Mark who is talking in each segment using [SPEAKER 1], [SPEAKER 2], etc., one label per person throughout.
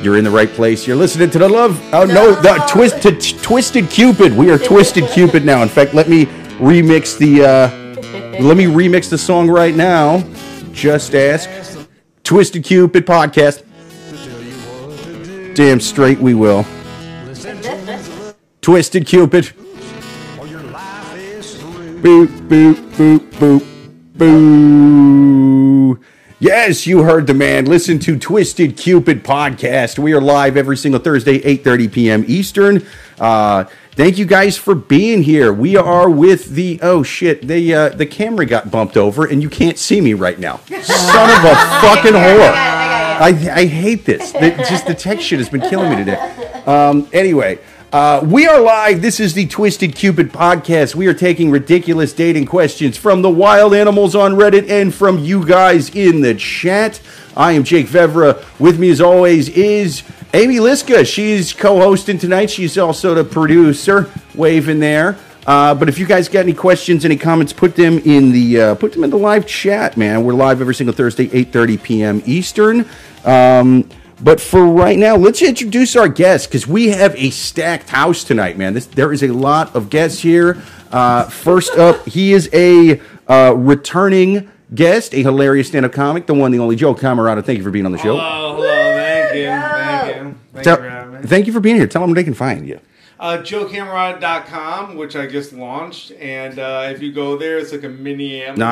[SPEAKER 1] You're in the right place. You're listening to the love. Oh no, the
[SPEAKER 2] No.
[SPEAKER 1] twisted twisted Cupid. We are twisted Cupid now. In fact, let me remix the. Uh, let me remix the song right now. Just ask. Twisted Cupid podcast. Damn straight we will. Twisted Cupid. Boop, boop, boop, boop, boo. Yes, you heard the man. Listen to Twisted Cupid podcast. We are live every single Thursday, 8.30 p.m. Eastern. Uh, thank you guys for being here. We are with the, oh shit, the, uh, the camera got bumped over and you can't see me right now. Son of a fucking whore. I, I hate this. The, just the tech shit has been killing me today. Um, anyway, uh, we are live. This is the Twisted Cupid podcast. We are taking ridiculous dating questions from the wild animals on Reddit and from you guys in the chat. I am Jake Vevra. With me, as always, is Amy Liska. She's co hosting tonight. She's also the producer. Wave in there. Uh, but if you guys got any questions, any comments, put them in the uh, put them in the live chat, man. We're live every single Thursday, 8:30 p.m. Eastern. Um, but for right now, let's introduce our guests because we have a stacked house tonight, man. This, there is a lot of guests here. Uh, first up, he is a uh, returning guest, a hilarious stand-up comic, the one, the only Joe Camerata. Thank you for being on the show.
[SPEAKER 3] Oh, Hello, hello, thank you, thank you, thank
[SPEAKER 1] Tell-
[SPEAKER 3] you for having me.
[SPEAKER 1] thank you for being here. Tell them they can find you.
[SPEAKER 3] Uh, JoeCamera.com, which I just launched, and uh, if you go there, it's like a mini Amazon.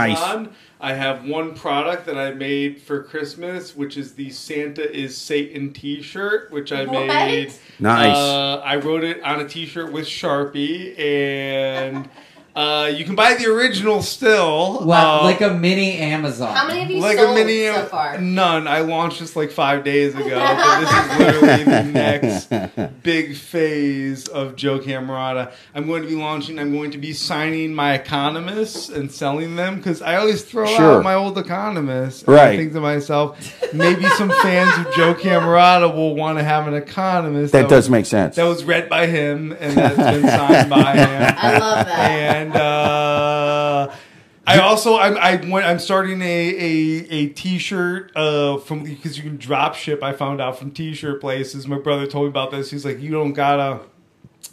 [SPEAKER 1] Nice.
[SPEAKER 3] I have one product that I made for Christmas, which is the Santa is Satan T-shirt, which I
[SPEAKER 2] What?
[SPEAKER 3] made.
[SPEAKER 1] Nice.
[SPEAKER 3] Uh, I wrote it on a T-shirt with Sharpie, and uh, you can buy the original still.
[SPEAKER 4] Wow,
[SPEAKER 3] Uh,
[SPEAKER 4] like a mini Amazon.
[SPEAKER 2] How many of you
[SPEAKER 3] like
[SPEAKER 2] sold
[SPEAKER 3] a mini
[SPEAKER 1] uh,
[SPEAKER 2] so far?
[SPEAKER 3] none i launched this like five days ago but this is literally the next big phase of joe camerata i'm going to be launching i'm going to be signing my economists and selling them because i always throw
[SPEAKER 1] Sure.
[SPEAKER 3] out my old economists and
[SPEAKER 1] Right.
[SPEAKER 3] i think to myself maybe some fans of joe camerata will want to have an economist
[SPEAKER 1] That does
[SPEAKER 3] was,
[SPEAKER 1] make sense.
[SPEAKER 3] that was read by him and that's been signed by him
[SPEAKER 2] I love that.
[SPEAKER 3] and uh, I also I'm I went, I'm starting a a, a t-shirt uh, from because you can drop ship. I found out from t-shirt places. My brother told me about this. He's like, you don't gotta.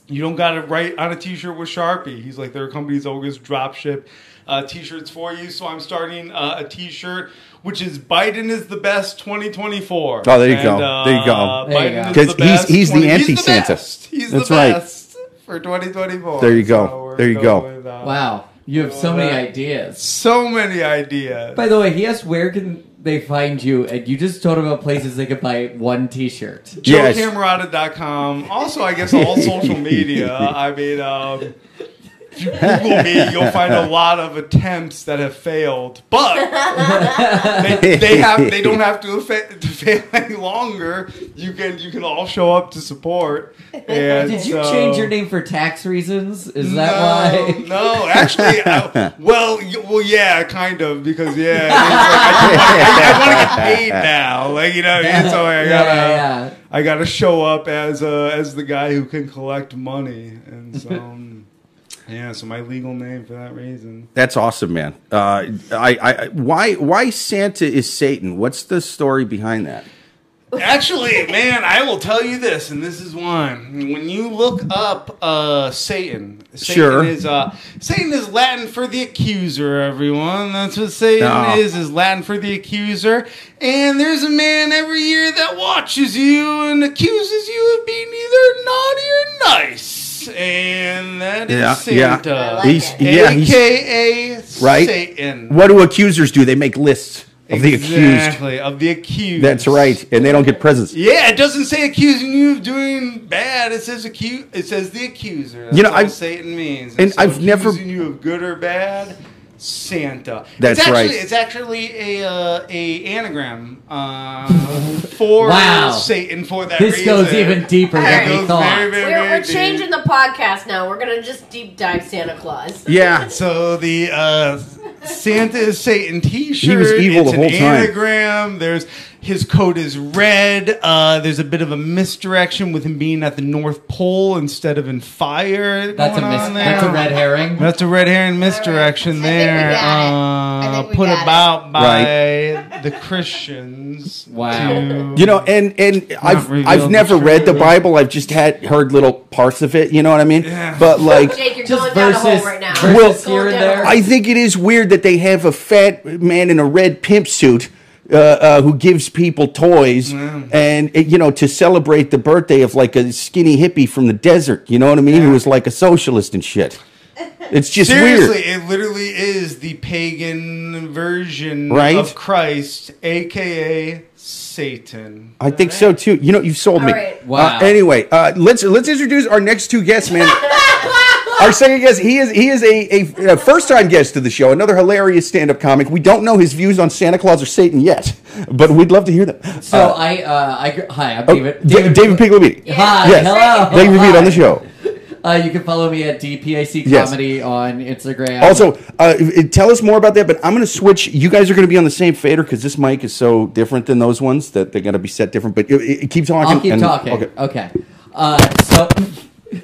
[SPEAKER 3] You don't gotta write on a T-shirt with Sharpie. He's like, there are companies that will just drop ship uh, T-shirts for you. So I'm starting uh, a T-shirt which is Biden is the best 2024.
[SPEAKER 1] Oh, there you go. There you go.
[SPEAKER 4] There you
[SPEAKER 3] uh, Biden
[SPEAKER 4] go.
[SPEAKER 3] is
[SPEAKER 1] 'Cause
[SPEAKER 3] the
[SPEAKER 1] he's-
[SPEAKER 3] best
[SPEAKER 1] he's the
[SPEAKER 3] 20
[SPEAKER 1] anti-Santa.
[SPEAKER 3] best. He's
[SPEAKER 1] That's
[SPEAKER 3] the
[SPEAKER 1] right.
[SPEAKER 3] best for 2024.
[SPEAKER 1] There you go.
[SPEAKER 3] we're
[SPEAKER 1] There you
[SPEAKER 3] going
[SPEAKER 1] go.
[SPEAKER 3] with, uh,
[SPEAKER 4] Wow, you have so many ideas.
[SPEAKER 3] So many ideas.
[SPEAKER 4] By the way, he asked where can they find you, and you just told him about places they could buy one T-shirt.
[SPEAKER 1] Yes.
[SPEAKER 3] JoeCamerata.com. Also, I guess all social media. I mean, um, if you Google me, you'll find a lot of attempts that have failed, but they, they have they don't have to, fa- to fail any longer. You can you can all show up to support. And
[SPEAKER 4] Did you
[SPEAKER 3] so-
[SPEAKER 4] change your name for tax reasons? Is
[SPEAKER 3] no,
[SPEAKER 4] that why?
[SPEAKER 3] No, actually, I, well, y- well, yeah, kind of because yeah, it's like, I, want to get paid now, like you know, and so I gotta,
[SPEAKER 4] Yeah, yeah.
[SPEAKER 3] I gotta show up as uh, as the guy who can collect money, and so um, yeah, so my legal name for that reason.
[SPEAKER 1] That's awesome, man. Uh, I, I, I- why, why Santa is Satan? What's the story behind that?
[SPEAKER 3] Actually, man, I will tell you this, and this is why. When you look up uh, Satan, Satan
[SPEAKER 1] Sure.
[SPEAKER 3] is uh, Satan is Latin for the accuser. Everyone, that's what Satan
[SPEAKER 1] Ah.
[SPEAKER 3] is is Latin for the accuser. And there's a man every year that watches you and accuses you of being either naughty or nice, and that is
[SPEAKER 1] Yeah, yeah.
[SPEAKER 3] Santa,
[SPEAKER 2] I like
[SPEAKER 1] He's,
[SPEAKER 2] it.
[SPEAKER 1] yeah, he's,
[SPEAKER 3] aka
[SPEAKER 1] right?
[SPEAKER 3] Satan.
[SPEAKER 1] what do accusers do? They make lists of the accused.
[SPEAKER 3] Exactly, of the accused.
[SPEAKER 1] That's right, and they don't get presents.
[SPEAKER 3] Yeah, it doesn't say accusing you of doing bad. It says accu- It says the accuser. That's
[SPEAKER 1] You know,
[SPEAKER 3] all
[SPEAKER 1] I've-
[SPEAKER 3] Satan means.
[SPEAKER 1] and
[SPEAKER 3] so
[SPEAKER 1] I've never-
[SPEAKER 3] accusing you of good or bad. Santa.
[SPEAKER 1] That's
[SPEAKER 3] it's actually,
[SPEAKER 1] right.
[SPEAKER 3] It's actually a uh, a anagram uh, for
[SPEAKER 4] Wow.
[SPEAKER 3] Satan for that.
[SPEAKER 4] This
[SPEAKER 3] reason.
[SPEAKER 4] goes even deeper
[SPEAKER 3] That
[SPEAKER 4] than we
[SPEAKER 3] goes
[SPEAKER 4] thought.
[SPEAKER 3] very, very,
[SPEAKER 2] We're,
[SPEAKER 3] very
[SPEAKER 2] we're
[SPEAKER 3] deep.
[SPEAKER 2] changing the podcast now. We're gonna just deep dive Santa Claus.
[SPEAKER 1] Yeah,
[SPEAKER 3] So the uh, Santa is Satan T-shirt.
[SPEAKER 1] He was evil
[SPEAKER 3] it's
[SPEAKER 1] the whole
[SPEAKER 3] an
[SPEAKER 1] time.
[SPEAKER 3] Anagram. There's his coat is red. Uh, there's a bit of a misdirection with him being at the North Pole instead of in fire.
[SPEAKER 4] That's a
[SPEAKER 3] going
[SPEAKER 4] mis-
[SPEAKER 3] on there.
[SPEAKER 4] That's a red herring.
[SPEAKER 3] That's a red herring misdirection
[SPEAKER 2] I think we got
[SPEAKER 3] there.
[SPEAKER 2] it. I
[SPEAKER 3] Uh,
[SPEAKER 2] think we
[SPEAKER 3] put
[SPEAKER 2] got it.
[SPEAKER 3] about by the Christians.
[SPEAKER 4] Wow.
[SPEAKER 3] to-
[SPEAKER 1] You know, and and I've
[SPEAKER 3] reveal the
[SPEAKER 1] I've never read the
[SPEAKER 3] truth.
[SPEAKER 1] Bible. I've just had heard little parts of it. You know what I mean?
[SPEAKER 3] Yeah.
[SPEAKER 1] But like,
[SPEAKER 2] Jake, you're going
[SPEAKER 4] Just
[SPEAKER 2] down a
[SPEAKER 4] versus,
[SPEAKER 2] hole right now.
[SPEAKER 4] versus
[SPEAKER 2] Going
[SPEAKER 4] here and
[SPEAKER 2] down a
[SPEAKER 4] there.
[SPEAKER 2] hole.
[SPEAKER 1] I think it is weird that they have a fat man in a red pimp suit uh, uh, who gives people toys, and it, you know, to celebrate the birthday of like a skinny hippie from the desert. You know what I mean? Who was like a socialist and shit. It's just
[SPEAKER 3] Seriously,
[SPEAKER 1] weird.
[SPEAKER 3] it literally is the pagan version
[SPEAKER 1] Right?
[SPEAKER 3] of Christ, aka Satan.
[SPEAKER 1] I think so too. You know, you've sold me.
[SPEAKER 2] All right.
[SPEAKER 4] Wow.
[SPEAKER 1] Uh, anyway, uh, let's let's introduce our next two guests, man. our second guest, he is he is a, a, first time guest to the show. Another hilarious stand up comic. We don't know his views on Santa Claus or Satan yet, but we'd love to hear them.
[SPEAKER 4] So I, uh, I, gr- hi, I'm
[SPEAKER 1] Oh,
[SPEAKER 4] David.
[SPEAKER 1] Da- David, Piglamini.
[SPEAKER 4] Hi,
[SPEAKER 1] Yes.
[SPEAKER 4] hello.
[SPEAKER 1] David Reed on the
[SPEAKER 4] Hi.
[SPEAKER 1] show.
[SPEAKER 4] Uh, you can follow me at DPAC
[SPEAKER 1] Yes.
[SPEAKER 4] Comedy on Instagram.
[SPEAKER 1] Also, uh, i- tell us more about that, but I'm going to switch. You guys are going to be on the same fader because this mic is so different than those ones that they're going to be set different. But you- you- keep talking.
[SPEAKER 4] I'll keep
[SPEAKER 1] and-
[SPEAKER 4] talking.
[SPEAKER 1] Okay.
[SPEAKER 4] Okay. Uh, so,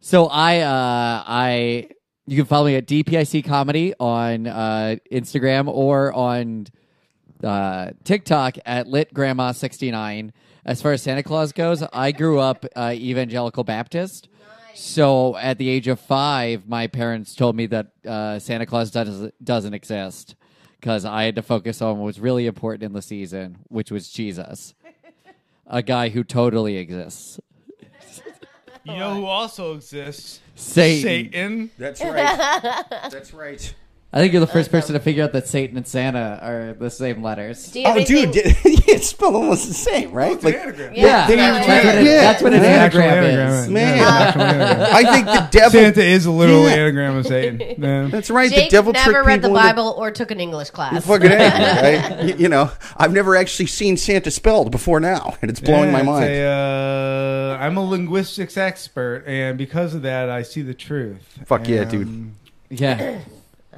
[SPEAKER 4] so I, uh, I, you can follow me at DPIC Comedy on uh, Instagram or on uh, TikTok at Lit Grandma sixty nine. As far as Santa Claus goes, I grew up uh, evangelical Baptist. So at the age of five, my parents told me that uh, Santa Claus does, doesn't exist because I had to focus on what was really important in the season, which was Jesus a guy who totally exists.
[SPEAKER 3] You know who also exists?
[SPEAKER 4] Satan.
[SPEAKER 1] That's right. That's right.
[SPEAKER 4] I think you're the first person to figure out that Satan and Santa are the same letters.
[SPEAKER 2] Do you have
[SPEAKER 1] Oh, dude,
[SPEAKER 2] anything-
[SPEAKER 1] did, it's spelled almost the same, right? Like,
[SPEAKER 3] anagram.
[SPEAKER 4] Yeah,
[SPEAKER 1] They-
[SPEAKER 4] that's,
[SPEAKER 2] yeah,
[SPEAKER 4] what it-
[SPEAKER 1] yeah.
[SPEAKER 4] that's what an
[SPEAKER 1] Yeah.
[SPEAKER 4] anagram, is.
[SPEAKER 1] Man.
[SPEAKER 3] Man.
[SPEAKER 1] I think the devil.
[SPEAKER 3] Santa is a literal
[SPEAKER 1] Yeah.
[SPEAKER 3] anagram of Satan. Yeah.
[SPEAKER 1] That's right.
[SPEAKER 2] Jake
[SPEAKER 1] the devil
[SPEAKER 2] never
[SPEAKER 1] tricked
[SPEAKER 2] read the
[SPEAKER 1] people into-
[SPEAKER 2] Bible or took an English class.
[SPEAKER 1] Fucking A, right? You- You know, I've never actually seen Santa spelled before now, and it's blowing my
[SPEAKER 3] Yeah,
[SPEAKER 1] mind.
[SPEAKER 3] it's a, uh, I'm a linguistics expert, and because of that, I see the truth.
[SPEAKER 1] Fuck yeah,
[SPEAKER 3] And,
[SPEAKER 1] dude.
[SPEAKER 3] um,
[SPEAKER 4] Yeah.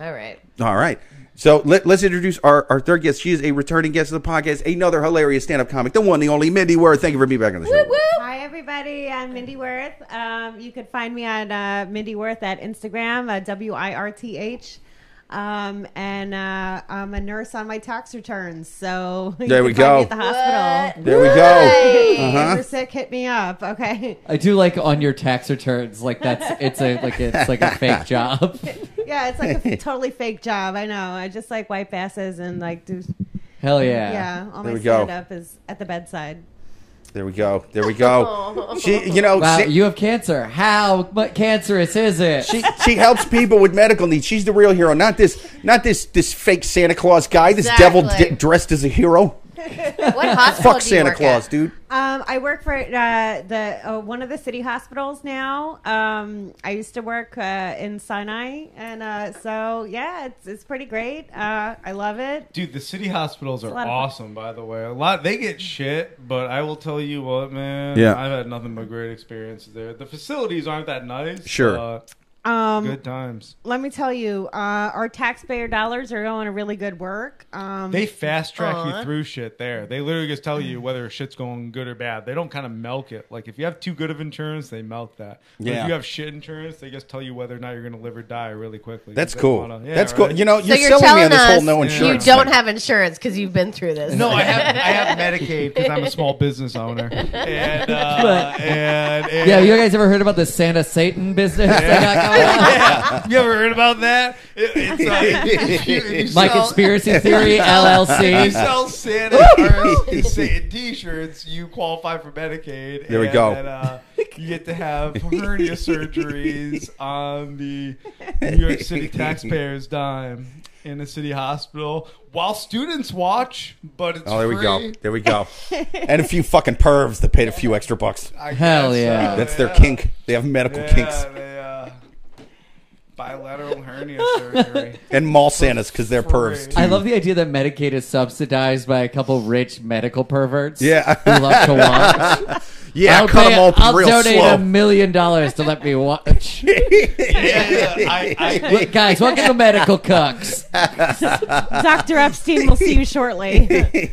[SPEAKER 2] All right.
[SPEAKER 1] All right. So let, us introduce our, our third guest. She is a returning guest of the podcast, another hilarious stand up comic, the one, the only Mindy Word. Thank you for being back on the show.
[SPEAKER 5] Hi, everybody. I'm Mindy Worth. Um, you could find me on uh, Mindy Worth at Instagram, uh, W I R T H. Um, and uh, I'm a nurse on my tax returns. So you
[SPEAKER 1] There
[SPEAKER 5] can
[SPEAKER 1] we
[SPEAKER 5] find
[SPEAKER 1] go.
[SPEAKER 5] me at the hospital.
[SPEAKER 1] There we go.
[SPEAKER 5] If
[SPEAKER 1] Uh-huh.
[SPEAKER 5] you're sick, hit me up. Okay.
[SPEAKER 4] I do like on your tax returns, like that's it's a like it's like a fake job.
[SPEAKER 5] Yeah, it's like a totally fake job. I know. I just like wipe asses and like do.
[SPEAKER 4] Hell
[SPEAKER 5] Yeah.
[SPEAKER 4] yeah.
[SPEAKER 5] all
[SPEAKER 1] There
[SPEAKER 5] my
[SPEAKER 1] we go.
[SPEAKER 5] stand up is at the bedside.
[SPEAKER 1] There we go. There we go. She, you know,
[SPEAKER 4] Wow,
[SPEAKER 1] Sa-
[SPEAKER 4] you have cancer. How mu- cancerous is it?
[SPEAKER 1] she, she helps people with medical needs. She's the real hero, not this not this this fake Santa Claus guy, this devil
[SPEAKER 2] Exactly.
[SPEAKER 1] d- dressed as a hero.
[SPEAKER 2] What hospital
[SPEAKER 1] Fuck
[SPEAKER 2] do you
[SPEAKER 1] Santa
[SPEAKER 2] work
[SPEAKER 1] Claus,
[SPEAKER 2] at?
[SPEAKER 1] dude.
[SPEAKER 5] Um, I work for uh, the uh, one of the city hospitals now. Um, I used to work uh, in Sinai, and uh, so yeah, it's it's pretty great. Uh, I love it.
[SPEAKER 3] Dude, the city hospitals are
[SPEAKER 5] lot of-
[SPEAKER 3] awesome, by the way. A lot they get shit, but I will tell you what, man.
[SPEAKER 1] Yeah.
[SPEAKER 3] I've had nothing but great experiences there. The facilities aren't that nice.
[SPEAKER 1] Sure.
[SPEAKER 3] but
[SPEAKER 5] Um,
[SPEAKER 3] good times.
[SPEAKER 5] let me tell you, uh, our taxpayer dollars are going to really good work. Um,
[SPEAKER 3] They fast track
[SPEAKER 2] Aw.
[SPEAKER 3] you through shit there. They literally just tell you whether shit's going good or bad. They don't kind of milk it. Like if you have too good of insurance, they milk that. But
[SPEAKER 1] Yeah.
[SPEAKER 3] If you have shit insurance, they just tell you whether or not you're going to live or die really quickly.
[SPEAKER 1] That's
[SPEAKER 3] They
[SPEAKER 1] cool.
[SPEAKER 3] wanna- yeah,
[SPEAKER 1] That's cool.
[SPEAKER 3] right?
[SPEAKER 1] You know,
[SPEAKER 2] So
[SPEAKER 1] you're,
[SPEAKER 2] you're,
[SPEAKER 1] selling me
[SPEAKER 2] telling
[SPEAKER 1] on this
[SPEAKER 2] us
[SPEAKER 1] whole no
[SPEAKER 2] you
[SPEAKER 1] insurance.
[SPEAKER 2] don't
[SPEAKER 1] thing.
[SPEAKER 2] have insurance because you've been through this.
[SPEAKER 3] No, I have I have Medicaid because I'm a small business owner. And uh,
[SPEAKER 4] But-
[SPEAKER 3] and, and-
[SPEAKER 4] yeah, you guys ever heard about the Santa Satan business? they got going on?
[SPEAKER 3] Yeah. You ever heard about that? It- it's, uh, if you- if you
[SPEAKER 4] My
[SPEAKER 3] sell-
[SPEAKER 4] conspiracy theory
[SPEAKER 3] If you
[SPEAKER 4] LLC.
[SPEAKER 3] sell Santa RSP Satan t-shirts, you qualify for Medicaid.
[SPEAKER 1] There we
[SPEAKER 3] and
[SPEAKER 1] go.
[SPEAKER 3] then, uh, you get to have hernia surgeries on the New York City taxpayers' dime in a city hospital while students watch, but it's
[SPEAKER 1] Oh, there we go.
[SPEAKER 3] free.
[SPEAKER 1] There we go. and a few fucking pervs that paid a few extra bucks.
[SPEAKER 3] I
[SPEAKER 4] Hell
[SPEAKER 3] guess,
[SPEAKER 4] yeah.
[SPEAKER 3] uh,
[SPEAKER 1] That's their
[SPEAKER 3] yeah.
[SPEAKER 1] kink. They have medical
[SPEAKER 3] Yeah,
[SPEAKER 1] kinks.
[SPEAKER 3] they, uh, bilateral hernia surgery.
[SPEAKER 1] And mall Santas because they're pervs too.
[SPEAKER 4] I love the idea that Medicaid is subsidized by a couple rich medical perverts.
[SPEAKER 1] Yeah.
[SPEAKER 4] who love to watch.
[SPEAKER 1] Yeah,
[SPEAKER 4] I'll
[SPEAKER 1] cut
[SPEAKER 4] pay-
[SPEAKER 1] them open
[SPEAKER 4] I'll
[SPEAKER 1] real
[SPEAKER 4] donate
[SPEAKER 1] slow.
[SPEAKER 4] a million dollars to let me watch.
[SPEAKER 3] Yeah, I, I,
[SPEAKER 4] Look, guys, welcome to Medical Cucks.
[SPEAKER 5] Dr. Epstein will see you shortly.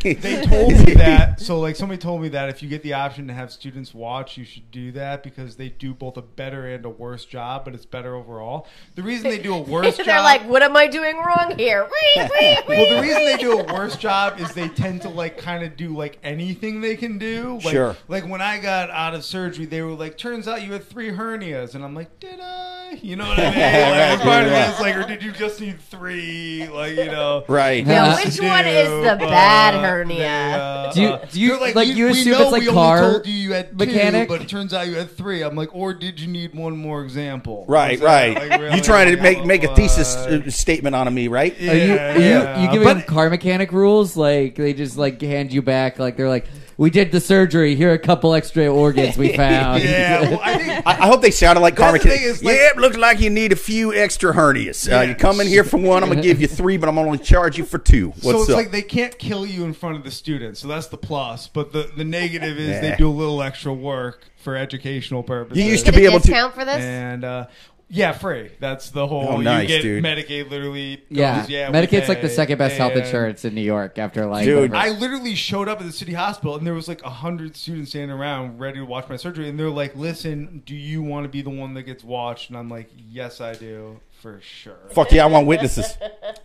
[SPEAKER 3] they told me that. So, like, somebody told me that if you get the option to have students watch, you should do that because they do both a better and a worse job, but it's better overall. The reason they do a worse job,
[SPEAKER 2] They're like, what am I doing wrong here? Wee, wee, wee.
[SPEAKER 3] well, the reason they do a worse job is they tend to like kind of do like anything they can do. Like,
[SPEAKER 1] Sure.
[SPEAKER 3] Like when I got out of surgery, they were like, "Turns out you had three hernias," and I'm like, "Did I?" You know what I mean?
[SPEAKER 1] Right,
[SPEAKER 3] Like, part of
[SPEAKER 1] yeah.
[SPEAKER 3] me is like, "Or did you just need three? Like, you know.
[SPEAKER 1] Right.
[SPEAKER 4] Yeah.
[SPEAKER 2] Now,
[SPEAKER 4] Uh,
[SPEAKER 2] which
[SPEAKER 3] do,
[SPEAKER 2] one is the
[SPEAKER 3] but
[SPEAKER 2] bad
[SPEAKER 3] they,
[SPEAKER 2] hernia?
[SPEAKER 3] uh,
[SPEAKER 4] Do you-
[SPEAKER 3] uh,
[SPEAKER 4] do you-
[SPEAKER 3] they're
[SPEAKER 4] like,
[SPEAKER 3] we-
[SPEAKER 4] you
[SPEAKER 3] we
[SPEAKER 4] assume
[SPEAKER 3] know
[SPEAKER 4] it's like
[SPEAKER 3] we only
[SPEAKER 4] car
[SPEAKER 3] told you you had
[SPEAKER 4] mechanic?
[SPEAKER 3] two, but it turns out you had three. I'm like, or did you need one more example?
[SPEAKER 1] Right,
[SPEAKER 3] Is that,
[SPEAKER 1] right.
[SPEAKER 3] like, really?
[SPEAKER 1] you trying to
[SPEAKER 3] Yeah,
[SPEAKER 1] make make a
[SPEAKER 3] but-
[SPEAKER 1] thesis uh, statement on me, right?
[SPEAKER 4] Are you,
[SPEAKER 3] Yeah,
[SPEAKER 4] are
[SPEAKER 3] yeah.
[SPEAKER 4] you, you giving
[SPEAKER 3] But-
[SPEAKER 4] them car mechanic rules? Like they just like hand you back. Like they're like, we did the surgery. Here are a couple extra organs we
[SPEAKER 1] uh,
[SPEAKER 4] found.
[SPEAKER 3] Yeah, well, I think
[SPEAKER 1] I, I hope they sounded like
[SPEAKER 3] That's
[SPEAKER 1] Carmen.
[SPEAKER 3] the thing is, like-
[SPEAKER 1] yeah, it looks like you need a few extra hernias. Uh,
[SPEAKER 3] Yeah.
[SPEAKER 1] you come in here for one, I'm gonna give you three, but I'm gonna only charge you for two. What's
[SPEAKER 3] so it's
[SPEAKER 1] up?
[SPEAKER 3] like they can't kill you in front of the students, so that's the plus. But the, the negative is
[SPEAKER 1] Yeah.
[SPEAKER 3] they do a little extra work for educational purposes.
[SPEAKER 1] you used to
[SPEAKER 2] Get
[SPEAKER 1] be
[SPEAKER 2] a
[SPEAKER 1] able to.
[SPEAKER 2] discount for this?
[SPEAKER 3] and uh, yeah, free. That's the whole.
[SPEAKER 1] Oh, nice,
[SPEAKER 3] you get
[SPEAKER 1] dude.
[SPEAKER 3] Medicaid literally. Goes,
[SPEAKER 4] yeah.
[SPEAKER 3] yeah, we
[SPEAKER 4] Medicaid's like the
[SPEAKER 3] pay,
[SPEAKER 4] second best health
[SPEAKER 3] and-
[SPEAKER 4] insurance in New York after like.
[SPEAKER 1] Dude,
[SPEAKER 4] whatever.
[SPEAKER 3] I literally showed up at the city hospital and there was like a hundred students standing around ready to watch my surgery and they're like, "Listen, do you want to be the one that gets watched?" And I'm like, "Yes, I do, for sure."
[SPEAKER 1] Fuck yeah, I want witnesses.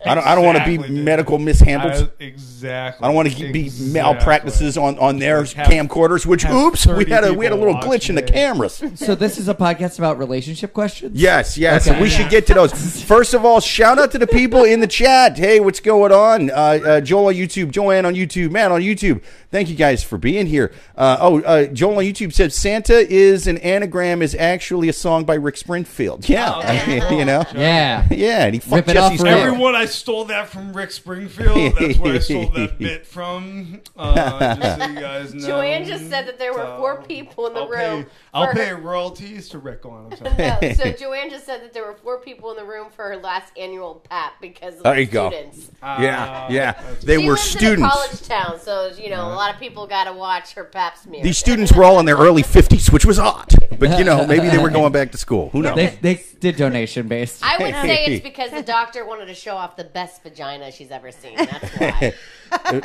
[SPEAKER 1] I don't. I don't want to
[SPEAKER 3] Exactly,
[SPEAKER 1] be
[SPEAKER 3] dude.
[SPEAKER 1] medical mishandled.
[SPEAKER 3] I, exactly.
[SPEAKER 1] I don't want to be
[SPEAKER 3] Exactly.
[SPEAKER 1] malpractices on, on their
[SPEAKER 3] Like have-
[SPEAKER 1] camcorders. Which
[SPEAKER 3] have
[SPEAKER 1] oops, we
[SPEAKER 3] 30
[SPEAKER 1] had a we had a
[SPEAKER 3] people
[SPEAKER 1] little glitch in the
[SPEAKER 3] watching it.
[SPEAKER 1] cameras.
[SPEAKER 4] so this is a podcast about relationship questions.
[SPEAKER 1] Yes, yes.
[SPEAKER 4] Okay.
[SPEAKER 1] We should get to those. First of all, shout out to the people in the chat. Hey, what's going on? Uh, uh, Joel on YouTube, Joanne on YouTube, Matt on YouTube. Thank you guys for being here. Uh, oh, uh, Joel on YouTube said Santa is an anagram is actually a song by Rick Springfield. Yeah,
[SPEAKER 3] Oh,
[SPEAKER 1] I mean, you know.
[SPEAKER 4] Yeah.
[SPEAKER 1] Yeah, and he fucked
[SPEAKER 4] Rip it off,
[SPEAKER 1] Jesse
[SPEAKER 4] Rick.
[SPEAKER 1] Smollett.
[SPEAKER 3] Everyone, I stole that from Rick Springfield. That's where I stole that bit from. Uh, just so you guys know.
[SPEAKER 2] Joanne just said that there were
[SPEAKER 3] So,
[SPEAKER 2] four people in the
[SPEAKER 3] I'll
[SPEAKER 2] room.
[SPEAKER 3] Pay, I'll
[SPEAKER 2] for
[SPEAKER 3] pay
[SPEAKER 2] her-
[SPEAKER 3] royalties to Rick on. I'm sorry.
[SPEAKER 2] No, Oh, so Joanne just said that there were four people in the room for her last annual pap because of
[SPEAKER 1] There
[SPEAKER 2] the
[SPEAKER 1] you go.
[SPEAKER 2] students.
[SPEAKER 1] Yeah,
[SPEAKER 3] Uh,
[SPEAKER 1] yeah. They
[SPEAKER 2] She
[SPEAKER 1] were
[SPEAKER 2] lives In a
[SPEAKER 1] students.
[SPEAKER 2] college town, so you know a lot of people got to watch her pap smear.
[SPEAKER 1] These students were all in their early 50s, which was odd. But, you know, maybe they were going back to school. Who knows?
[SPEAKER 4] They, they did donation based.
[SPEAKER 2] I would say it's because the doctor wanted to show off the best vagina she's ever seen. That's why.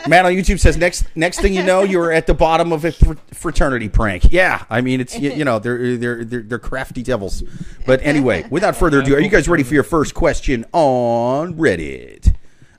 [SPEAKER 1] Matt on YouTube says next next thing you know you're at the bottom of a fr- fraternity prank. Yeah, I mean it's you, you know they're, they're they're they're crafty devils. But anyway, without further ado, are you guys ready for your first question on Reddit?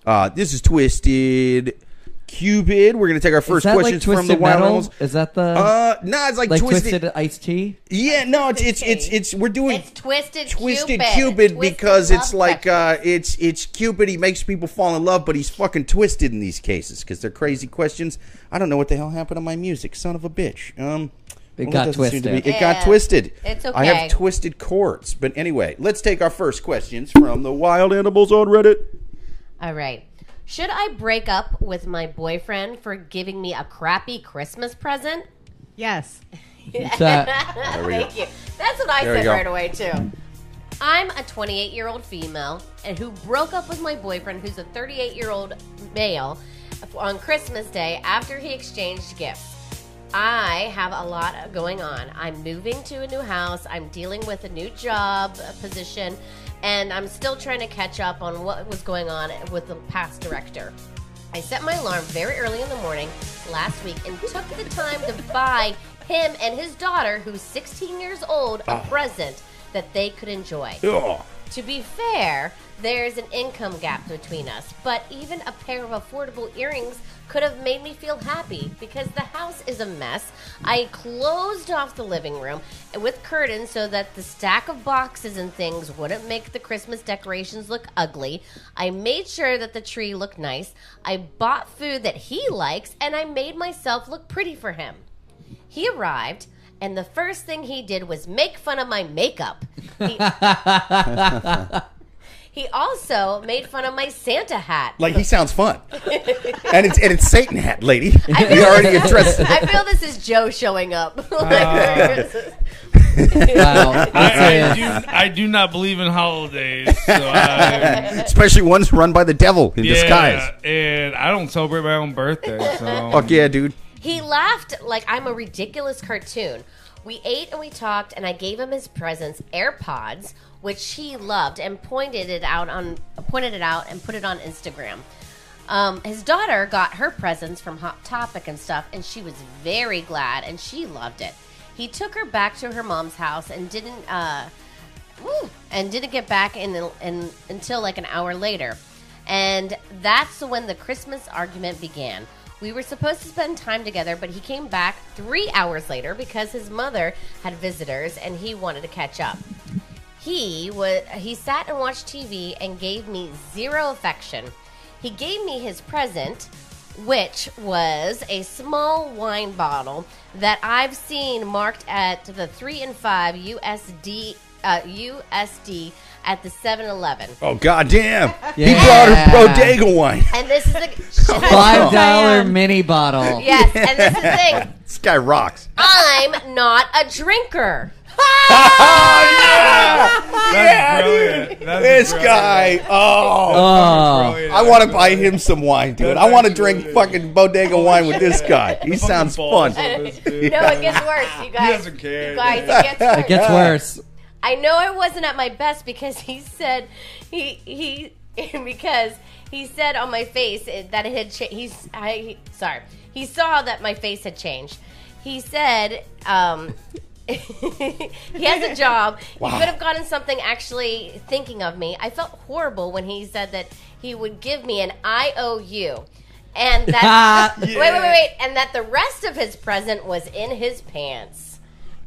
[SPEAKER 1] Uh, this is twisted Cupid. We're gonna take our
[SPEAKER 4] is
[SPEAKER 1] first
[SPEAKER 4] that
[SPEAKER 1] question
[SPEAKER 4] like
[SPEAKER 1] from
[SPEAKER 4] twisted
[SPEAKER 1] the Wild
[SPEAKER 4] metal?
[SPEAKER 1] Animals.
[SPEAKER 4] Is that the
[SPEAKER 1] Uh, no, it's like,
[SPEAKER 4] like
[SPEAKER 1] twisted.
[SPEAKER 4] twisted uh, iced tea?
[SPEAKER 1] Yeah, no, it's it's it's it's we're doing
[SPEAKER 2] It's twisted.
[SPEAKER 1] Twisted
[SPEAKER 2] Cupid,
[SPEAKER 1] Cupid
[SPEAKER 2] Twisted
[SPEAKER 1] because it's
[SPEAKER 2] love
[SPEAKER 1] like
[SPEAKER 2] letter.
[SPEAKER 1] uh, it's it's Cupid. He makes people fall in love, but he's fucking twisted in these cases because they're crazy questions. I don't know what the hell happened to my music, son of a bitch. Um,
[SPEAKER 4] It
[SPEAKER 1] well,
[SPEAKER 4] got
[SPEAKER 1] doesn't seem to
[SPEAKER 4] twisted.
[SPEAKER 1] be- It got
[SPEAKER 2] Yeah.
[SPEAKER 1] twisted.
[SPEAKER 2] It's
[SPEAKER 1] I
[SPEAKER 2] okay.
[SPEAKER 1] have twisted chords, but anyway, let's take our first questions from the Wild Animals on Reddit.
[SPEAKER 2] All right. Should I break up with my boyfriend for giving me a crappy Christmas present?
[SPEAKER 5] yes.
[SPEAKER 4] It's, uh,
[SPEAKER 1] we
[SPEAKER 2] Thank
[SPEAKER 1] go.
[SPEAKER 2] you. That's what I
[SPEAKER 1] There we
[SPEAKER 2] said
[SPEAKER 1] go.
[SPEAKER 2] right away too. I'm a 28 year old female and who broke up with my boyfriend, who's a 38 year old male, on Christmas Day after he exchanged gifts. I have a lot going on. I'm moving to a new house. I'm dealing with a new job uh, position, and I'm still trying to catch up on what was going on with the past director. I set my alarm very early in the morning last week and took the time to buy him and his daughter, who's 16 years old, a present that they could enjoy.
[SPEAKER 1] Ugh.
[SPEAKER 2] To be fair, there's an income gap between us, but even a pair of affordable earrings could have made me feel happy because the house is a mess. I closed off the living room with curtains so that the stack of boxes and things wouldn't make the Christmas decorations look ugly. I made sure that the tree looked nice. I bought food that he likes, and I made myself look pretty for him. He arrived, and the first thing he did was make fun of my makeup. He, he also made fun of my Santa hat.
[SPEAKER 1] Like he sounds fun, and it's and it's Satan hat, lady. We
[SPEAKER 2] feel
[SPEAKER 1] already
[SPEAKER 2] this-
[SPEAKER 1] addressed. it.
[SPEAKER 2] I feel this is Joe showing up. Like,
[SPEAKER 4] wow. That's
[SPEAKER 3] I, I
[SPEAKER 4] a-
[SPEAKER 3] do, I do not believe in holidays. So I,
[SPEAKER 1] especially ones run by the devil in
[SPEAKER 3] yeah,
[SPEAKER 1] disguise.
[SPEAKER 3] and I don't celebrate my own birthday. So
[SPEAKER 1] Fuck yeah, dude.
[SPEAKER 2] He laughed like I'm a ridiculous cartoon. We ate and we talked, and I gave him his presents, AirPods, which he loved, and pointed it out on pointed it out and put it on Instagram. Um, his daughter got her presents from Hot Topic and stuff, and she was very glad, and she loved it. He took her back to her mom's house and didn't uh, Woo. and didn't get back in, in until like an hour later. And that's when the Christmas argument began. We were supposed to spend time together, but he came back three hours later because his mother had visitors and he wanted to catch up. He was he sat and watched TV and gave me zero affection. He gave me his present, which was a small wine bottle that I've seen marked at the three and five USD uh, USD at the 7-Eleven.
[SPEAKER 1] Oh goddamn! He
[SPEAKER 4] Yeah.
[SPEAKER 1] brought her Bodega wine.
[SPEAKER 2] And this is the
[SPEAKER 3] Oh,
[SPEAKER 4] Five dollar
[SPEAKER 5] Damn.
[SPEAKER 4] mini bottle.
[SPEAKER 2] yes, and this is the thing.
[SPEAKER 1] This guy rocks.
[SPEAKER 2] I'm not a drinker.
[SPEAKER 3] That's Oh,
[SPEAKER 1] Yeah,
[SPEAKER 3] brilliant. That's
[SPEAKER 1] This
[SPEAKER 3] brilliant.
[SPEAKER 1] guy. Oh,
[SPEAKER 4] Oh,
[SPEAKER 3] Brilliant.
[SPEAKER 1] I want to buy him some wine, dude. I want to drink fucking Bodega wine with this guy. He
[SPEAKER 3] Fucking
[SPEAKER 1] sounds
[SPEAKER 3] balls
[SPEAKER 1] fun.
[SPEAKER 3] on this
[SPEAKER 2] No,
[SPEAKER 3] dude.
[SPEAKER 2] it gets worse, you guys.
[SPEAKER 3] doesn't care,
[SPEAKER 2] You guys,
[SPEAKER 3] man.
[SPEAKER 2] it gets worse.
[SPEAKER 4] it gets worse.
[SPEAKER 2] I know I wasn't at my best because he said he he because he said on my face that it had changed. He's I he, sorry. He saw that my face had changed. He said um, he has a job. He could have gotten something actually thinking of me. I felt horrible when he said that he would give me an IOU. And that wait, wait, wait, wait, and that the rest of his present was in his pants.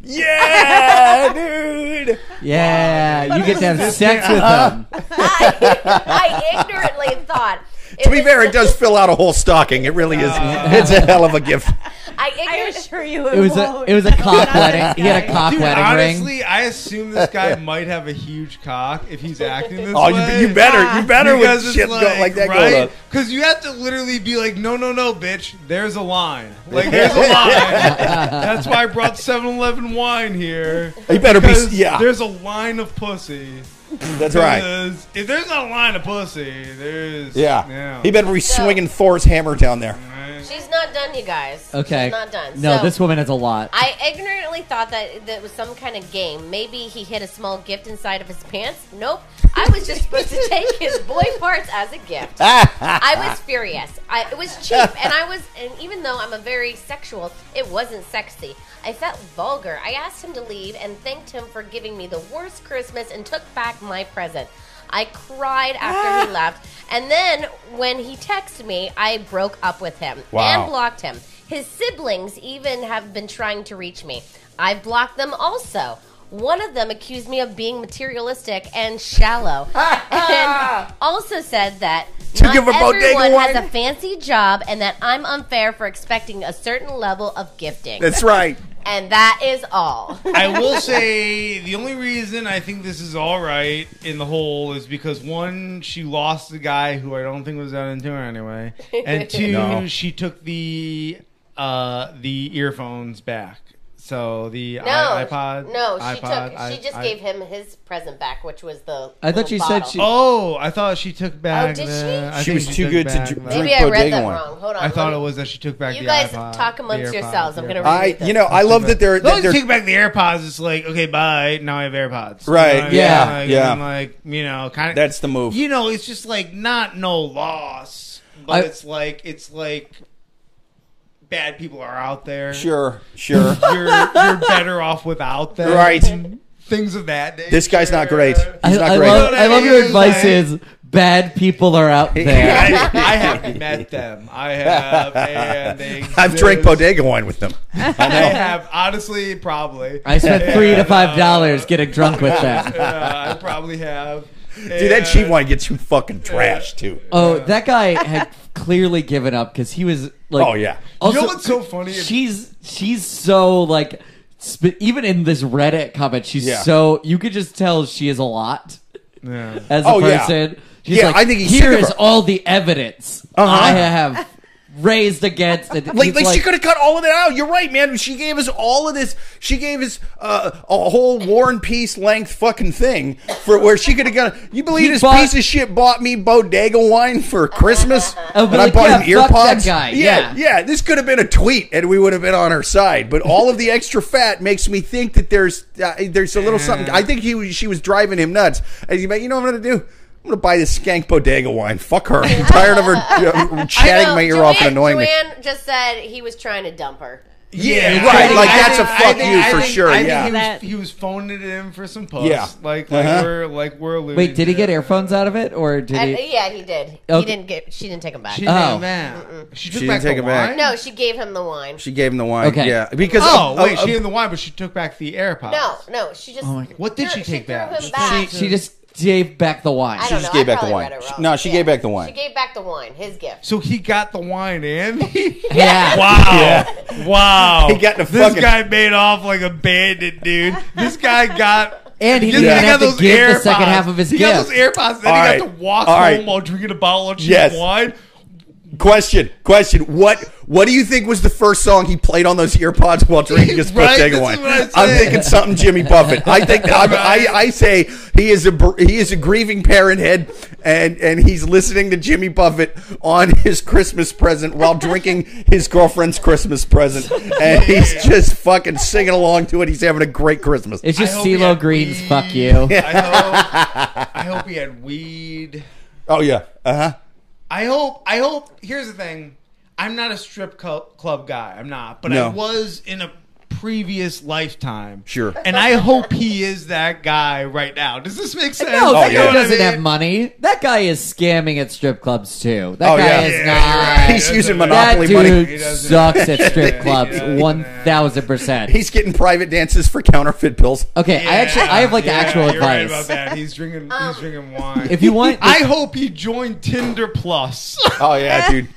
[SPEAKER 1] Yeah, dude.
[SPEAKER 4] Yeah, you get to have sex with them.
[SPEAKER 2] I, I ignorantly thought.
[SPEAKER 1] To be fair, it does fill out a whole stocking. It really is. Ah. It's a hell of a gift.
[SPEAKER 2] I
[SPEAKER 5] I
[SPEAKER 2] ignorantly.
[SPEAKER 5] assure you, it,
[SPEAKER 4] It was a
[SPEAKER 5] won't.
[SPEAKER 4] it was a cock
[SPEAKER 5] Not
[SPEAKER 4] wedding. He had a
[SPEAKER 5] this
[SPEAKER 4] cock
[SPEAKER 3] Dude,
[SPEAKER 4] wedding ring.
[SPEAKER 3] honestly, I assume this guy might have a huge cock if he's acting this
[SPEAKER 1] Oh,
[SPEAKER 3] way.
[SPEAKER 1] you, you better, you better with
[SPEAKER 3] it's
[SPEAKER 1] shit go- like that going on.
[SPEAKER 3] Because you have to literally be like, no, no, no, bitch. There's a line. Like, there's a line. That's why I brought 7-Eleven wine here.
[SPEAKER 1] You better be,
[SPEAKER 3] Because
[SPEAKER 1] yeah.
[SPEAKER 3] There's a line of pussy.
[SPEAKER 1] That's right.
[SPEAKER 3] Because If there's not a line of pussy, there's
[SPEAKER 1] Yeah. he better be
[SPEAKER 2] So-
[SPEAKER 1] swinging Thor's hammer down there.
[SPEAKER 2] She's not done, you guys.
[SPEAKER 4] Okay,
[SPEAKER 2] She's not done.
[SPEAKER 4] No,
[SPEAKER 2] So,
[SPEAKER 4] this woman has a lot.
[SPEAKER 2] I ignorantly thought that that was some kind of game. Maybe he hid a small gift inside of his pants. Nope. I was just supposed to take his boy parts as a gift. I was furious. I, it was cheap, and I was, and even though I'm a very sexual, it wasn't sexy. I felt vulgar. I asked him to leave and thanked him for giving me the worst Christmas and took back my present. I cried after he left, and then when he texted me, I broke up with him
[SPEAKER 1] Wow.
[SPEAKER 2] and blocked him. His siblings even have been trying to reach me. I've blocked them also. One of them accused me of being materialistic and shallow, and also said that
[SPEAKER 1] To
[SPEAKER 2] not
[SPEAKER 1] give a bodega
[SPEAKER 2] everyone has
[SPEAKER 1] wine?
[SPEAKER 2] a fancy job, and that I'm unfair for expecting a certain level of gifting.
[SPEAKER 1] That's right.
[SPEAKER 2] and that is all.
[SPEAKER 3] I will say the only reason I think this is all right in the whole is because one, she lost the guy who I don't think was that into her anyway, and two,
[SPEAKER 1] No.
[SPEAKER 3] she took the uh, the earphones back. So the
[SPEAKER 2] No,
[SPEAKER 3] i- iPod.
[SPEAKER 2] No, she
[SPEAKER 3] iPod,
[SPEAKER 2] took.
[SPEAKER 3] i-
[SPEAKER 2] she just
[SPEAKER 3] i-
[SPEAKER 2] gave him his present back, which was the.
[SPEAKER 4] I thought
[SPEAKER 2] little
[SPEAKER 4] you said
[SPEAKER 2] bottle.
[SPEAKER 4] she-
[SPEAKER 3] Oh, I thought she took back.
[SPEAKER 2] Oh, did
[SPEAKER 3] the-
[SPEAKER 2] she?
[SPEAKER 3] I
[SPEAKER 1] She
[SPEAKER 3] think
[SPEAKER 1] was too
[SPEAKER 3] took
[SPEAKER 1] good to dr-
[SPEAKER 3] back the-
[SPEAKER 1] drink
[SPEAKER 2] Maybe I read
[SPEAKER 1] bodega
[SPEAKER 2] that
[SPEAKER 1] wine.
[SPEAKER 2] wrong. Hold on.
[SPEAKER 3] I thought
[SPEAKER 2] let
[SPEAKER 3] it
[SPEAKER 2] me-
[SPEAKER 3] was that she took back.
[SPEAKER 2] You
[SPEAKER 3] the
[SPEAKER 2] guys
[SPEAKER 3] iPod,
[SPEAKER 2] talk
[SPEAKER 3] the
[SPEAKER 2] amongst
[SPEAKER 3] AirPod,
[SPEAKER 2] yourselves. I'm
[SPEAKER 3] the
[SPEAKER 2] gonna
[SPEAKER 3] AirPod.
[SPEAKER 1] I, you know, I love that they're,
[SPEAKER 3] Those
[SPEAKER 1] that
[SPEAKER 3] who
[SPEAKER 1] they're
[SPEAKER 3] take back the AirPods, it's like, okay, bye. Now I have AirPods. You know
[SPEAKER 1] Right,
[SPEAKER 3] what I mean?
[SPEAKER 4] yeah,
[SPEAKER 3] Like,
[SPEAKER 1] yeah.
[SPEAKER 3] I'm like, you know, kind of.
[SPEAKER 1] That's the move.
[SPEAKER 3] You know, it's just like not no loss, but
[SPEAKER 4] I-
[SPEAKER 3] it's like it's like bad people are out there.
[SPEAKER 1] sure, sure.
[SPEAKER 3] You're you're better off without them.
[SPEAKER 1] Right.
[SPEAKER 3] Things of that. Nature.
[SPEAKER 1] This guy's not great.
[SPEAKER 4] I,
[SPEAKER 1] He's not
[SPEAKER 4] I
[SPEAKER 1] great.
[SPEAKER 4] love, I love your
[SPEAKER 3] It's like-
[SPEAKER 4] advice is bad people are out there.
[SPEAKER 3] I, I have met them. I have, and they.
[SPEAKER 1] I've drank
[SPEAKER 3] exist.
[SPEAKER 1] bodega wine with them.
[SPEAKER 3] I have honestly probably.
[SPEAKER 4] I spent three to five dollars getting drunk with them.
[SPEAKER 3] Uh, I probably have.
[SPEAKER 1] Dude, that cheap wine gets you fucking trashed too.
[SPEAKER 4] Oh, that guy had clearly given up because he was like,
[SPEAKER 1] Oh yeah.
[SPEAKER 4] Also,
[SPEAKER 3] you know what's so funny?
[SPEAKER 4] she's she's so like, sp- even in this Reddit comment, she's
[SPEAKER 1] Yeah.
[SPEAKER 4] so you could just tell she is a lot
[SPEAKER 3] Yeah.
[SPEAKER 4] as a
[SPEAKER 1] Oh, yeah.
[SPEAKER 4] person. She's
[SPEAKER 1] Yeah,
[SPEAKER 4] like,
[SPEAKER 1] I think he's
[SPEAKER 4] here
[SPEAKER 1] sick of
[SPEAKER 4] is
[SPEAKER 1] her."
[SPEAKER 4] all the evidence
[SPEAKER 1] Uh-huh.
[SPEAKER 4] I have raised against it.
[SPEAKER 1] Like,
[SPEAKER 4] He's
[SPEAKER 1] like, she could have cut all of it out. You're right, man. She gave us all of this. She gave us uh, a whole War and Peace length fucking thing for where she could have gone. You believe
[SPEAKER 4] He
[SPEAKER 1] this
[SPEAKER 4] bought-
[SPEAKER 1] piece of shit bought me bodega wine for Christmas,
[SPEAKER 4] Oh, but
[SPEAKER 1] and I
[SPEAKER 4] like,
[SPEAKER 1] bought
[SPEAKER 4] yeah,
[SPEAKER 1] him
[SPEAKER 4] fuck that
[SPEAKER 1] earpods.
[SPEAKER 4] guy.
[SPEAKER 1] yeah, This could have been a tweet, and we would have been on her side. But all of the extra fat makes me think that there's uh, there's a little something. I think he was, she was driving him nuts. And you, you know what I'm gonna do. I'm gonna buy this skank bodega wine. Fuck her. I'm tired of her uh, chatting
[SPEAKER 2] Well,
[SPEAKER 1] my ear off and annoying me.
[SPEAKER 2] Joanne just said he was trying to dump her.
[SPEAKER 3] Yeah,
[SPEAKER 1] right.
[SPEAKER 3] I
[SPEAKER 1] Like
[SPEAKER 3] think-
[SPEAKER 1] that's a
[SPEAKER 3] I
[SPEAKER 1] fuck
[SPEAKER 3] think-
[SPEAKER 1] you
[SPEAKER 3] I
[SPEAKER 1] for
[SPEAKER 3] think-
[SPEAKER 1] sure.
[SPEAKER 3] I think
[SPEAKER 1] yeah.
[SPEAKER 5] That-
[SPEAKER 3] he, was, he was phoning it in for some puffs.
[SPEAKER 1] Yeah.
[SPEAKER 3] like like
[SPEAKER 1] Uh-huh.
[SPEAKER 3] we're like we're alluding
[SPEAKER 4] Wait, did he
[SPEAKER 3] to.
[SPEAKER 4] get earphones out of it, or did
[SPEAKER 2] And-
[SPEAKER 4] he?
[SPEAKER 2] Uh, yeah, he did.
[SPEAKER 4] Okay.
[SPEAKER 2] He didn't get. She didn't take him back.
[SPEAKER 3] She didn't
[SPEAKER 4] Oh.
[SPEAKER 3] back. She took
[SPEAKER 1] She
[SPEAKER 3] back
[SPEAKER 1] didn't take
[SPEAKER 3] the
[SPEAKER 1] it back.
[SPEAKER 3] wine.
[SPEAKER 2] no, she gave him the wine.
[SPEAKER 1] She gave him the wine.
[SPEAKER 4] Okay.
[SPEAKER 1] Yeah, because
[SPEAKER 3] Oh, wait,
[SPEAKER 1] uh,
[SPEAKER 3] she
[SPEAKER 1] uh,
[SPEAKER 3] gave him the wine, but she took back the AirPods.
[SPEAKER 2] no, no, she just.
[SPEAKER 4] Oh my God.
[SPEAKER 3] What did
[SPEAKER 2] threw-
[SPEAKER 3] she take
[SPEAKER 2] threw
[SPEAKER 3] back?
[SPEAKER 2] him back.
[SPEAKER 4] She just gave back the wine.
[SPEAKER 2] I
[SPEAKER 1] She
[SPEAKER 2] don't
[SPEAKER 1] just
[SPEAKER 2] know.
[SPEAKER 1] gave
[SPEAKER 2] I
[SPEAKER 1] back the
[SPEAKER 2] probably
[SPEAKER 1] wine.
[SPEAKER 2] read it
[SPEAKER 1] She-
[SPEAKER 2] wrong.
[SPEAKER 1] no, she gave back the wine.
[SPEAKER 2] She gave back the wine. His gift.
[SPEAKER 3] So he got the wine in.
[SPEAKER 4] Yeah.
[SPEAKER 3] wow, wow.
[SPEAKER 1] He got the
[SPEAKER 3] this
[SPEAKER 1] fucking-
[SPEAKER 3] guy made off like a bandit, dude. This guy got.
[SPEAKER 4] And he
[SPEAKER 3] This
[SPEAKER 4] didn't
[SPEAKER 3] guy
[SPEAKER 4] have
[SPEAKER 3] got
[SPEAKER 4] to
[SPEAKER 3] those
[SPEAKER 4] give the second half of his
[SPEAKER 3] he
[SPEAKER 4] gift.
[SPEAKER 3] got those AirPods, then
[SPEAKER 1] All
[SPEAKER 3] he
[SPEAKER 1] right.
[SPEAKER 3] got to walk
[SPEAKER 1] All
[SPEAKER 3] home
[SPEAKER 1] right.
[SPEAKER 3] while drinking a bottle of cheap
[SPEAKER 1] Yes.
[SPEAKER 3] wine.
[SPEAKER 1] question, question. What what do you think was the first song he played on those earpods while drinking his
[SPEAKER 3] Right,
[SPEAKER 1] bodega
[SPEAKER 3] this is
[SPEAKER 1] wine?
[SPEAKER 3] what I
[SPEAKER 1] I'm
[SPEAKER 3] said.
[SPEAKER 1] thinking something Jimmy Buffett. I think I'm- I, I say he is a br- he is a grieving parent head, and and he's listening to Jimmy Buffett on his Christmas present while drinking his girlfriend's Christmas present, and he's just fucking singing along to it. He's having a great Christmas.
[SPEAKER 4] It's
[SPEAKER 3] I
[SPEAKER 4] just
[SPEAKER 3] hope he
[SPEAKER 4] CeeLo
[SPEAKER 3] had
[SPEAKER 4] Green's
[SPEAKER 3] weed.
[SPEAKER 4] fuck you.
[SPEAKER 3] I hope, I hope he had weed.
[SPEAKER 1] Oh yeah, uh huh.
[SPEAKER 3] I hope. I hope. Here's the thing. I'm not a strip cl- club guy. I'm not, but
[SPEAKER 1] No.
[SPEAKER 3] I was in a previous lifetime.
[SPEAKER 1] Sure.
[SPEAKER 3] And I hope he is that guy right now. Does this make sense?
[SPEAKER 4] No, that
[SPEAKER 1] Oh, yeah.
[SPEAKER 4] guy
[SPEAKER 1] You know what I
[SPEAKER 4] doesn't have money. That guy is scamming at strip clubs too. That
[SPEAKER 1] Oh,
[SPEAKER 4] guy
[SPEAKER 1] yeah.
[SPEAKER 4] is
[SPEAKER 1] Yeah,
[SPEAKER 3] you're
[SPEAKER 4] not.
[SPEAKER 3] right.
[SPEAKER 1] He's using
[SPEAKER 4] That
[SPEAKER 1] Monopoly
[SPEAKER 4] dude
[SPEAKER 1] money.
[SPEAKER 3] He doesn't.
[SPEAKER 4] sucks at strip clubs,
[SPEAKER 3] doesn't.
[SPEAKER 4] one thousand percent.
[SPEAKER 1] He's getting private dances for counterfeit bills.
[SPEAKER 4] Okay, I actually I have like the
[SPEAKER 3] Yeah,
[SPEAKER 4] actual
[SPEAKER 3] you're
[SPEAKER 4] advice. Um,
[SPEAKER 3] Right about that. He's drinking. he's drinking wine.
[SPEAKER 4] If you want,
[SPEAKER 3] I hope he joined Tinder Plus.
[SPEAKER 1] Oh yeah, dude.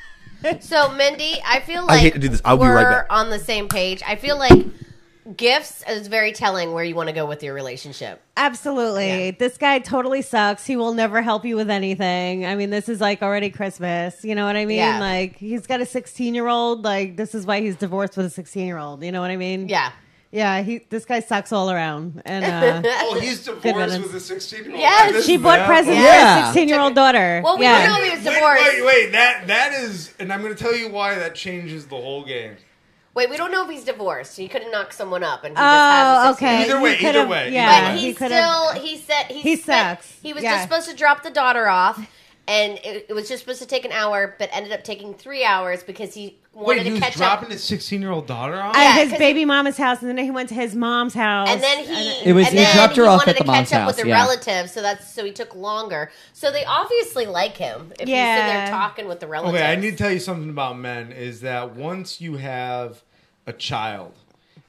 [SPEAKER 2] So, Mindy, I feel
[SPEAKER 1] I
[SPEAKER 2] like
[SPEAKER 1] hate to do this. I'll be
[SPEAKER 2] we're
[SPEAKER 1] right back.
[SPEAKER 2] on the same page. I feel like gifts is very telling where you want to go with your relationship.
[SPEAKER 5] Absolutely.
[SPEAKER 2] Yeah.
[SPEAKER 5] This guy totally sucks. He will never help you with anything. I mean, this is like already Christmas. You know what I mean?
[SPEAKER 2] Yeah.
[SPEAKER 5] Like, he's got a 16 year old. Like, this is why he's divorced with a 16 year old. You know what I mean?
[SPEAKER 2] Yeah.
[SPEAKER 5] Yeah. He, this guy sucks all around. And uh,
[SPEAKER 3] oh, he's
[SPEAKER 5] riddance.
[SPEAKER 3] divorced with a 16 year old.
[SPEAKER 2] Yes,
[SPEAKER 5] she bought presents
[SPEAKER 4] Yeah.
[SPEAKER 5] for his 16 year old daughter.
[SPEAKER 2] Well, we
[SPEAKER 5] yeah.
[SPEAKER 2] don't know he was
[SPEAKER 3] Wait,
[SPEAKER 2] divorced. Wait,
[SPEAKER 3] wait, wait. That that is, and I'm going to tell you why that changes the whole game.
[SPEAKER 2] we don't know if he's divorced. He could have knocked someone up, and he
[SPEAKER 5] Oh,
[SPEAKER 2] just has a
[SPEAKER 5] okay.
[SPEAKER 2] six-year-old.
[SPEAKER 3] Either way,
[SPEAKER 5] He
[SPEAKER 3] either
[SPEAKER 5] could've-
[SPEAKER 3] way,
[SPEAKER 5] Yeah,
[SPEAKER 2] But
[SPEAKER 5] he
[SPEAKER 2] he
[SPEAKER 5] could've-
[SPEAKER 2] still he said he,
[SPEAKER 5] He
[SPEAKER 2] said-
[SPEAKER 5] sucks.
[SPEAKER 2] He was
[SPEAKER 5] Yeah.
[SPEAKER 2] just supposed to drop the daughter off, and it, it was just supposed to take an hour, but ended up taking three hours because he wanted
[SPEAKER 3] Wait, he
[SPEAKER 2] to
[SPEAKER 3] was
[SPEAKER 2] catch up.
[SPEAKER 3] dropping his 16 year old daughter off?
[SPEAKER 5] At
[SPEAKER 2] Yeah,
[SPEAKER 5] his
[SPEAKER 2] 'cause
[SPEAKER 5] baby mama's house, and then he went to his mom's house.
[SPEAKER 2] and then he
[SPEAKER 4] It was-
[SPEAKER 2] and
[SPEAKER 4] he
[SPEAKER 2] then
[SPEAKER 4] dropped her
[SPEAKER 2] he
[SPEAKER 4] off
[SPEAKER 2] wanted
[SPEAKER 4] at the
[SPEAKER 2] to catch
[SPEAKER 4] mom's
[SPEAKER 2] up with
[SPEAKER 4] house,
[SPEAKER 2] the
[SPEAKER 4] yeah.
[SPEAKER 2] relatives, so that's so he took longer. So they obviously like him if he's in
[SPEAKER 5] Yeah.
[SPEAKER 2] there talking with the relatives.
[SPEAKER 3] Okay, I need to tell you something about men is that once you have a child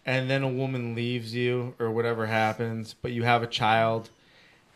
[SPEAKER 3] and then a woman leaves you or whatever happens, but you have a child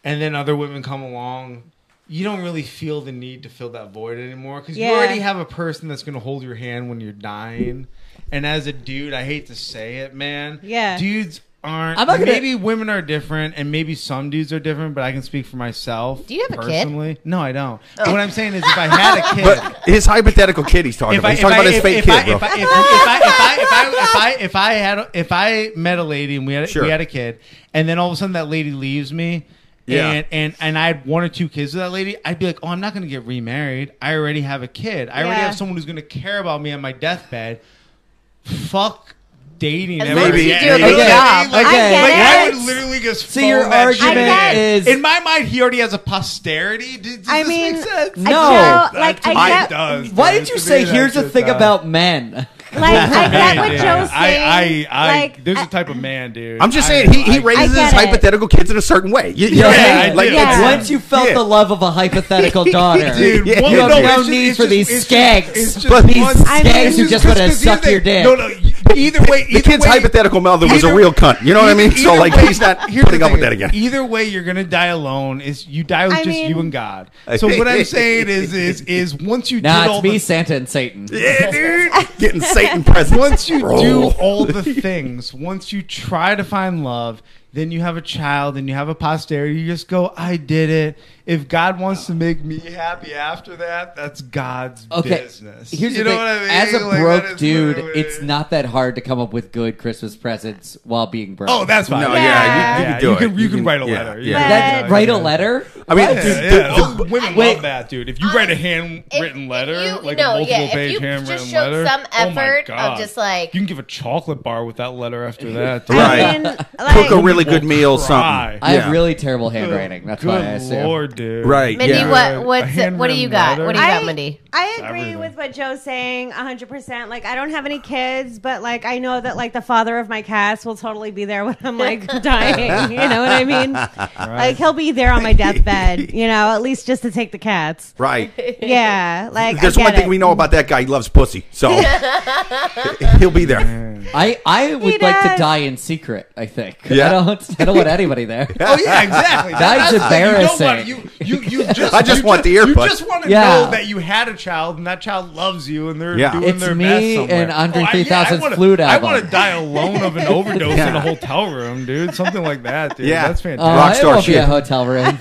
[SPEAKER 3] and then other women come along, you don't really feel the need to fill that void anymore because
[SPEAKER 5] Yeah.
[SPEAKER 3] you already have a person that's going to hold your hand when you're dying. And as a dude, I hate to say it, man.
[SPEAKER 5] Yeah.
[SPEAKER 3] Dudes aren't.
[SPEAKER 4] I'm not gonna-
[SPEAKER 3] maybe women are different and maybe some dudes are different, but I can speak for myself.
[SPEAKER 2] Do you have a kid? Oh.
[SPEAKER 3] personally. No, I don't. What I'm saying is if I had a kid
[SPEAKER 1] But his hypothetical kid he's talking
[SPEAKER 3] if
[SPEAKER 1] about.
[SPEAKER 3] I,
[SPEAKER 1] He's
[SPEAKER 3] if
[SPEAKER 1] talking
[SPEAKER 3] I,
[SPEAKER 1] about his
[SPEAKER 3] if,
[SPEAKER 1] fake
[SPEAKER 3] if I,
[SPEAKER 1] kid, bro.
[SPEAKER 3] if I, if, if I, if I, if I, if I, if I had, if I met a lady and we had,
[SPEAKER 1] Sure.
[SPEAKER 3] we had a kid, and then all of a sudden that lady leaves me,
[SPEAKER 1] Yeah.
[SPEAKER 3] and, and and I had one or two kids with that lady, I'd be like, oh, I'm not going to get remarried. I already have a kid. I already
[SPEAKER 5] Yeah.
[SPEAKER 3] have someone who's going to care about me on my deathbed. Fuck dating.
[SPEAKER 2] As
[SPEAKER 3] and
[SPEAKER 2] long as
[SPEAKER 1] Maybe-
[SPEAKER 2] you do a
[SPEAKER 1] maybe-
[SPEAKER 2] good
[SPEAKER 1] Okay.
[SPEAKER 2] job.
[SPEAKER 3] Like,
[SPEAKER 4] I get
[SPEAKER 3] like, I
[SPEAKER 5] it.
[SPEAKER 3] would literally just.
[SPEAKER 4] So your
[SPEAKER 3] phone that shit
[SPEAKER 4] argument
[SPEAKER 3] in.
[SPEAKER 4] is-
[SPEAKER 3] in my mind, he already has a posterity. Does, does
[SPEAKER 5] I
[SPEAKER 3] this
[SPEAKER 5] mean,
[SPEAKER 3] make sense?
[SPEAKER 4] No.
[SPEAKER 5] I know, like,
[SPEAKER 3] To
[SPEAKER 5] I
[SPEAKER 3] me,
[SPEAKER 5] get,
[SPEAKER 3] it does,
[SPEAKER 4] Why
[SPEAKER 3] dude.
[SPEAKER 4] did you
[SPEAKER 3] To
[SPEAKER 4] say
[SPEAKER 3] me, that uh,
[SPEAKER 4] here's the
[SPEAKER 3] shit
[SPEAKER 4] thing
[SPEAKER 3] does.
[SPEAKER 4] about men?
[SPEAKER 5] Like I get
[SPEAKER 3] Man,
[SPEAKER 5] what
[SPEAKER 3] dude.
[SPEAKER 5] Joe's saying.
[SPEAKER 3] I, I, I,
[SPEAKER 5] like,
[SPEAKER 3] there's
[SPEAKER 5] I-
[SPEAKER 3] a type of man, dude.
[SPEAKER 1] I'm just
[SPEAKER 3] I
[SPEAKER 1] saying he,
[SPEAKER 3] know,
[SPEAKER 1] he
[SPEAKER 3] I-
[SPEAKER 1] raises
[SPEAKER 5] I
[SPEAKER 1] his
[SPEAKER 5] get it.
[SPEAKER 1] hypothetical kids in a certain way. You, you
[SPEAKER 4] You know
[SPEAKER 1] know
[SPEAKER 4] what
[SPEAKER 1] what
[SPEAKER 3] Yeah,
[SPEAKER 1] I
[SPEAKER 3] I
[SPEAKER 1] mean? Like,
[SPEAKER 3] do.
[SPEAKER 1] it's-
[SPEAKER 5] Yeah.
[SPEAKER 4] Once you felt
[SPEAKER 1] Yeah.
[SPEAKER 4] the love of a hypothetical daughter,
[SPEAKER 3] Dude,
[SPEAKER 1] Yeah.
[SPEAKER 3] what-
[SPEAKER 1] You have no
[SPEAKER 3] it's
[SPEAKER 4] need
[SPEAKER 3] it's
[SPEAKER 4] for these
[SPEAKER 3] it's
[SPEAKER 4] skags.
[SPEAKER 3] it's just
[SPEAKER 1] But these
[SPEAKER 3] one-
[SPEAKER 5] I mean- skags who
[SPEAKER 3] it's
[SPEAKER 4] just wanna
[SPEAKER 3] 'cause
[SPEAKER 4] suck
[SPEAKER 3] either-
[SPEAKER 4] your dick.
[SPEAKER 3] No, no. y- Either way,
[SPEAKER 1] the
[SPEAKER 3] either
[SPEAKER 1] kid's
[SPEAKER 3] way-
[SPEAKER 1] hypothetical mother was a
[SPEAKER 3] either- e-
[SPEAKER 1] real cunt. You know what I mean?
[SPEAKER 3] either-
[SPEAKER 1] So
[SPEAKER 3] either
[SPEAKER 1] like
[SPEAKER 3] way-
[SPEAKER 1] he's not
[SPEAKER 3] here's the
[SPEAKER 1] putting up
[SPEAKER 3] thing
[SPEAKER 1] with that
[SPEAKER 3] is,
[SPEAKER 1] again.
[SPEAKER 3] Either way, you're gonna die alone. Is you die with
[SPEAKER 5] I
[SPEAKER 3] just
[SPEAKER 5] mean-
[SPEAKER 3] you and God. So what I'm saying is, is, is once you
[SPEAKER 4] nah,
[SPEAKER 3] did
[SPEAKER 4] it's
[SPEAKER 3] all
[SPEAKER 4] me,
[SPEAKER 3] the
[SPEAKER 4] Santa, and Satan.
[SPEAKER 1] yeah, dude, getting Satan presents.
[SPEAKER 3] once you
[SPEAKER 1] Bro.
[SPEAKER 3] do all the things, once you try to find love, then you have a child and you have a posterity you just go i did it if god wants to make me happy after that that's god's
[SPEAKER 4] Okay.
[SPEAKER 3] business
[SPEAKER 4] Here's
[SPEAKER 3] you
[SPEAKER 4] the
[SPEAKER 3] know
[SPEAKER 4] thing.
[SPEAKER 3] what i mean
[SPEAKER 4] As a
[SPEAKER 3] Like, that
[SPEAKER 4] broke
[SPEAKER 3] is
[SPEAKER 4] dude,
[SPEAKER 3] literally-
[SPEAKER 4] it's not that hard to come up with good Christmas presents while being broke.
[SPEAKER 3] oh that's fine
[SPEAKER 1] No, yeah,
[SPEAKER 5] Yeah.
[SPEAKER 1] you, you
[SPEAKER 3] Yeah,
[SPEAKER 1] can do
[SPEAKER 3] you
[SPEAKER 1] it.
[SPEAKER 3] Can, you, can, write a
[SPEAKER 1] yeah,
[SPEAKER 3] letter.
[SPEAKER 1] yeah.
[SPEAKER 5] But-
[SPEAKER 4] That- write a letter.
[SPEAKER 1] I mean,
[SPEAKER 3] Yeah,
[SPEAKER 1] the-
[SPEAKER 3] yeah.
[SPEAKER 1] the-
[SPEAKER 3] Oh,
[SPEAKER 1] the-
[SPEAKER 3] women
[SPEAKER 2] Wait. Um,
[SPEAKER 3] love that, dude. If you write a handwritten
[SPEAKER 2] if
[SPEAKER 3] letter,
[SPEAKER 2] you-
[SPEAKER 3] like
[SPEAKER 2] no,
[SPEAKER 3] a
[SPEAKER 2] yeah,
[SPEAKER 3] multiple
[SPEAKER 2] if
[SPEAKER 3] page
[SPEAKER 2] you just
[SPEAKER 3] handwritten
[SPEAKER 2] showed
[SPEAKER 3] letter,
[SPEAKER 2] some effort
[SPEAKER 3] oh
[SPEAKER 2] of
[SPEAKER 3] my God.
[SPEAKER 2] just, like-
[SPEAKER 3] you can give a chocolate bar with that letter after that. dude.
[SPEAKER 5] I
[SPEAKER 1] Right.
[SPEAKER 5] mean,
[SPEAKER 1] cook a
[SPEAKER 5] like,
[SPEAKER 1] really good meal,
[SPEAKER 3] Cry.
[SPEAKER 1] something.
[SPEAKER 4] I
[SPEAKER 1] Yeah.
[SPEAKER 4] have really terrible handwriting. That's why I
[SPEAKER 3] Good
[SPEAKER 4] assume.
[SPEAKER 3] lord, dude.
[SPEAKER 1] Right.
[SPEAKER 2] Mindy,
[SPEAKER 1] yeah.
[SPEAKER 3] what-
[SPEAKER 2] what
[SPEAKER 3] A
[SPEAKER 2] what's what do you
[SPEAKER 3] handwritten
[SPEAKER 2] got?
[SPEAKER 3] letter?
[SPEAKER 2] What do you got, Mindy?
[SPEAKER 5] I agree
[SPEAKER 3] Everything.
[SPEAKER 5] with what Joe's saying 100%. Like, I don't have any kids, but like, I know that like the father of my cast will totally be there when I'm like dying. You know what I mean? Like, he'll be there on my deathbed, you know, at least just to take the cats.
[SPEAKER 1] Right.
[SPEAKER 5] Yeah. Like,
[SPEAKER 1] There's
[SPEAKER 5] I get
[SPEAKER 1] one thing
[SPEAKER 5] it.
[SPEAKER 1] we know about that guy. He loves pussy. So he'll be there.
[SPEAKER 4] I, I would like to
[SPEAKER 5] does.
[SPEAKER 4] die in secret, I think.
[SPEAKER 1] Yeah.
[SPEAKER 4] I don't I don't want anybody there. Uh,
[SPEAKER 3] Oh yeah, exactly.
[SPEAKER 4] That's
[SPEAKER 3] the thing.
[SPEAKER 4] embarrassing.
[SPEAKER 3] You, don't want, you, you, you just,
[SPEAKER 1] I just
[SPEAKER 3] you
[SPEAKER 1] want the earbuds.
[SPEAKER 3] You just want to
[SPEAKER 4] Yeah.
[SPEAKER 3] know that you had a child and that child loves you and they're
[SPEAKER 1] Yeah.
[SPEAKER 3] doing
[SPEAKER 4] It's
[SPEAKER 3] their
[SPEAKER 4] me
[SPEAKER 3] best somewhere. Oh,
[SPEAKER 4] and Andre
[SPEAKER 3] I-
[SPEAKER 4] 3000
[SPEAKER 3] wanna-
[SPEAKER 4] flute
[SPEAKER 3] I
[SPEAKER 4] album.
[SPEAKER 3] want to die alone of an overdose
[SPEAKER 1] Yeah.
[SPEAKER 3] in a hotel room, dude. Something like that, dude.
[SPEAKER 1] Yeah.
[SPEAKER 3] that's
[SPEAKER 4] Uh,
[SPEAKER 1] Rockstar
[SPEAKER 3] fantastic.
[SPEAKER 4] it won't be
[SPEAKER 1] shit.
[SPEAKER 4] a hotel room.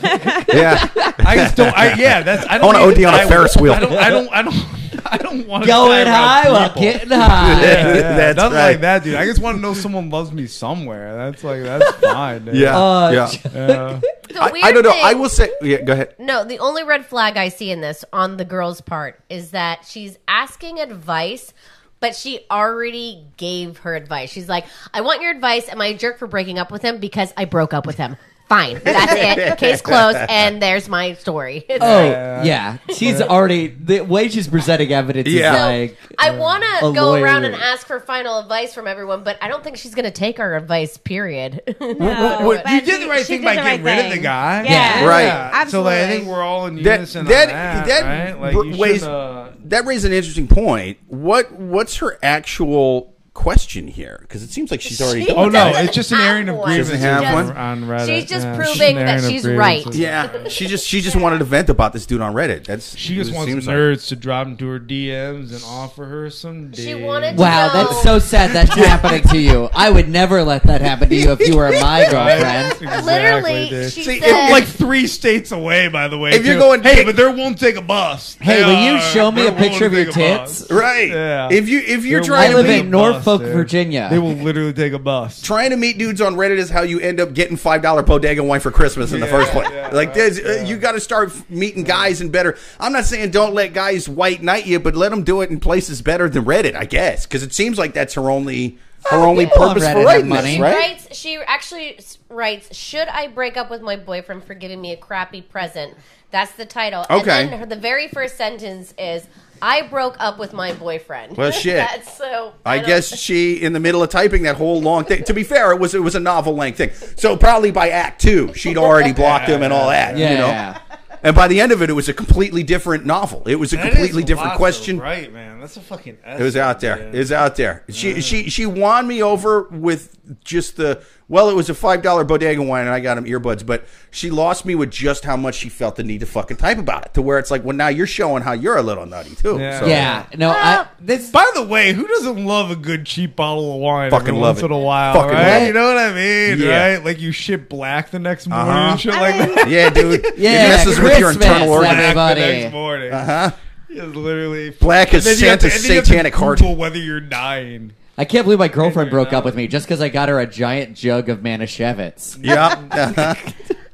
[SPEAKER 1] Yeah.
[SPEAKER 3] I just don't. I, yeah, that's. I don't
[SPEAKER 1] wanna OD
[SPEAKER 3] need
[SPEAKER 1] on a
[SPEAKER 3] I-
[SPEAKER 1] Ferris wheel.
[SPEAKER 3] I don't. I don't. I don't. I don't want to
[SPEAKER 4] Going high while getting high.
[SPEAKER 3] Yeah, yeah,
[SPEAKER 1] That's
[SPEAKER 3] nothing
[SPEAKER 1] right.
[SPEAKER 3] like that, dude. I just want to know someone loves me somewhere. That's like that's fine. Dude.
[SPEAKER 1] Yeah.
[SPEAKER 4] Uh,
[SPEAKER 1] yeah.
[SPEAKER 3] Yeah.
[SPEAKER 2] The
[SPEAKER 1] I,
[SPEAKER 2] weird
[SPEAKER 1] I don't know.
[SPEAKER 2] thing-
[SPEAKER 1] I will say. Yeah. Go ahead.
[SPEAKER 2] No, the only red flag I see in this on the girl's part is that she's asking advice, but she already gave her advice. She's like, I want your advice. Am I a jerk for breaking up with him because I broke up with him? Fine. That's it. Case closed. And there's my story. It's
[SPEAKER 4] Oh
[SPEAKER 2] like-
[SPEAKER 4] yeah, she's already the way she's presenting evidence
[SPEAKER 1] Yeah.
[SPEAKER 4] is
[SPEAKER 2] So,
[SPEAKER 4] like
[SPEAKER 1] uh,
[SPEAKER 2] I want to
[SPEAKER 4] a
[SPEAKER 2] go around
[SPEAKER 4] lawyer.
[SPEAKER 2] and ask for final advice from everyone, but I don't think she's going to take our advice, period.
[SPEAKER 5] No,
[SPEAKER 1] what-
[SPEAKER 5] but
[SPEAKER 3] you did the
[SPEAKER 5] she-
[SPEAKER 3] right
[SPEAKER 5] she
[SPEAKER 3] thing
[SPEAKER 5] did
[SPEAKER 3] by
[SPEAKER 5] the
[SPEAKER 3] getting
[SPEAKER 5] right
[SPEAKER 3] rid of the
[SPEAKER 5] thing.
[SPEAKER 3] guy.
[SPEAKER 5] Yeah.
[SPEAKER 1] Right.
[SPEAKER 3] So like, I
[SPEAKER 5] Absolutely.
[SPEAKER 3] think we're all in
[SPEAKER 1] That-
[SPEAKER 3] unison
[SPEAKER 1] that-
[SPEAKER 3] on that,
[SPEAKER 1] that
[SPEAKER 3] right? Like,
[SPEAKER 1] br-
[SPEAKER 3] you
[SPEAKER 1] weighs-
[SPEAKER 3] should, uh,
[SPEAKER 1] That raises an interesting point. What What's her actual question here? Because it seems like she's already.
[SPEAKER 2] She
[SPEAKER 1] done
[SPEAKER 3] oh no,
[SPEAKER 2] doesn't
[SPEAKER 3] it's just an
[SPEAKER 2] have
[SPEAKER 3] airing of
[SPEAKER 2] one.
[SPEAKER 3] grievances.
[SPEAKER 1] Doesn't have
[SPEAKER 2] She's
[SPEAKER 1] one?
[SPEAKER 3] on Reddit.
[SPEAKER 2] she's just
[SPEAKER 3] Yeah,
[SPEAKER 2] proving
[SPEAKER 3] she's an
[SPEAKER 2] that
[SPEAKER 3] airing of
[SPEAKER 2] she's
[SPEAKER 3] grievances.
[SPEAKER 2] right.
[SPEAKER 1] Yeah, she just she just wanted to vent about this dude on Reddit. That's
[SPEAKER 3] She just
[SPEAKER 1] it
[SPEAKER 3] wants
[SPEAKER 1] seems
[SPEAKER 3] nerds to drop into her DMs and offer her some.
[SPEAKER 2] She
[SPEAKER 3] dick.
[SPEAKER 2] wanted to-
[SPEAKER 4] wow.
[SPEAKER 2] No.
[SPEAKER 4] That's so sad. That's happening to you. I would never let that happen to you if you were my girlfriend.
[SPEAKER 2] Literally,
[SPEAKER 3] dude.
[SPEAKER 2] she
[SPEAKER 1] See, it-
[SPEAKER 2] said,
[SPEAKER 3] like three states away, by the way.
[SPEAKER 1] If you're
[SPEAKER 3] too.
[SPEAKER 1] going
[SPEAKER 3] hey,
[SPEAKER 1] big-
[SPEAKER 3] but they won't take a bus.
[SPEAKER 4] Hey,
[SPEAKER 3] They
[SPEAKER 4] will you
[SPEAKER 3] are-
[SPEAKER 4] show me
[SPEAKER 3] they're
[SPEAKER 4] a picture of
[SPEAKER 3] willing
[SPEAKER 4] your
[SPEAKER 3] to take a bus.
[SPEAKER 4] tits?
[SPEAKER 1] like. right.
[SPEAKER 3] Yeah.
[SPEAKER 1] If you if you're
[SPEAKER 3] They're
[SPEAKER 1] trying
[SPEAKER 4] I
[SPEAKER 1] to
[SPEAKER 4] live
[SPEAKER 1] meet,
[SPEAKER 4] in Norfolk,
[SPEAKER 3] dude.
[SPEAKER 4] Virginia.
[SPEAKER 3] They will literally take a bus.
[SPEAKER 1] trying to meet dudes on Reddit is how you end up getting five dollar bodega wine for Christmas in the
[SPEAKER 3] Yeah,
[SPEAKER 1] first place.
[SPEAKER 3] yeah,
[SPEAKER 1] like
[SPEAKER 3] right,
[SPEAKER 1] there's, uh, you got to start f- meeting guys in better. I'm not saying don't let guys white knight you, but let them do it in places better than Reddit, I guess, because it seems like that's her only her only
[SPEAKER 4] people on
[SPEAKER 1] purpose
[SPEAKER 4] Oh, Reddit
[SPEAKER 1] for
[SPEAKER 4] have
[SPEAKER 1] writing
[SPEAKER 4] money.
[SPEAKER 1] this,
[SPEAKER 2] She
[SPEAKER 1] right?
[SPEAKER 2] writes. She actually s- writes. Should I break up with my boyfriend for giving me a crappy present? That's the title.
[SPEAKER 1] Okay.
[SPEAKER 2] And then her, the very first sentence is, "I broke up with my boyfriend."
[SPEAKER 1] Well, shit.
[SPEAKER 2] That's so.
[SPEAKER 1] I
[SPEAKER 2] don't-
[SPEAKER 1] guess she, in the middle of typing that whole long thing. To be fair, it was it was a novel length thing. So probably by Act Two, she'd already blocked him and all that.
[SPEAKER 4] yeah.
[SPEAKER 1] You know. And by the end of it, it was a completely different novel. It was a completely different question.
[SPEAKER 3] right, man? That's a fucking.
[SPEAKER 1] It was out there. It was out there. She she she won me over with just the well, it was a five dollar bodega wine, and I got him earbuds. But she lost me with just how much she felt the need to fucking type about it, to where it's like, well, now you're showing how you're a little nutty too.
[SPEAKER 3] Yeah.
[SPEAKER 1] So-
[SPEAKER 4] Yeah. No. I, this.
[SPEAKER 3] By the way, who doesn't love a good cheap bottle of wine
[SPEAKER 1] Fucking
[SPEAKER 3] every
[SPEAKER 1] love
[SPEAKER 3] once
[SPEAKER 1] it.
[SPEAKER 3] in a while?
[SPEAKER 1] Fucking
[SPEAKER 3] right?
[SPEAKER 1] love it.
[SPEAKER 3] You know what I mean,
[SPEAKER 1] Yeah.
[SPEAKER 3] right? Like you shit black the next morning
[SPEAKER 1] Uh-huh.
[SPEAKER 3] and shit
[SPEAKER 5] I
[SPEAKER 3] like
[SPEAKER 5] mean-
[SPEAKER 3] that.
[SPEAKER 1] yeah, dude.
[SPEAKER 4] Yeah,
[SPEAKER 1] it messes with your
[SPEAKER 4] Christmas,
[SPEAKER 1] internal organ.
[SPEAKER 4] like-
[SPEAKER 3] Black the
[SPEAKER 4] Everybody.
[SPEAKER 3] next morning. Uh-huh. Is literally
[SPEAKER 1] Black is
[SPEAKER 3] And then you have to-
[SPEAKER 1] Santa's
[SPEAKER 3] and then you have to
[SPEAKER 1] satanic heart.
[SPEAKER 3] Google Whether you're dying.
[SPEAKER 4] I can't believe my girlfriend broke up with me just because I got her a giant jug of Manischewitz.
[SPEAKER 1] Yeah.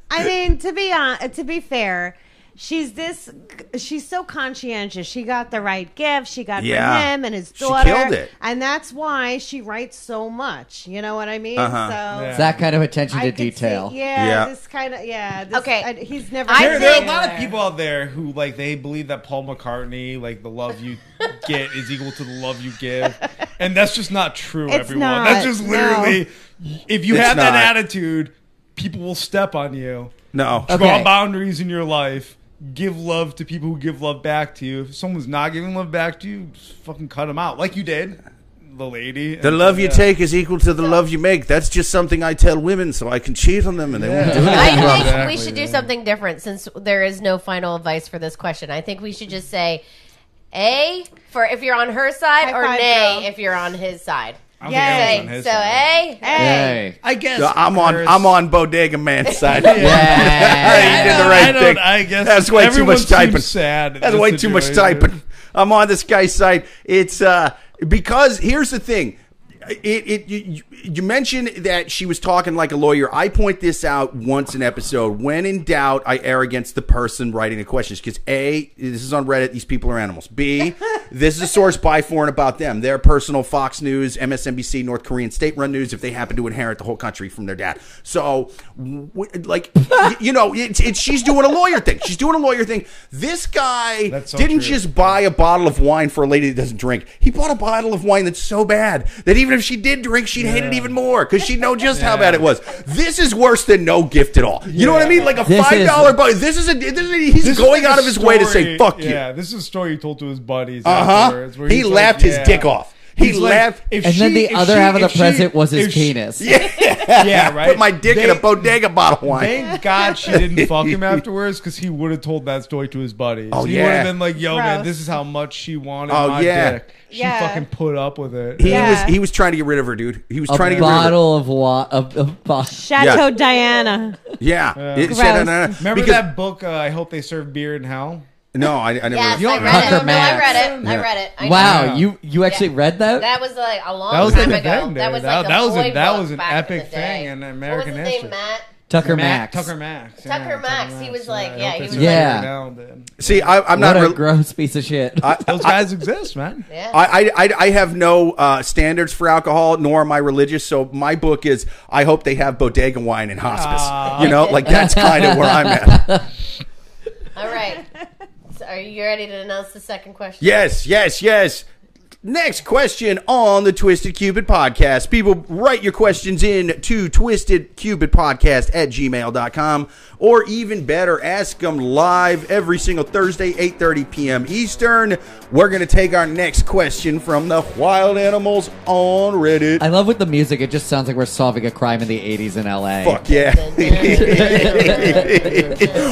[SPEAKER 5] I mean, to be on, uh, to be fair, she's this. She's so conscientious. She got the right gift. She got
[SPEAKER 1] Yeah.
[SPEAKER 5] for him and his
[SPEAKER 1] She killed
[SPEAKER 5] daughter,
[SPEAKER 1] it.
[SPEAKER 5] and that's why she writes so much. You know what I mean?
[SPEAKER 1] Uh-huh.
[SPEAKER 5] So
[SPEAKER 3] Yeah.
[SPEAKER 4] It's that kind of attention
[SPEAKER 5] I
[SPEAKER 4] to
[SPEAKER 5] could see-
[SPEAKER 4] detail.
[SPEAKER 5] yeah,
[SPEAKER 1] Yeah.
[SPEAKER 5] this kind of yeah. This,
[SPEAKER 2] Okay.
[SPEAKER 5] I, he's never.
[SPEAKER 2] I
[SPEAKER 3] There,
[SPEAKER 5] been
[SPEAKER 3] there are a
[SPEAKER 2] think-
[SPEAKER 3] lot of people out there who like they believe that Paul McCartney, like the love you get is equal to the love you give, and that's just not true.
[SPEAKER 5] It's
[SPEAKER 3] everyone,
[SPEAKER 5] not,
[SPEAKER 3] that's just literally if you
[SPEAKER 1] It's
[SPEAKER 3] have that
[SPEAKER 1] not.
[SPEAKER 3] attitude, people will step on you,
[SPEAKER 1] no.
[SPEAKER 3] draw
[SPEAKER 4] Okay.
[SPEAKER 3] boundaries in your life, give love to people who give love back to you. If someone's not giving love back to you, just fucking cut them out, like you did the lady. uh,
[SPEAKER 1] The love you
[SPEAKER 3] Yeah.
[SPEAKER 1] take is equal to the love you make. That's just something I tell women so I can cheat on them and they won't do it.
[SPEAKER 2] I think
[SPEAKER 3] Exactly,
[SPEAKER 2] we should do
[SPEAKER 3] yeah.
[SPEAKER 2] something different since there is no final advice for this question. I think we should just say A for if you're on her side
[SPEAKER 5] High
[SPEAKER 2] or
[SPEAKER 5] five,
[SPEAKER 2] nay
[SPEAKER 5] girl.
[SPEAKER 2] if you're on his side.
[SPEAKER 3] I don't think
[SPEAKER 5] Yay.
[SPEAKER 3] I was on
[SPEAKER 2] Hey,
[SPEAKER 3] his
[SPEAKER 2] so eh-
[SPEAKER 3] side.
[SPEAKER 2] hey,
[SPEAKER 5] Hey.
[SPEAKER 4] Hey.
[SPEAKER 3] I guess
[SPEAKER 1] I'm on.
[SPEAKER 3] Chris-
[SPEAKER 1] I'm on Bodega Man's side.
[SPEAKER 4] Yeah.
[SPEAKER 1] Hey, you did the
[SPEAKER 3] I
[SPEAKER 1] right
[SPEAKER 3] don't-
[SPEAKER 1] thing.
[SPEAKER 3] I guess
[SPEAKER 1] that's way too
[SPEAKER 3] everyone
[SPEAKER 1] much
[SPEAKER 3] seems
[SPEAKER 1] typing.
[SPEAKER 3] sad in
[SPEAKER 1] That's
[SPEAKER 3] this
[SPEAKER 1] way too much
[SPEAKER 3] situation.
[SPEAKER 1] typing. I'm on this guy's side. It's uh, because here's the thing. It, it you, you- you mentioned that she was talking like a lawyer. I point this out once an episode. When in doubt, I err against the person writing the questions because a this is on Reddit. These people are animals. B this is a source by for and about them. Their personal Fox News, MSNBC, North Korean state-run news. If they happen to inherit the whole country from their dad, so w- like y- you know, it's, it's she's doing a lawyer thing. She's doing a lawyer thing. This guy
[SPEAKER 3] That's so
[SPEAKER 1] didn't
[SPEAKER 3] true.
[SPEAKER 1] just buy a bottle of wine for a lady that doesn't drink. He bought a bottle of wine that's so bad that even if she did drink, she'd hate it even more because she'd know just how bad it was. This is worse than no gift at all. You know what I mean? Like a
[SPEAKER 4] This is-
[SPEAKER 1] five dollar buy. This is a. This is a he's
[SPEAKER 3] This is
[SPEAKER 1] going
[SPEAKER 3] like a
[SPEAKER 1] out of his way to say
[SPEAKER 3] story-
[SPEAKER 1] fuck you.
[SPEAKER 3] Yeah, this is a story he told to his buddies.
[SPEAKER 1] Uh huh.
[SPEAKER 3] afterwards, where
[SPEAKER 1] He
[SPEAKER 3] he's like,
[SPEAKER 1] laughed his
[SPEAKER 3] yeah.
[SPEAKER 1] dick off. He
[SPEAKER 3] He's like,
[SPEAKER 1] laughed.
[SPEAKER 3] if
[SPEAKER 4] And then
[SPEAKER 3] she-
[SPEAKER 4] the
[SPEAKER 3] if
[SPEAKER 4] other
[SPEAKER 3] she-
[SPEAKER 4] half of the
[SPEAKER 3] if she-
[SPEAKER 4] present was his
[SPEAKER 3] if she-
[SPEAKER 4] penis.
[SPEAKER 3] Yeah, right.
[SPEAKER 1] Put my dick in a
[SPEAKER 3] They-
[SPEAKER 1] bodega bottle of wine.
[SPEAKER 3] Thank God she didn't fuck him afterwards because he would have told that story to his buddies.
[SPEAKER 1] Oh,
[SPEAKER 3] he
[SPEAKER 1] yeah.
[SPEAKER 3] would have been like, yo, man,
[SPEAKER 5] Gross.
[SPEAKER 3] this is how much she wanted
[SPEAKER 1] Oh,
[SPEAKER 3] my
[SPEAKER 1] yeah.
[SPEAKER 3] dick. She
[SPEAKER 5] Yeah.
[SPEAKER 3] fucking put up with it.
[SPEAKER 1] He
[SPEAKER 5] Yeah.
[SPEAKER 1] was he was trying to get rid of her, dude. He was
[SPEAKER 4] A
[SPEAKER 1] trying to get rid of her.
[SPEAKER 4] bottle of wa- of, of bottle.
[SPEAKER 5] Chateau Diana.
[SPEAKER 1] Yeah. It
[SPEAKER 5] Gross.
[SPEAKER 1] said, uh,
[SPEAKER 3] Remember
[SPEAKER 1] because-
[SPEAKER 3] that book, uh, I Hope They Serve Beer in Hell?
[SPEAKER 1] No, I, I never.
[SPEAKER 2] yes,
[SPEAKER 3] You
[SPEAKER 2] I
[SPEAKER 3] don't
[SPEAKER 2] read
[SPEAKER 4] remember
[SPEAKER 2] it. No, I
[SPEAKER 4] Max.
[SPEAKER 2] read it. I
[SPEAKER 1] Yeah.
[SPEAKER 2] read it. I
[SPEAKER 4] Wow,
[SPEAKER 3] Yeah.
[SPEAKER 4] you you actually read that?
[SPEAKER 2] That was like a long
[SPEAKER 3] That was
[SPEAKER 2] time
[SPEAKER 3] like a
[SPEAKER 2] ago.
[SPEAKER 3] thing,
[SPEAKER 2] That
[SPEAKER 3] dude.
[SPEAKER 2] was
[SPEAKER 3] That-
[SPEAKER 2] like a
[SPEAKER 3] that was a-
[SPEAKER 2] boy
[SPEAKER 3] that
[SPEAKER 2] book
[SPEAKER 3] was an
[SPEAKER 2] back
[SPEAKER 3] epic
[SPEAKER 2] the day.
[SPEAKER 3] thing in
[SPEAKER 2] What was
[SPEAKER 3] American
[SPEAKER 2] his
[SPEAKER 3] history.
[SPEAKER 2] name? Matt.
[SPEAKER 4] Tucker
[SPEAKER 3] Mac-
[SPEAKER 4] Max.
[SPEAKER 3] Tucker Max. yeah,
[SPEAKER 2] Tucker Max, he was like-
[SPEAKER 3] I
[SPEAKER 2] yeah,
[SPEAKER 3] hope
[SPEAKER 2] he
[SPEAKER 3] they
[SPEAKER 2] was
[SPEAKER 3] serve
[SPEAKER 4] like-
[SPEAKER 3] beer in
[SPEAKER 4] Yeah.
[SPEAKER 3] hell, dude.
[SPEAKER 1] See, I, I'm
[SPEAKER 4] What
[SPEAKER 1] not.
[SPEAKER 4] a
[SPEAKER 1] Re-
[SPEAKER 4] gross piece of shit.
[SPEAKER 3] Those guys exist, man.
[SPEAKER 2] Yeah.
[SPEAKER 1] I, I, I- I have no uh, standards for alcohol, nor am I religious. So my book is I hope they have bodega wine in hospice.
[SPEAKER 3] Ah.
[SPEAKER 1] You know, like that's kind of where I'm at.
[SPEAKER 2] All right. So are you ready to announce the second question?
[SPEAKER 1] Yes, yes, yes. Next question on the Twisted Cupid podcast. People, write your questions in to twistedcupidpodcast at gmail.com or even better, ask them live every single Thursday, 8.30 p.m. Eastern. We're going to take our next question from the Wild Animals on Reddit.
[SPEAKER 4] I love with the music. It just sounds like we're solving a crime in the '80s in LA.
[SPEAKER 1] Fuck yeah.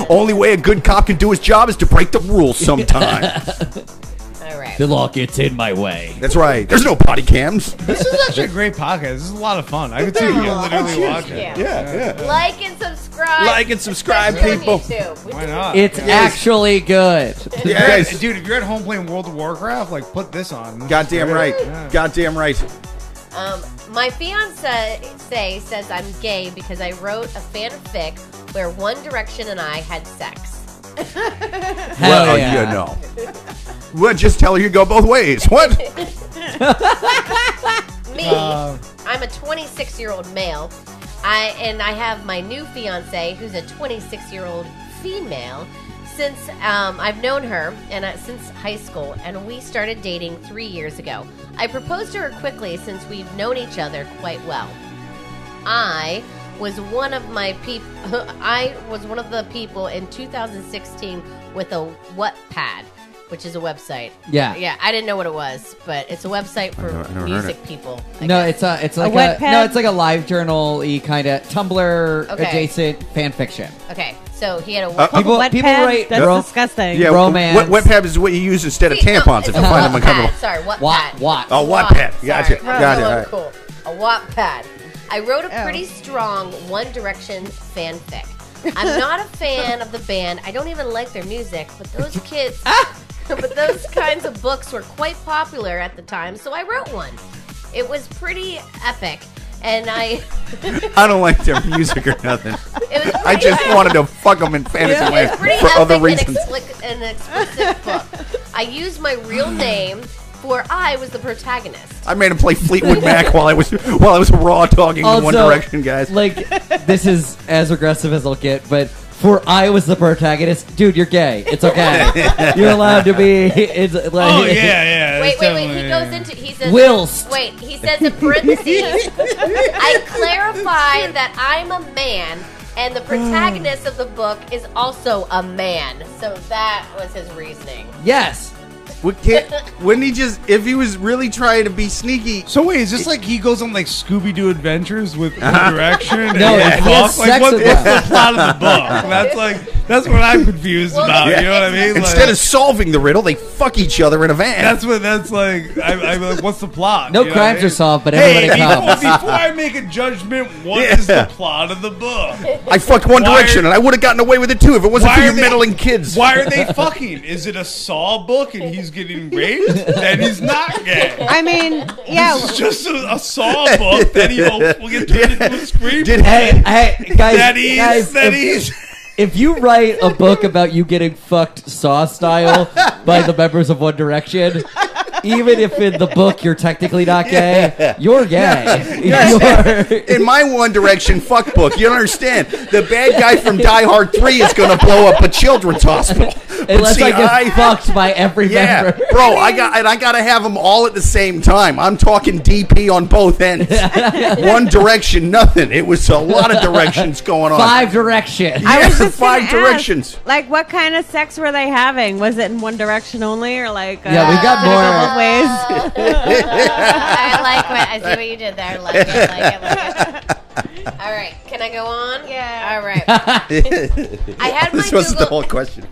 [SPEAKER 1] Only way a good cop can do his job is to break the rules sometime.
[SPEAKER 2] All right.
[SPEAKER 4] The law gets in my way.
[SPEAKER 1] That's right. There's no body cams.
[SPEAKER 3] This is actually a great podcast. This is a lot of fun. I could see you
[SPEAKER 2] Yeah.
[SPEAKER 3] literally
[SPEAKER 2] Yeah.
[SPEAKER 3] watch
[SPEAKER 1] Yeah,
[SPEAKER 3] it.
[SPEAKER 1] yeah.
[SPEAKER 2] Like and subscribe.
[SPEAKER 1] Like and subscribe,
[SPEAKER 2] Especially on
[SPEAKER 1] people.
[SPEAKER 2] YouTube. We
[SPEAKER 3] Why
[SPEAKER 2] just-
[SPEAKER 3] not?
[SPEAKER 4] It's
[SPEAKER 3] Yeah.
[SPEAKER 4] actually good.
[SPEAKER 1] Yes.
[SPEAKER 3] Dude, if you're at home playing World of Warcraft, like put this on. This is
[SPEAKER 1] Goddamn right.
[SPEAKER 3] great. Yeah.
[SPEAKER 1] Goddamn right.
[SPEAKER 2] Um, my fiance say says I'm gay because I wrote a fanfic where One Direction and I had sex.
[SPEAKER 4] Hell
[SPEAKER 1] well, uh,
[SPEAKER 4] yeah.
[SPEAKER 1] you know. Well, just tell her you go both ways. What?
[SPEAKER 2] Me,
[SPEAKER 3] Uh,
[SPEAKER 2] I'm a 26 year old male, I and I have my new fiance who's a 26 year old female. Since um, I've known her and uh, since high school, and we started dating three years ago, I proposed to her quickly since we've known each other quite well. I was one of my peop- I was one of the people in 2016 with a Wattpad, which is a website.
[SPEAKER 4] Yeah.
[SPEAKER 2] yeah. I didn't know what it was, but it's a website for
[SPEAKER 1] I never- I never heard
[SPEAKER 2] music people. I
[SPEAKER 4] No,
[SPEAKER 2] guess.
[SPEAKER 4] it's a it's like a,
[SPEAKER 5] wet pad?
[SPEAKER 4] no, it's like a live journal y kind of Tumblr
[SPEAKER 2] Okay.
[SPEAKER 4] adjacent fan fiction.
[SPEAKER 2] Okay, so he had a
[SPEAKER 1] Uh,
[SPEAKER 5] People,
[SPEAKER 4] People-
[SPEAKER 5] wet
[SPEAKER 4] people
[SPEAKER 5] pad?
[SPEAKER 4] write-
[SPEAKER 5] That's
[SPEAKER 4] Bro-
[SPEAKER 5] disgusting.
[SPEAKER 1] Yeah,
[SPEAKER 4] Romance.
[SPEAKER 1] Wet, wet pad is what you use instead of
[SPEAKER 2] Wait, no,
[SPEAKER 1] tampons if
[SPEAKER 2] it's
[SPEAKER 1] you
[SPEAKER 2] a
[SPEAKER 1] find them
[SPEAKER 2] Wattpad.
[SPEAKER 1] uncomfortable.
[SPEAKER 2] Sorry, what
[SPEAKER 4] Watt-
[SPEAKER 2] pad?
[SPEAKER 4] Watt.
[SPEAKER 1] Oh,
[SPEAKER 2] Watt,
[SPEAKER 1] Wattpad. Gotcha,
[SPEAKER 2] Sorry,
[SPEAKER 1] gotcha,
[SPEAKER 2] I'm
[SPEAKER 1] alright.
[SPEAKER 2] so uncool. A Wattpad. I wrote a
[SPEAKER 5] Oh.
[SPEAKER 2] pretty strong One Direction fanfic. I'm not a fan of the band. I don't even like their music, but those kids,
[SPEAKER 1] Ah!
[SPEAKER 2] but those kinds of books were quite popular at the time, so I wrote one. It was pretty epic, and I.
[SPEAKER 1] I don't like their music or nothing.
[SPEAKER 2] It was
[SPEAKER 1] I just wanted to fuck them in fantasy
[SPEAKER 2] It's pretty
[SPEAKER 1] land for
[SPEAKER 2] epic
[SPEAKER 1] other
[SPEAKER 2] and
[SPEAKER 1] reasons.
[SPEAKER 2] expli- and explicit book. I used my real name for I was the protagonist.
[SPEAKER 1] I made him play Fleetwood Mac while I was while I was raw dogging in One Direction, guys.
[SPEAKER 4] Like this is as aggressive as I'll get, but for I was the protagonist, dude. You're gay. It's okay. you're allowed to be. It's like,
[SPEAKER 3] Oh yeah, yeah.
[SPEAKER 2] Wait,
[SPEAKER 3] it's
[SPEAKER 2] wait, wait. He
[SPEAKER 3] definitely-
[SPEAKER 2] goes into he says
[SPEAKER 4] Whilst.
[SPEAKER 2] Wait, he says in parentheses. I clarify that I'm a man, and the protagonist of the book is also a man. So that was his reasoning.
[SPEAKER 4] Yes.
[SPEAKER 1] We can't, wouldn't he just if he was really trying to be sneaky?
[SPEAKER 3] So wait, is this like he goes on like Scooby Doo adventures with One Direction?
[SPEAKER 4] No,
[SPEAKER 3] and
[SPEAKER 4] he has
[SPEAKER 3] Buck? like
[SPEAKER 4] sex
[SPEAKER 3] what,
[SPEAKER 4] with
[SPEAKER 3] what's
[SPEAKER 4] them.
[SPEAKER 3] the plot of the book? That's like That's what I'm confused
[SPEAKER 2] Well,
[SPEAKER 3] about.
[SPEAKER 2] yeah.
[SPEAKER 3] You know what I mean?
[SPEAKER 1] Instead
[SPEAKER 3] Like,
[SPEAKER 1] of solving the riddle, they fuck each other in a van.
[SPEAKER 3] that's what that's like. I, I'm like, what's the plot?
[SPEAKER 4] No
[SPEAKER 3] You know what I
[SPEAKER 4] crimes
[SPEAKER 3] mean?
[SPEAKER 4] are solved, but
[SPEAKER 1] Hey,
[SPEAKER 4] everybody
[SPEAKER 1] people-
[SPEAKER 4] comes.
[SPEAKER 3] Well, before I make a judgment, what is
[SPEAKER 1] Yeah.
[SPEAKER 3] the plot of the book?
[SPEAKER 1] I fucked One
[SPEAKER 3] Why are-
[SPEAKER 1] Direction, and I would have gotten away with it too if it wasn't for
[SPEAKER 3] are
[SPEAKER 1] you
[SPEAKER 3] they-
[SPEAKER 1] meddling kids.
[SPEAKER 3] Why are they fucking? Is it a Saw book and he's getting raped? then he's not gay.
[SPEAKER 5] I mean, yeah.
[SPEAKER 3] It's just a, a Saw book that he hopefully get turned into a screenplay.
[SPEAKER 1] Did
[SPEAKER 4] Hey, hey, guys,
[SPEAKER 3] that is,
[SPEAKER 4] guys,
[SPEAKER 3] that
[SPEAKER 4] if-
[SPEAKER 3] is.
[SPEAKER 4] If you write a book about you getting fucked saw style by the members of One Direction, even if in the book you're technically not gay, you're gay. You're-
[SPEAKER 1] in my One Direction fuck book, you don't understand. The bad guy from Die Hard 3 is going to blow up a children's hospital. But
[SPEAKER 4] unless
[SPEAKER 1] see,
[SPEAKER 4] I get fucked by every
[SPEAKER 1] Yeah,
[SPEAKER 4] member.
[SPEAKER 1] bro, I got and I got to have them all at the same time. I'm talking DP on both ends. One direction, nothing. It was a lot of directions going on.
[SPEAKER 4] Five Direction.
[SPEAKER 1] Yeah,
[SPEAKER 5] I was just
[SPEAKER 1] five
[SPEAKER 5] gonna
[SPEAKER 1] directions.
[SPEAKER 5] Ask, like, what kind of sex were they having? Was it in one direction only, or like? Uh,
[SPEAKER 4] Yeah, we got
[SPEAKER 5] did it go
[SPEAKER 4] more-
[SPEAKER 5] both ways.
[SPEAKER 2] I like what I see what you did there. Like it, like it, like it. All right, can I go on?
[SPEAKER 5] Yeah.
[SPEAKER 2] All right. I had my
[SPEAKER 1] This was
[SPEAKER 2] Google.
[SPEAKER 1] the whole question.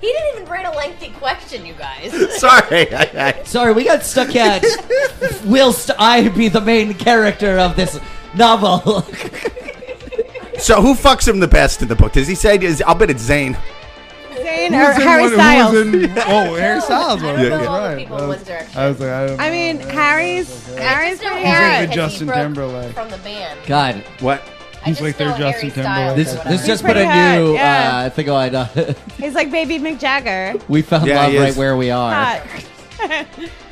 [SPEAKER 2] He didn't even write a lengthy question, you guys.
[SPEAKER 1] Sorry, I, I,
[SPEAKER 4] Sorry, we got stuck at whilst I be the main character of this novel.
[SPEAKER 1] So who fucks him the best in the book? Does he say? Is, I'll bet it's Zane.
[SPEAKER 5] Zayn
[SPEAKER 3] Who
[SPEAKER 5] or
[SPEAKER 3] was in one- who
[SPEAKER 5] Harry
[SPEAKER 3] was
[SPEAKER 5] Styles.
[SPEAKER 3] in- oh, Harry Styles.
[SPEAKER 2] I
[SPEAKER 3] was
[SPEAKER 2] don't
[SPEAKER 3] in
[SPEAKER 2] know
[SPEAKER 3] it,
[SPEAKER 2] all the
[SPEAKER 3] right.
[SPEAKER 2] people
[SPEAKER 3] I
[SPEAKER 2] in
[SPEAKER 3] was-
[SPEAKER 2] One Direction.
[SPEAKER 3] I was like, I don't
[SPEAKER 5] I mean, Harry's Harry's
[SPEAKER 2] Just know
[SPEAKER 5] pretty
[SPEAKER 2] Harry
[SPEAKER 5] good.
[SPEAKER 3] like
[SPEAKER 2] because he
[SPEAKER 3] Justin
[SPEAKER 2] broke
[SPEAKER 3] Timberlake.
[SPEAKER 2] from the band.
[SPEAKER 4] God,
[SPEAKER 1] What?
[SPEAKER 2] I just
[SPEAKER 3] like their
[SPEAKER 2] know Harry
[SPEAKER 3] Justin
[SPEAKER 2] Styles or
[SPEAKER 3] Timberlake.
[SPEAKER 4] this
[SPEAKER 2] whatever.
[SPEAKER 4] this just put
[SPEAKER 5] pretty
[SPEAKER 4] a new
[SPEAKER 5] hot, yeah.
[SPEAKER 4] uh, thing on. Uh,
[SPEAKER 5] He's like baby Mick Jagger.
[SPEAKER 4] we found
[SPEAKER 1] Yeah,
[SPEAKER 4] love
[SPEAKER 1] he
[SPEAKER 4] right
[SPEAKER 1] is.
[SPEAKER 4] where we are.
[SPEAKER 5] Hot.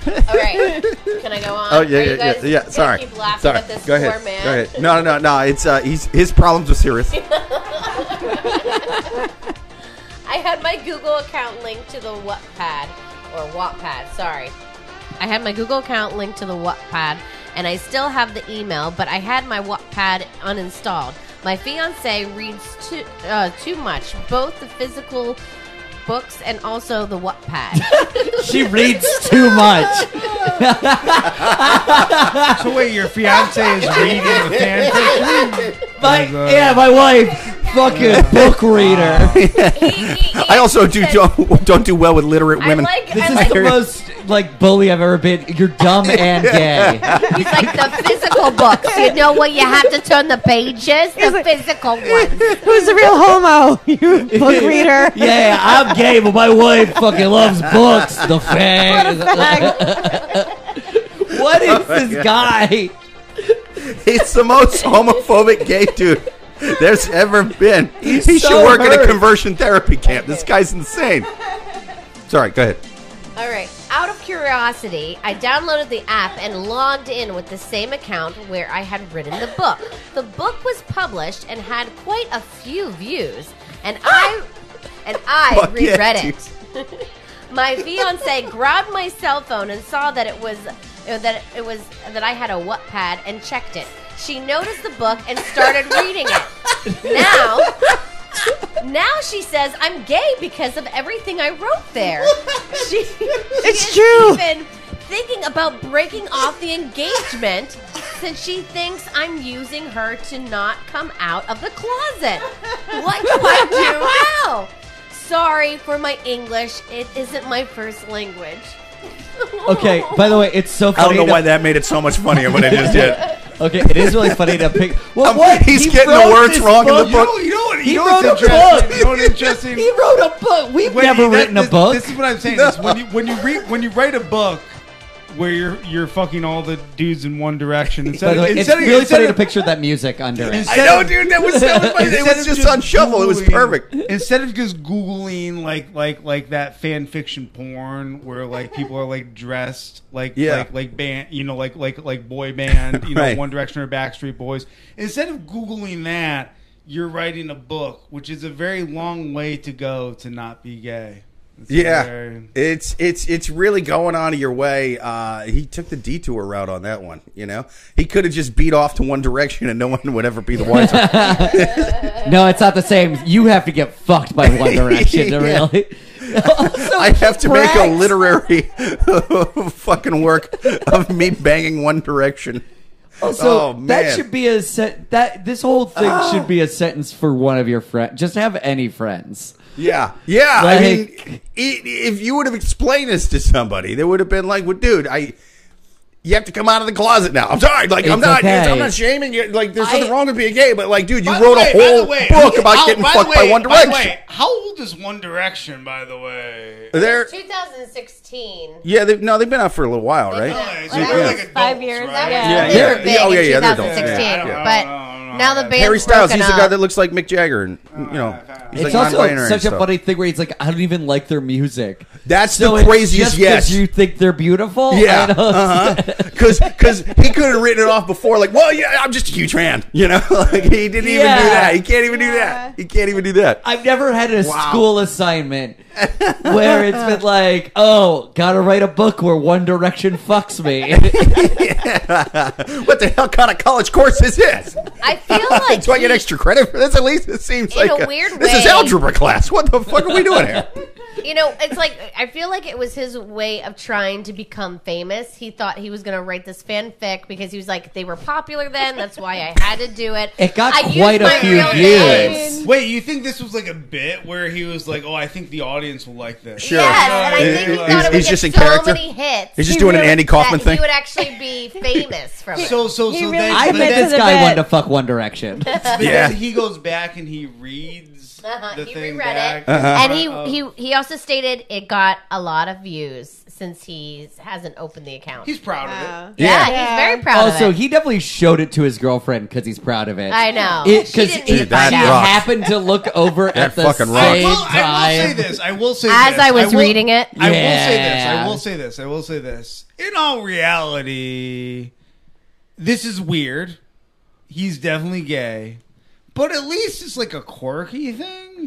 [SPEAKER 2] All right, can I go on?
[SPEAKER 1] Oh yeah,
[SPEAKER 2] Are you
[SPEAKER 1] yeah, yeah,
[SPEAKER 2] guys
[SPEAKER 1] yeah.
[SPEAKER 2] gonna
[SPEAKER 1] Sorry,
[SPEAKER 2] Keep laughing
[SPEAKER 1] sorry.
[SPEAKER 2] at this
[SPEAKER 1] Go
[SPEAKER 2] poor
[SPEAKER 1] ahead.
[SPEAKER 2] man.
[SPEAKER 1] Go ahead. No, no, no, no. It's uh, he's his problems are serious.
[SPEAKER 2] I had my Google account linked to the Wattpad or Wattpad. Sorry, I had my Google account linked to the Wattpad, and I still have the email, but I had my Wattpad uninstalled. My fiance reads too uh, too much, both the physical books and also the Wattpad.
[SPEAKER 4] She reads too much.
[SPEAKER 3] So wait, your fiance is reading the fan fiction?
[SPEAKER 4] My
[SPEAKER 1] uh,
[SPEAKER 3] God.
[SPEAKER 4] yeah, my wife, fucking book reader.
[SPEAKER 2] He- he- he
[SPEAKER 1] I also do
[SPEAKER 2] said-
[SPEAKER 1] don't don't do well with literate
[SPEAKER 2] I
[SPEAKER 1] women.
[SPEAKER 2] like.
[SPEAKER 4] This
[SPEAKER 2] I
[SPEAKER 4] is
[SPEAKER 2] like
[SPEAKER 4] the most like bully I've ever been. You're dumb and gay.
[SPEAKER 2] He's like the physical books. You know what? You have to turn the pages, the physical ones.
[SPEAKER 5] Who's the real homo? You book reader.
[SPEAKER 4] Yeah, I'm gay, but my wife fucking loves books. The fag. what
[SPEAKER 1] Oh,
[SPEAKER 4] is this guy?
[SPEAKER 1] He's the most homophobic gay dude there's ever been. he
[SPEAKER 4] so
[SPEAKER 1] should work at
[SPEAKER 4] hurt.
[SPEAKER 1] a conversion therapy camp. This guy's insane. Sorry, go ahead.
[SPEAKER 2] All right. Out of curiosity, I downloaded the app and logged in with the same account where I had written the book. The book was published and had quite a few views, and I and I
[SPEAKER 1] Fuck yeah,
[SPEAKER 2] reread it. my fiance grabbed my cell phone and saw that it was uh, that it was that I had a Wattpad and checked it. She noticed the book and started reading it. Now, now she says I'm gay because of everything I wrote there. She, it's
[SPEAKER 5] true.
[SPEAKER 2] Even thinking about breaking off the engagement since she thinks I'm using her to not come out of the closet. What do I do now? Sorry for my English. It isn't my first language.
[SPEAKER 4] Okay, by the way, it's so
[SPEAKER 1] I
[SPEAKER 4] funny.
[SPEAKER 1] don't know
[SPEAKER 4] to-
[SPEAKER 1] why that made it so much funnier when I just did.
[SPEAKER 4] Okay, it is really funny to pick. Well,
[SPEAKER 1] Um,
[SPEAKER 4] what?
[SPEAKER 1] he's getting the
[SPEAKER 4] wrote
[SPEAKER 1] words
[SPEAKER 4] this
[SPEAKER 1] wrong in the
[SPEAKER 3] You
[SPEAKER 1] book.
[SPEAKER 3] know, you know what?
[SPEAKER 4] He
[SPEAKER 3] You know what's
[SPEAKER 4] wrote a
[SPEAKER 3] interesting?
[SPEAKER 4] book.
[SPEAKER 3] You know what's interesting?
[SPEAKER 4] He wrote a book. We've
[SPEAKER 3] When
[SPEAKER 4] never
[SPEAKER 3] you- that-
[SPEAKER 4] written a
[SPEAKER 3] this-
[SPEAKER 4] book.
[SPEAKER 3] This is what I'm saying. is when you when you read when you write a book where you're you're fucking all the dudes in one direction
[SPEAKER 4] By
[SPEAKER 3] instead
[SPEAKER 4] the
[SPEAKER 3] of
[SPEAKER 4] way, it's
[SPEAKER 3] instead of
[SPEAKER 4] really
[SPEAKER 3] instead
[SPEAKER 4] funny to
[SPEAKER 3] of
[SPEAKER 4] picture that music under it.
[SPEAKER 1] I
[SPEAKER 3] instead
[SPEAKER 1] know,
[SPEAKER 3] of-
[SPEAKER 1] dude. That was that was, my- it
[SPEAKER 3] Instead
[SPEAKER 1] was
[SPEAKER 3] of
[SPEAKER 1] just on shuffle. It was
[SPEAKER 3] Googling-
[SPEAKER 1] perfect.
[SPEAKER 3] Instead of just googling like like like that fan fiction porn where like people are like dressed like
[SPEAKER 1] Yeah.
[SPEAKER 3] like like band you know like like like boy band you know
[SPEAKER 1] Right.
[SPEAKER 3] One Direction or Backstreet Boys. Instead of googling that, you're writing a book, which is a very long way to go to not be gay. It's
[SPEAKER 1] Yeah,
[SPEAKER 3] very-
[SPEAKER 1] it's it's it's really going out of your way. Uh, he took the detour route on that one. You know, he could have just beat off to One Direction, and no one would ever be the wiser.
[SPEAKER 4] No, it's not the same. You have to get fucked by One Direction to
[SPEAKER 1] Yeah.
[SPEAKER 4] really. also,
[SPEAKER 1] I have to make a
[SPEAKER 4] brags.
[SPEAKER 1] literary fucking work of me banging One Direction. Oh,
[SPEAKER 4] Also, that
[SPEAKER 1] man. Oh.
[SPEAKER 4] should be a set. That this whole thing should be a sentence for one of your friends. Just have any friends.
[SPEAKER 1] Yeah, yeah. I mean,
[SPEAKER 4] Like-
[SPEAKER 1] i if you would have explained this to somebody, they would have been like, "Well, dude, I." You have to come out of the closet now. I'm sorry, like I'm
[SPEAKER 4] It's
[SPEAKER 1] not. it's- I'm
[SPEAKER 4] okay.
[SPEAKER 1] not shaming you. Like there's
[SPEAKER 4] I-
[SPEAKER 1] nothing wrong with being gay, but like, dude, you
[SPEAKER 3] By the
[SPEAKER 1] wrote
[SPEAKER 3] way, by
[SPEAKER 1] a
[SPEAKER 3] the
[SPEAKER 1] whole
[SPEAKER 3] way,
[SPEAKER 1] book about
[SPEAKER 3] how-
[SPEAKER 1] getting
[SPEAKER 3] by the
[SPEAKER 1] fucked by
[SPEAKER 3] way,
[SPEAKER 1] One
[SPEAKER 3] by the
[SPEAKER 1] Direction.
[SPEAKER 3] way, how old is One Direction, by the way?
[SPEAKER 1] They're
[SPEAKER 2] 2016.
[SPEAKER 1] yeah, they, no, they've been out for a little while, right?
[SPEAKER 3] Yeah,
[SPEAKER 2] Well,
[SPEAKER 3] so
[SPEAKER 2] that
[SPEAKER 3] they're
[SPEAKER 2] was
[SPEAKER 3] like
[SPEAKER 5] five
[SPEAKER 3] adults,
[SPEAKER 5] years,
[SPEAKER 3] right?
[SPEAKER 5] yeah.
[SPEAKER 2] Yeah,
[SPEAKER 5] Yeah,
[SPEAKER 2] they were
[SPEAKER 1] yeah.
[SPEAKER 2] big
[SPEAKER 1] Oh, yeah,
[SPEAKER 2] in
[SPEAKER 1] yeah, they're adults.
[SPEAKER 2] 2016.
[SPEAKER 1] Yeah,
[SPEAKER 3] yeah. Yeah.
[SPEAKER 2] But now the band's
[SPEAKER 1] Harry Styles, he's
[SPEAKER 2] broken
[SPEAKER 1] the guy
[SPEAKER 2] up.
[SPEAKER 1] that looks like Mick Jagger, and you know, he's like
[SPEAKER 4] it's also
[SPEAKER 1] non-binary and
[SPEAKER 4] such a
[SPEAKER 1] stuff.
[SPEAKER 4] funny thing where he's like, I don't even like their music.
[SPEAKER 1] That's the
[SPEAKER 4] it's
[SPEAKER 1] craziest
[SPEAKER 4] just 'cause
[SPEAKER 1] yes.
[SPEAKER 4] you think they're beautiful. I
[SPEAKER 1] Yeah, uh-huh.
[SPEAKER 4] don't-
[SPEAKER 1] because because he could have written it off before, like, well, yeah, I'm just a huge fan, you know. like he didn't even do
[SPEAKER 4] Yeah.
[SPEAKER 1] that. He can't even do
[SPEAKER 5] Yeah.
[SPEAKER 1] that. He can't even do that.
[SPEAKER 4] I've never had a
[SPEAKER 1] Wow.
[SPEAKER 4] school assignment where it's been like, oh, gotta write a book where One Direction fucks me.
[SPEAKER 1] What the hell kind of college course is this?
[SPEAKER 2] I feel like
[SPEAKER 1] Do I get
[SPEAKER 2] he-
[SPEAKER 1] extra credit for this? At least it seems
[SPEAKER 2] In
[SPEAKER 1] like uh,
[SPEAKER 2] a weird
[SPEAKER 1] this is
[SPEAKER 2] way-
[SPEAKER 1] algebra class. What the fuck are we doing here?
[SPEAKER 2] you know, it's like I feel like it was his way of trying to become famous. He thought he was going to write this fanfic because he was like, they were popular then. That's why I had to do it.
[SPEAKER 4] It got
[SPEAKER 2] I used
[SPEAKER 4] quite a
[SPEAKER 2] my
[SPEAKER 4] few
[SPEAKER 2] real
[SPEAKER 4] views.
[SPEAKER 2] name.
[SPEAKER 3] Wait, you think this was like a bit where he was like, "Oh, I think the audience will like this."
[SPEAKER 1] Sure.
[SPEAKER 2] Yes, and I
[SPEAKER 1] Yeah,
[SPEAKER 2] think he
[SPEAKER 1] yeah,
[SPEAKER 2] thought
[SPEAKER 1] yeah.
[SPEAKER 2] it would
[SPEAKER 1] He's
[SPEAKER 2] get
[SPEAKER 1] just in
[SPEAKER 2] so
[SPEAKER 1] character.
[SPEAKER 2] many hits
[SPEAKER 1] He's just
[SPEAKER 5] He
[SPEAKER 1] doing an
[SPEAKER 5] really-
[SPEAKER 1] Andy Kaufman
[SPEAKER 2] that
[SPEAKER 1] thing.
[SPEAKER 2] he would actually be famous from it.
[SPEAKER 3] So, so,
[SPEAKER 5] He
[SPEAKER 3] so
[SPEAKER 5] really
[SPEAKER 3] then,
[SPEAKER 4] I
[SPEAKER 3] but
[SPEAKER 4] bet
[SPEAKER 5] Commit to
[SPEAKER 4] this
[SPEAKER 3] then,
[SPEAKER 5] the
[SPEAKER 4] guy
[SPEAKER 5] bit.
[SPEAKER 4] wanted to fuck One Direction.
[SPEAKER 3] but
[SPEAKER 1] Yeah.
[SPEAKER 3] then he goes back and he reads
[SPEAKER 2] Uh-huh,
[SPEAKER 3] the
[SPEAKER 2] he
[SPEAKER 3] thing
[SPEAKER 2] reread
[SPEAKER 3] back. "Oh,
[SPEAKER 2] it, Uh-huh. and he,
[SPEAKER 3] uh,
[SPEAKER 2] he he also stated it got a lot of views since he hasn't opened the account.
[SPEAKER 3] He's proud of it.
[SPEAKER 2] yeah,
[SPEAKER 5] Yeah.
[SPEAKER 2] he's very proud
[SPEAKER 4] also,
[SPEAKER 2] of it.
[SPEAKER 4] he definitely showed it to his girlfriend because he's proud of it.
[SPEAKER 2] I know.
[SPEAKER 4] It
[SPEAKER 2] She
[SPEAKER 4] because
[SPEAKER 2] didn't
[SPEAKER 4] she
[SPEAKER 2] need to find
[SPEAKER 1] that
[SPEAKER 2] out.
[SPEAKER 1] rocks.
[SPEAKER 4] happened to look over
[SPEAKER 1] That
[SPEAKER 4] at the
[SPEAKER 1] fucking
[SPEAKER 4] same
[SPEAKER 1] rocks.
[SPEAKER 3] I will, I will say
[SPEAKER 4] time.
[SPEAKER 3] this. I will say
[SPEAKER 2] As
[SPEAKER 3] this.
[SPEAKER 2] I was
[SPEAKER 3] will-
[SPEAKER 2] reading it.
[SPEAKER 3] I will say this. I
[SPEAKER 4] Yeah.
[SPEAKER 3] will say this. I will say this. In all reality, this is weird. He's definitely gay. But at least it's like a quirky thing.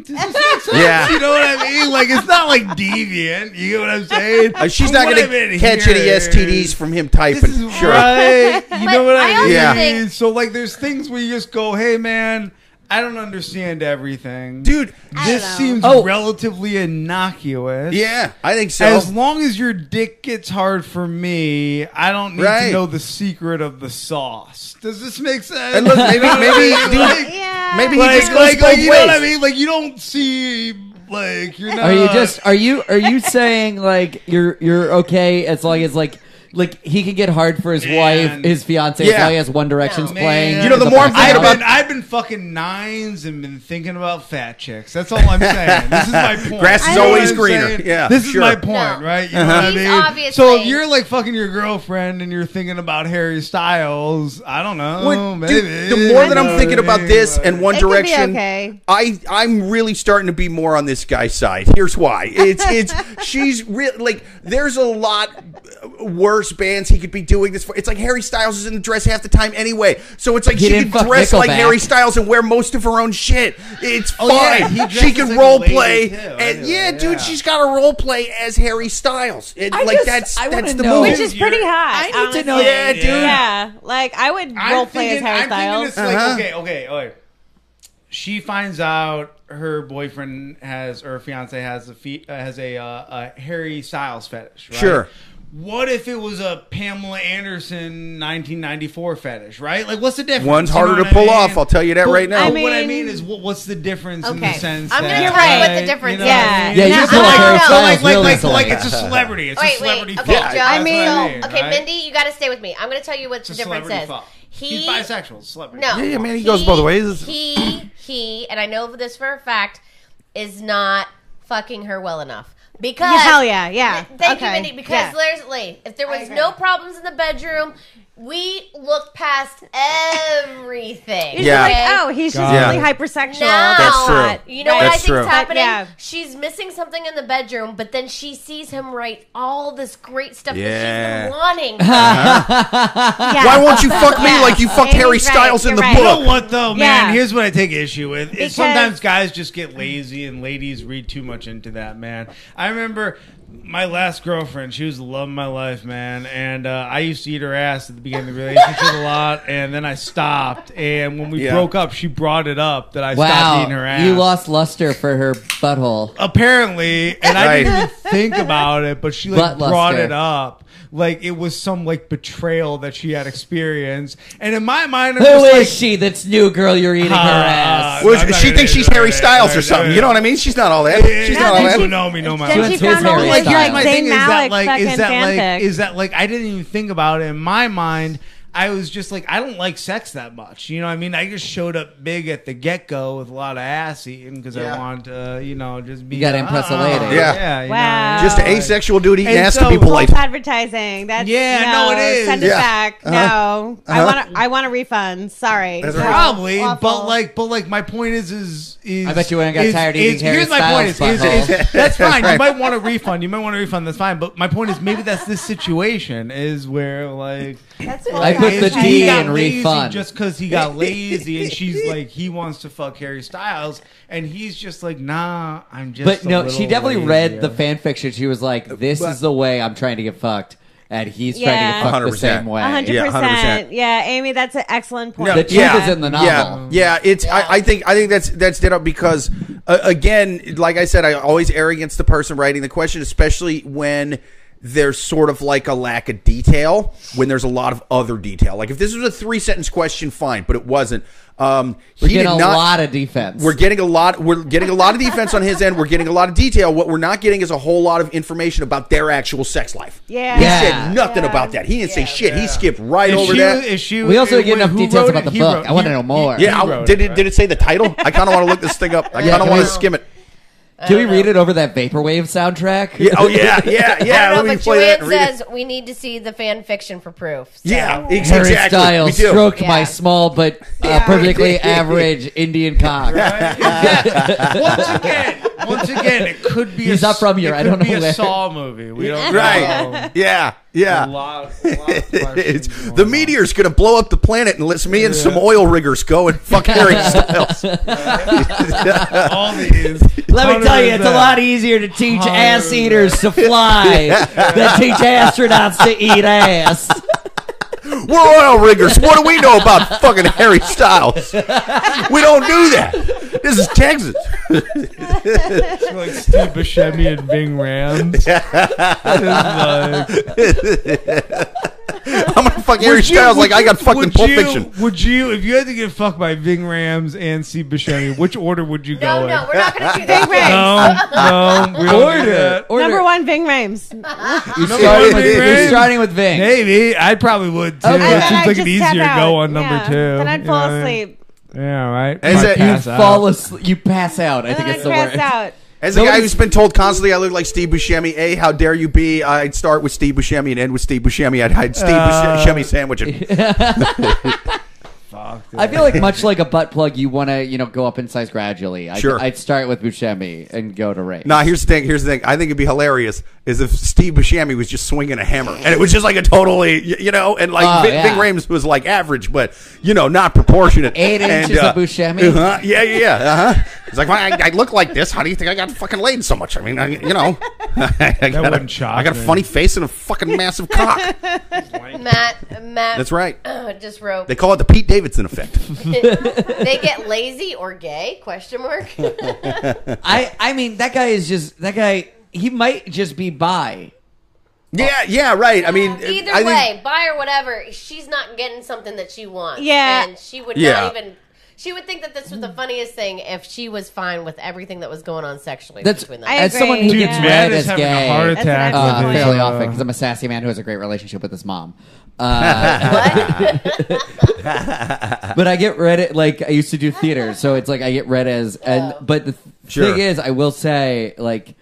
[SPEAKER 3] Does this make sense?
[SPEAKER 1] Yeah.
[SPEAKER 3] You know what I mean? Like it's not like deviant. You know what I'm saying?
[SPEAKER 1] Uh, she's
[SPEAKER 3] From
[SPEAKER 1] not
[SPEAKER 3] what
[SPEAKER 1] going
[SPEAKER 3] I've been
[SPEAKER 1] to catch any
[SPEAKER 3] hearing,
[SPEAKER 1] STDs from him typing.
[SPEAKER 3] This is
[SPEAKER 1] sure.
[SPEAKER 3] right. You know what
[SPEAKER 2] I
[SPEAKER 3] I
[SPEAKER 2] also
[SPEAKER 3] mean?
[SPEAKER 1] Yeah.
[SPEAKER 2] think-
[SPEAKER 3] So like, there's things where you just go, "Hey, man, I don't understand everything,
[SPEAKER 1] Dude,
[SPEAKER 3] This
[SPEAKER 2] I don't know.
[SPEAKER 3] seems
[SPEAKER 4] Oh.
[SPEAKER 3] relatively innocuous.
[SPEAKER 1] yeah, I think so.
[SPEAKER 3] As long as your dick gets hard for me, I don't need
[SPEAKER 1] Right.
[SPEAKER 3] to know the secret of the sauce. Does this make sense?
[SPEAKER 1] and look, maybe, maybe, dude,
[SPEAKER 5] Yeah.
[SPEAKER 1] maybe he
[SPEAKER 3] like,
[SPEAKER 1] just goes
[SPEAKER 3] like, like,
[SPEAKER 1] both
[SPEAKER 3] you know what I
[SPEAKER 1] ways.
[SPEAKER 3] mean? Like, you don't see, like, you're not.
[SPEAKER 4] Are you just are you are you saying like you're you're okay as long as like like he can get hard for his wife,
[SPEAKER 3] Man.
[SPEAKER 4] his fiance,
[SPEAKER 1] Yeah.
[SPEAKER 4] as long as One Direction's
[SPEAKER 3] Man.
[SPEAKER 4] playing.
[SPEAKER 1] You know, the
[SPEAKER 4] in
[SPEAKER 1] more I'm
[SPEAKER 4] background.
[SPEAKER 1] thinking about-
[SPEAKER 3] I've been, I've been fucking nines and been thinking about fat chicks. That's all I'm saying. This is my point.
[SPEAKER 1] Grass is
[SPEAKER 3] You know what
[SPEAKER 1] always
[SPEAKER 3] I'm
[SPEAKER 1] greener.
[SPEAKER 3] saying?
[SPEAKER 1] Yeah,
[SPEAKER 3] this
[SPEAKER 1] sure. Uh-huh.
[SPEAKER 3] is my point,
[SPEAKER 2] No.
[SPEAKER 3] right? You know what I
[SPEAKER 2] He's
[SPEAKER 3] mean?
[SPEAKER 2] obviously-
[SPEAKER 3] So if you're like fucking your girlfriend and you're thinking about Harry Styles, I don't know.
[SPEAKER 1] What-
[SPEAKER 3] maybe
[SPEAKER 1] dude, the more that
[SPEAKER 3] You know
[SPEAKER 1] I'm thinking
[SPEAKER 3] what I
[SPEAKER 1] about
[SPEAKER 3] mean?
[SPEAKER 1] this
[SPEAKER 3] Like-
[SPEAKER 1] and One
[SPEAKER 5] It could be
[SPEAKER 1] Direction,
[SPEAKER 5] okay.
[SPEAKER 1] I I'm really starting to be more on this guy's side. Here's why: it's it's she's real like there's a lot worse bands he could be doing this for. It's like Harry Styles is in the dress half the time anyway, so it's like
[SPEAKER 4] He
[SPEAKER 1] she
[SPEAKER 4] didn't
[SPEAKER 1] could
[SPEAKER 4] fuck
[SPEAKER 1] dress like
[SPEAKER 4] Nickelback.
[SPEAKER 1] Harry Styles and wear most of her own shit. It's
[SPEAKER 3] Oh, yeah,
[SPEAKER 1] fine.
[SPEAKER 3] he
[SPEAKER 1] she
[SPEAKER 3] dresses
[SPEAKER 1] can
[SPEAKER 3] like a
[SPEAKER 1] role
[SPEAKER 3] lady,
[SPEAKER 1] play,
[SPEAKER 3] too,
[SPEAKER 1] and
[SPEAKER 3] anyway,
[SPEAKER 1] yeah,
[SPEAKER 3] yeah.
[SPEAKER 1] dude, she's got a role play as Harry Styles. It,
[SPEAKER 4] I
[SPEAKER 1] like
[SPEAKER 4] just-
[SPEAKER 1] that's
[SPEAKER 4] I wanna
[SPEAKER 1] that's the
[SPEAKER 4] know-
[SPEAKER 1] move.
[SPEAKER 5] Which is pretty hot.
[SPEAKER 4] I need to know-
[SPEAKER 5] honestly.
[SPEAKER 1] Yeah, dude.
[SPEAKER 5] Yeah, like I would
[SPEAKER 3] I'm
[SPEAKER 5] role play as
[SPEAKER 3] thinking-
[SPEAKER 5] Harry
[SPEAKER 3] I'm thinking
[SPEAKER 5] Styles.
[SPEAKER 3] it's like,
[SPEAKER 1] Uh-huh.
[SPEAKER 3] okay, okay, okay. She finds out her boyfriend has, or fiance has a fe- uh, has a, uh, a Harry Styles fetish. Right?
[SPEAKER 1] Sure.
[SPEAKER 3] What if it was a Pamela Anderson 1994 fetish? Right? Like, what's the difference?
[SPEAKER 1] One's
[SPEAKER 3] You
[SPEAKER 1] harder
[SPEAKER 3] know
[SPEAKER 1] to
[SPEAKER 3] what I
[SPEAKER 1] pull
[SPEAKER 3] mean?
[SPEAKER 1] off. I'll tell you that
[SPEAKER 3] But-
[SPEAKER 1] right now.
[SPEAKER 5] I
[SPEAKER 3] but what I
[SPEAKER 5] mean-
[SPEAKER 3] mean is, what, what's the difference in the
[SPEAKER 2] Okay.
[SPEAKER 3] sense?
[SPEAKER 2] I'm gonna
[SPEAKER 3] that,
[SPEAKER 2] tell you what the
[SPEAKER 3] like,
[SPEAKER 2] difference
[SPEAKER 3] know what I
[SPEAKER 5] is.
[SPEAKER 3] mean?
[SPEAKER 4] Yeah, you
[SPEAKER 2] No,
[SPEAKER 4] just
[SPEAKER 2] I
[SPEAKER 4] pull
[SPEAKER 2] don't
[SPEAKER 4] Harry
[SPEAKER 2] know.
[SPEAKER 3] So like,
[SPEAKER 4] Styles
[SPEAKER 3] like,
[SPEAKER 4] real
[SPEAKER 3] like,
[SPEAKER 4] easily.
[SPEAKER 3] like, it's a celebrity. It's
[SPEAKER 2] Wait,
[SPEAKER 3] a celebrity.
[SPEAKER 2] wait. Okay,
[SPEAKER 3] fuck.
[SPEAKER 2] Joe.
[SPEAKER 3] That's
[SPEAKER 5] I
[SPEAKER 3] what
[SPEAKER 5] mean-
[SPEAKER 2] so, okay,
[SPEAKER 3] right?
[SPEAKER 2] Mindy, you got to stay with me. I'm going to tell you what the
[SPEAKER 3] It's a
[SPEAKER 2] difference
[SPEAKER 3] celebrity
[SPEAKER 2] is.
[SPEAKER 3] fuck.
[SPEAKER 2] He,
[SPEAKER 3] He's bisexual. Celebrity.
[SPEAKER 2] No.
[SPEAKER 1] yeah, man, he goes both ways.
[SPEAKER 2] He, he, and I know this for a fact, is not fucking her well enough. Because.
[SPEAKER 5] Yeah, hell yeah, yeah.
[SPEAKER 2] Thank you,
[SPEAKER 5] Okay.
[SPEAKER 2] Mindy. Because
[SPEAKER 5] Yeah.
[SPEAKER 2] literally, if there was
[SPEAKER 5] agree.
[SPEAKER 2] no problems in the bedroom, we looked past everything.
[SPEAKER 5] You're
[SPEAKER 1] Yeah.
[SPEAKER 5] just
[SPEAKER 2] okay?
[SPEAKER 5] like, oh, he's just
[SPEAKER 1] Yeah.
[SPEAKER 5] really hypersexual.
[SPEAKER 2] now,
[SPEAKER 1] That's true.
[SPEAKER 2] You know what I
[SPEAKER 1] That's
[SPEAKER 2] think
[SPEAKER 1] true.
[SPEAKER 2] is happening?
[SPEAKER 5] Yeah.
[SPEAKER 2] She's missing something in the bedroom, but then she sees him write all this great stuff
[SPEAKER 1] Yeah.
[SPEAKER 2] that she's been wanting.
[SPEAKER 5] Yeah.
[SPEAKER 1] Why won't you fuck me
[SPEAKER 5] Yeah.
[SPEAKER 1] like you fucked
[SPEAKER 5] Amy's
[SPEAKER 1] Harry
[SPEAKER 5] right.
[SPEAKER 1] Styles in
[SPEAKER 5] You're
[SPEAKER 1] the
[SPEAKER 5] right.
[SPEAKER 3] You know
[SPEAKER 1] book?
[SPEAKER 3] what though, man?
[SPEAKER 5] Yeah.
[SPEAKER 3] Here's what I take issue with:
[SPEAKER 5] Because-
[SPEAKER 3] is sometimes guys just get lazy, and ladies read too much into that, man. I remember my last girlfriend; she was the love of my life, man. And uh, I used to eat her ass at the beginning of the relationship a lot, and then I stopped. And when we
[SPEAKER 1] Yeah.
[SPEAKER 3] broke up, she brought it up that I stopped eating her
[SPEAKER 4] Wow,
[SPEAKER 3] ass.
[SPEAKER 4] you lost luster for her butthole.
[SPEAKER 3] apparently, and I
[SPEAKER 1] Right.
[SPEAKER 3] didn't even think about it, but she like
[SPEAKER 4] Butt
[SPEAKER 3] brought
[SPEAKER 4] luster.
[SPEAKER 3] it up. like it was some like betrayal that she had experienced. And in my mind, I'm
[SPEAKER 4] Who is
[SPEAKER 3] just like,
[SPEAKER 4] she? That's new girl. You're eating her ass.
[SPEAKER 3] Uh,
[SPEAKER 1] Well,
[SPEAKER 3] I'm not
[SPEAKER 1] she
[SPEAKER 3] gonna
[SPEAKER 1] thinks
[SPEAKER 3] do
[SPEAKER 1] she's
[SPEAKER 3] that.
[SPEAKER 1] Harry Styles or
[SPEAKER 3] Yeah,
[SPEAKER 1] something.
[SPEAKER 3] yeah.
[SPEAKER 1] You know what I mean? She's not all that. She's
[SPEAKER 5] yeah,
[SPEAKER 1] not all
[SPEAKER 5] yeah.
[SPEAKER 1] that.
[SPEAKER 3] People know me, know my.
[SPEAKER 5] Then
[SPEAKER 4] She
[SPEAKER 5] she
[SPEAKER 4] wants his
[SPEAKER 5] found all
[SPEAKER 4] hairstyle.
[SPEAKER 5] these
[SPEAKER 4] Like, here's
[SPEAKER 5] like
[SPEAKER 4] my
[SPEAKER 5] Zayn Malik
[SPEAKER 3] is
[SPEAKER 5] fucking
[SPEAKER 3] that like
[SPEAKER 5] fanfics.
[SPEAKER 3] is that like I didn't even think about it in my mind. I was just like, I don't like sex that much. You know, what I mean, I just showed up big at the get go with a lot of ass eating because
[SPEAKER 1] Yeah.
[SPEAKER 3] I want, uh, you know, just be. "Uh-uh."
[SPEAKER 4] You gotta impress a lady.
[SPEAKER 1] Yeah.
[SPEAKER 3] yeah you know.
[SPEAKER 5] Wow.
[SPEAKER 1] Just an asexual dude eating
[SPEAKER 3] And
[SPEAKER 1] ass to
[SPEAKER 3] so-
[SPEAKER 1] people
[SPEAKER 5] False
[SPEAKER 1] like.
[SPEAKER 5] advertising. That's
[SPEAKER 3] Yeah, no, it is.
[SPEAKER 5] Send it
[SPEAKER 1] Yeah.
[SPEAKER 5] back.
[SPEAKER 1] Uh-huh.
[SPEAKER 5] No, I
[SPEAKER 1] Uh-huh.
[SPEAKER 5] want I want a refund. Sorry,
[SPEAKER 1] That's
[SPEAKER 5] No.
[SPEAKER 1] right.
[SPEAKER 3] Probably,
[SPEAKER 5] Awful.
[SPEAKER 3] but like, but like, my point is, is, is
[SPEAKER 4] I bet you wouldn't got
[SPEAKER 3] is-
[SPEAKER 4] tired of
[SPEAKER 3] is-
[SPEAKER 4] eating Harry
[SPEAKER 3] Here's my
[SPEAKER 4] Styles'
[SPEAKER 3] point: is, is-
[SPEAKER 4] butthole.
[SPEAKER 3] is- that's fine.
[SPEAKER 1] Right.
[SPEAKER 3] You might want a refund. You might want a refund. That's fine. But my point is, maybe that's this situation is where like
[SPEAKER 5] That's
[SPEAKER 4] I put the
[SPEAKER 5] false
[SPEAKER 3] He
[SPEAKER 4] D
[SPEAKER 5] advertising.
[SPEAKER 3] got
[SPEAKER 4] in
[SPEAKER 3] lazy
[SPEAKER 4] refund.
[SPEAKER 3] just because he got lazy, and she's like, he wants to fuck Harry Styles, and he's just like, nah, I'm just.
[SPEAKER 4] But
[SPEAKER 3] a
[SPEAKER 4] no, she
[SPEAKER 3] little
[SPEAKER 4] definitely
[SPEAKER 3] lazy
[SPEAKER 4] read
[SPEAKER 3] here."
[SPEAKER 4] the fan fiction. She was like, "This is the way I'm trying to get fucked," and he's
[SPEAKER 5] Yeah.
[SPEAKER 4] trying to get fucked the
[SPEAKER 1] 100%.
[SPEAKER 4] same way.
[SPEAKER 5] A hundred
[SPEAKER 1] Yeah,
[SPEAKER 5] percent.
[SPEAKER 1] 100%.
[SPEAKER 5] Yeah, Amy, that's an excellent point.
[SPEAKER 1] No,
[SPEAKER 4] The truth
[SPEAKER 1] Yeah.
[SPEAKER 4] is in the novel.
[SPEAKER 1] Yeah, yeah. It's I, I think I think that's that's dead up because uh, again, like I said, I always err against the person writing the question, especially when there's sort of like a lack of detail when there's a lot of other detail. Like if this was a three sentence question, fine, but it wasn't. Um,
[SPEAKER 4] We're
[SPEAKER 1] he did
[SPEAKER 4] getting a
[SPEAKER 1] not-
[SPEAKER 4] lot of defense.
[SPEAKER 1] We're getting a lot. We're getting a lot of defense on his end. We're getting a lot of detail. What we're not getting is a whole lot of information about their actual sex life.
[SPEAKER 5] Yeah.
[SPEAKER 1] he
[SPEAKER 4] Yeah.
[SPEAKER 1] said nothing
[SPEAKER 5] Yeah.
[SPEAKER 1] about that. He didn't say shit. He
[SPEAKER 3] Yeah.
[SPEAKER 1] skipped right
[SPEAKER 3] If
[SPEAKER 1] over
[SPEAKER 3] she-
[SPEAKER 1] that.
[SPEAKER 3] if she-
[SPEAKER 4] We also
[SPEAKER 3] if-
[SPEAKER 4] didn't have
[SPEAKER 3] who
[SPEAKER 4] details
[SPEAKER 3] wrote
[SPEAKER 4] about
[SPEAKER 3] it?
[SPEAKER 4] the
[SPEAKER 3] He
[SPEAKER 4] book.
[SPEAKER 3] wrote-
[SPEAKER 4] I wanna
[SPEAKER 3] he-
[SPEAKER 4] know more.
[SPEAKER 3] he
[SPEAKER 1] yeah, I-
[SPEAKER 3] wrote
[SPEAKER 1] did it,
[SPEAKER 3] right?
[SPEAKER 1] did it say the title? I kind of want to look this thing up. I
[SPEAKER 4] Yeah,
[SPEAKER 1] kind of
[SPEAKER 4] can
[SPEAKER 1] want
[SPEAKER 4] we-
[SPEAKER 1] to skim it.
[SPEAKER 4] Can we read it over that vaporwave soundtrack?
[SPEAKER 1] Yeah, oh yeah, yeah, yeah.
[SPEAKER 2] I
[SPEAKER 1] Let
[SPEAKER 2] don't know,
[SPEAKER 1] me
[SPEAKER 2] but
[SPEAKER 1] play that.
[SPEAKER 2] Joanne
[SPEAKER 1] And read it.
[SPEAKER 2] says we need to see the fan fiction for proof. So.
[SPEAKER 1] Yeah, ex-
[SPEAKER 4] Harry
[SPEAKER 1] exactly.
[SPEAKER 4] Styles
[SPEAKER 1] we do.
[SPEAKER 4] stroked my
[SPEAKER 2] Yeah.
[SPEAKER 4] small but uh, perfectly average Indian cock.
[SPEAKER 3] once again, once again, it could be.
[SPEAKER 4] He's
[SPEAKER 3] a,
[SPEAKER 4] not from here.
[SPEAKER 3] It
[SPEAKER 4] I
[SPEAKER 3] could
[SPEAKER 4] don't
[SPEAKER 3] be
[SPEAKER 4] know
[SPEAKER 3] a
[SPEAKER 4] where.
[SPEAKER 3] Saw movie. We don't know.
[SPEAKER 1] Right. Yeah,
[SPEAKER 3] A
[SPEAKER 1] yeah.
[SPEAKER 3] lot, a lot of
[SPEAKER 1] It's,
[SPEAKER 3] questions going
[SPEAKER 1] the
[SPEAKER 3] on.
[SPEAKER 1] meteor's gonna blow up the planet and let's me and some
[SPEAKER 3] Yeah.
[SPEAKER 1] oil riggers go and fuck Harry Styles.
[SPEAKER 3] All these.
[SPEAKER 4] Let me tell you, it's a lot easier to teach
[SPEAKER 3] Hundred
[SPEAKER 4] ass eaters to fly than teach astronauts to eat ass.
[SPEAKER 1] We're oil riggers. What do we know about fucking Harry Styles? We don't do that. This is Texas.
[SPEAKER 3] It's like Steve Buscemi and Bing Rams.
[SPEAKER 1] I'm gonna fuck Harry Styles like I got fucking
[SPEAKER 3] would
[SPEAKER 1] Pulp
[SPEAKER 3] you,
[SPEAKER 1] Fiction.
[SPEAKER 3] Would you, if you had to get fucked by Bing Rams and Steve Buscemi, which order would you
[SPEAKER 2] No,
[SPEAKER 3] go
[SPEAKER 2] no,
[SPEAKER 3] in?
[SPEAKER 2] we're not going to do that.
[SPEAKER 5] Big
[SPEAKER 3] No, no,
[SPEAKER 5] Rams.
[SPEAKER 3] we don't do that.
[SPEAKER 4] Order.
[SPEAKER 5] Number one, Ving Rames.
[SPEAKER 4] You're
[SPEAKER 3] Number
[SPEAKER 4] starting,
[SPEAKER 3] one,
[SPEAKER 4] with,
[SPEAKER 3] Ving
[SPEAKER 4] you're
[SPEAKER 3] Rams.
[SPEAKER 4] starting with Ving.
[SPEAKER 3] Maybe I probably would too.
[SPEAKER 4] Okay.
[SPEAKER 5] I
[SPEAKER 4] Yeah,
[SPEAKER 3] It
[SPEAKER 5] thought
[SPEAKER 3] seems
[SPEAKER 5] I'd
[SPEAKER 3] like
[SPEAKER 5] just
[SPEAKER 3] an easier
[SPEAKER 5] tap
[SPEAKER 3] go
[SPEAKER 5] out.
[SPEAKER 3] on number
[SPEAKER 5] Yeah.
[SPEAKER 3] two.
[SPEAKER 5] Then I'd
[SPEAKER 3] You
[SPEAKER 5] fall
[SPEAKER 3] know what I mean?
[SPEAKER 5] asleep.
[SPEAKER 3] Yeah, right.
[SPEAKER 1] Is
[SPEAKER 3] Might
[SPEAKER 1] it-
[SPEAKER 4] You
[SPEAKER 3] pass out.
[SPEAKER 4] fall asleep. You pass out. I
[SPEAKER 5] Then
[SPEAKER 4] think it's
[SPEAKER 5] I'd
[SPEAKER 4] the
[SPEAKER 5] pass
[SPEAKER 4] word.
[SPEAKER 5] out.
[SPEAKER 1] As a
[SPEAKER 4] Nobody-
[SPEAKER 1] guy who's been told constantly I look like Steve Buscemi, A, how dare you be? I'd start with Steve Buscemi and end with Steve Buscemi. I'd hide Steve
[SPEAKER 3] Uh,
[SPEAKER 1] Buscemi sandwich. And,
[SPEAKER 3] Fuck,
[SPEAKER 4] I feel like much like a butt plug, you want to you know go up in size gradually. I'd,
[SPEAKER 1] Sure.
[SPEAKER 4] I'd start with Buscemi and go to Ray.
[SPEAKER 1] nah, here's the thing. Here's the thing. I think it'd be hilarious is if Steve Buscemi was just swinging a hammer. And it was just like a totally, y- you know, and like
[SPEAKER 4] Oh,
[SPEAKER 1] Big,
[SPEAKER 4] yeah.
[SPEAKER 1] Big Rames was like average, but, you know, not proportionate.
[SPEAKER 4] Eight
[SPEAKER 1] And,
[SPEAKER 4] inches of Buscemi?
[SPEAKER 1] Uh-huh, yeah, yeah, yeah. Uh-huh. It's like, well, I, I look like this. How do you think I got fucking laid so much? I mean, I, you know, I got,
[SPEAKER 3] wouldn't
[SPEAKER 1] a,
[SPEAKER 3] shock
[SPEAKER 1] I got a
[SPEAKER 3] me.
[SPEAKER 1] funny face and a fucking massive cock.
[SPEAKER 2] Matt, Matt. oh,
[SPEAKER 1] That's right.
[SPEAKER 2] just wrote.
[SPEAKER 1] They call it the Pete Davidson effect.
[SPEAKER 2] they get lazy or gay? Question mark.
[SPEAKER 4] I I mean that guy is just that guy. He might just be bi.
[SPEAKER 1] Yeah, yeah, right. I mean,
[SPEAKER 2] Uh, Either
[SPEAKER 1] I think-
[SPEAKER 2] way, buy or whatever, she's not getting something that she wants.
[SPEAKER 5] Yeah.
[SPEAKER 2] and she would
[SPEAKER 1] Yeah.
[SPEAKER 2] not even. She would think that this was the funniest thing if she was fine with everything that was going on sexually
[SPEAKER 4] That's
[SPEAKER 2] between them.
[SPEAKER 5] I
[SPEAKER 4] as
[SPEAKER 5] agree,
[SPEAKER 4] someone who
[SPEAKER 5] Dude,
[SPEAKER 4] gets
[SPEAKER 5] Matt
[SPEAKER 4] read
[SPEAKER 3] is
[SPEAKER 4] as
[SPEAKER 3] having
[SPEAKER 4] gay
[SPEAKER 3] a heart
[SPEAKER 5] That's an
[SPEAKER 3] attack.
[SPEAKER 5] excellent
[SPEAKER 4] uh,
[SPEAKER 5] point.
[SPEAKER 4] fairly
[SPEAKER 3] uh,
[SPEAKER 4] often because I'm a sassy man who has a great relationship with his mom. Uh, but I get read it like I used to do theater, so it's like I get read as and but the th-
[SPEAKER 1] Sure.
[SPEAKER 4] thing is, I will say like,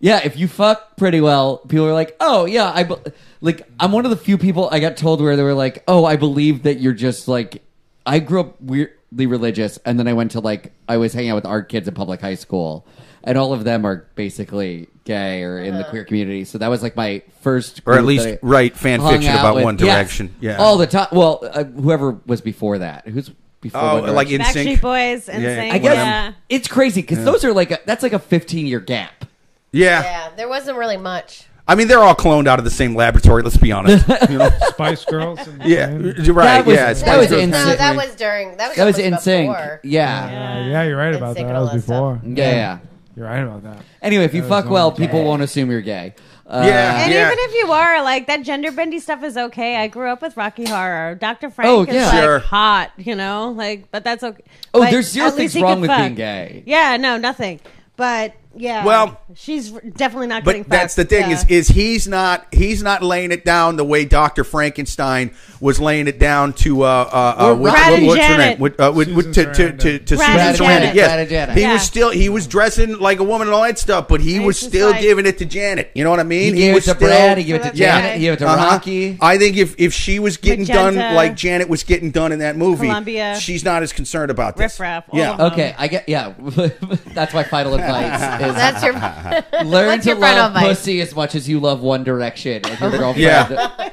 [SPEAKER 4] yeah, if you fuck pretty well, people are like, oh yeah, I be-, like I'm one of the few people I got told where they were like, oh, I believe that you're just like I grew up weirdly religious, and then I went to like I was hanging out with art kids in public high school, and all of them are basically gay or in the queer community, so that was like my first
[SPEAKER 1] Or at
[SPEAKER 4] group
[SPEAKER 1] least
[SPEAKER 4] that I
[SPEAKER 1] write fan
[SPEAKER 4] hung
[SPEAKER 1] fiction
[SPEAKER 4] out
[SPEAKER 1] about
[SPEAKER 4] with.
[SPEAKER 1] One
[SPEAKER 4] Yes.
[SPEAKER 1] Direction. Yeah.
[SPEAKER 4] all the time. Well, uh, whoever was before that, who's before?
[SPEAKER 1] Oh,
[SPEAKER 4] One Direction?
[SPEAKER 1] like in sync.
[SPEAKER 5] Backstreet Boys and
[SPEAKER 1] Yeah,
[SPEAKER 5] Sync.
[SPEAKER 4] I guess
[SPEAKER 5] Yeah.
[SPEAKER 4] it's crazy because those are like a, that's like a 15 year gap.
[SPEAKER 1] Yeah.
[SPEAKER 2] yeah, there wasn't really much.
[SPEAKER 1] I mean, they're all cloned out of the same laboratory. Let's be honest. You know?
[SPEAKER 3] Spice Girls. And
[SPEAKER 1] yeah,
[SPEAKER 3] Uh,
[SPEAKER 1] right.
[SPEAKER 4] was-
[SPEAKER 1] yeah,
[SPEAKER 4] that
[SPEAKER 1] Spice
[SPEAKER 4] was
[SPEAKER 1] Girls.
[SPEAKER 4] in-
[SPEAKER 2] No, that
[SPEAKER 4] Insane.
[SPEAKER 2] was during. That was
[SPEAKER 4] That was in
[SPEAKER 2] almost
[SPEAKER 4] sync.
[SPEAKER 2] before.
[SPEAKER 4] Yeah.
[SPEAKER 3] Uh, yeah, you're right about
[SPEAKER 2] sick
[SPEAKER 3] that.
[SPEAKER 2] and
[SPEAKER 3] That
[SPEAKER 2] all
[SPEAKER 3] was
[SPEAKER 2] that stuff.
[SPEAKER 3] before.
[SPEAKER 4] yeah, yeah.
[SPEAKER 3] You're right about that.
[SPEAKER 4] Anyway, if you
[SPEAKER 3] That was
[SPEAKER 4] fuck
[SPEAKER 3] on
[SPEAKER 4] well,
[SPEAKER 3] the
[SPEAKER 4] people won't assume you're gay. Uh,
[SPEAKER 6] yeah,
[SPEAKER 5] And
[SPEAKER 6] yeah.
[SPEAKER 5] even if you are like that gender bendy stuff is okay. I grew up with Rocky Horror. Dr. Frank
[SPEAKER 4] Oh,
[SPEAKER 5] is
[SPEAKER 4] yeah.
[SPEAKER 5] like
[SPEAKER 6] Sure.
[SPEAKER 5] hot, you know, like but that's okay.
[SPEAKER 4] Oh,
[SPEAKER 5] But
[SPEAKER 4] there's zero
[SPEAKER 5] at
[SPEAKER 4] things
[SPEAKER 5] least he
[SPEAKER 4] wrong
[SPEAKER 5] could
[SPEAKER 4] with
[SPEAKER 5] fuck.
[SPEAKER 4] being gay.
[SPEAKER 5] Yeah, no, nothing. But yeah,
[SPEAKER 6] Well-
[SPEAKER 5] she's r- definitely not. getting
[SPEAKER 6] but that's the
[SPEAKER 5] fucked.
[SPEAKER 6] thing
[SPEAKER 5] Yeah.
[SPEAKER 6] is is he's not he's not laying it down the way Dr. Frankenstein was laying it down to uh uh, uh
[SPEAKER 4] Or
[SPEAKER 6] with-
[SPEAKER 5] Brad
[SPEAKER 6] with-
[SPEAKER 5] and
[SPEAKER 6] what's her
[SPEAKER 5] Janet.
[SPEAKER 6] name with, uh, with, with to,
[SPEAKER 3] Susan
[SPEAKER 6] to, to, to
[SPEAKER 5] Brad and
[SPEAKER 6] Susan Sarandon
[SPEAKER 5] Janet.
[SPEAKER 6] yes
[SPEAKER 4] Brad and Janet.
[SPEAKER 6] he
[SPEAKER 5] Yeah.
[SPEAKER 6] was still he was dressing like a woman and all that stuff but he
[SPEAKER 5] And
[SPEAKER 6] was
[SPEAKER 5] it's just
[SPEAKER 6] still
[SPEAKER 5] like-
[SPEAKER 6] giving it to Janet you know what I
[SPEAKER 4] He
[SPEAKER 6] mean
[SPEAKER 4] gave it
[SPEAKER 6] was
[SPEAKER 4] to
[SPEAKER 6] still-
[SPEAKER 4] Brad. He gave it to
[SPEAKER 5] Okay.
[SPEAKER 4] Janet. He gave it to
[SPEAKER 6] Uh-huh.
[SPEAKER 4] Rocky.
[SPEAKER 6] I think if if she was getting done
[SPEAKER 5] Magenta.
[SPEAKER 6] like Janet was getting done in that movie
[SPEAKER 5] Columbia.
[SPEAKER 6] she's not as concerned about this
[SPEAKER 5] Riff Raff, all
[SPEAKER 6] yeah
[SPEAKER 5] of them.
[SPEAKER 4] Okay, I get. Yeah, that's my final advice.
[SPEAKER 2] That's your.
[SPEAKER 4] Is learn
[SPEAKER 2] What's
[SPEAKER 4] to
[SPEAKER 2] your final Uh-huh.
[SPEAKER 4] love
[SPEAKER 2] advice?
[SPEAKER 4] pussy as much as you love One Direction. If your girlfriend.
[SPEAKER 6] Yeah.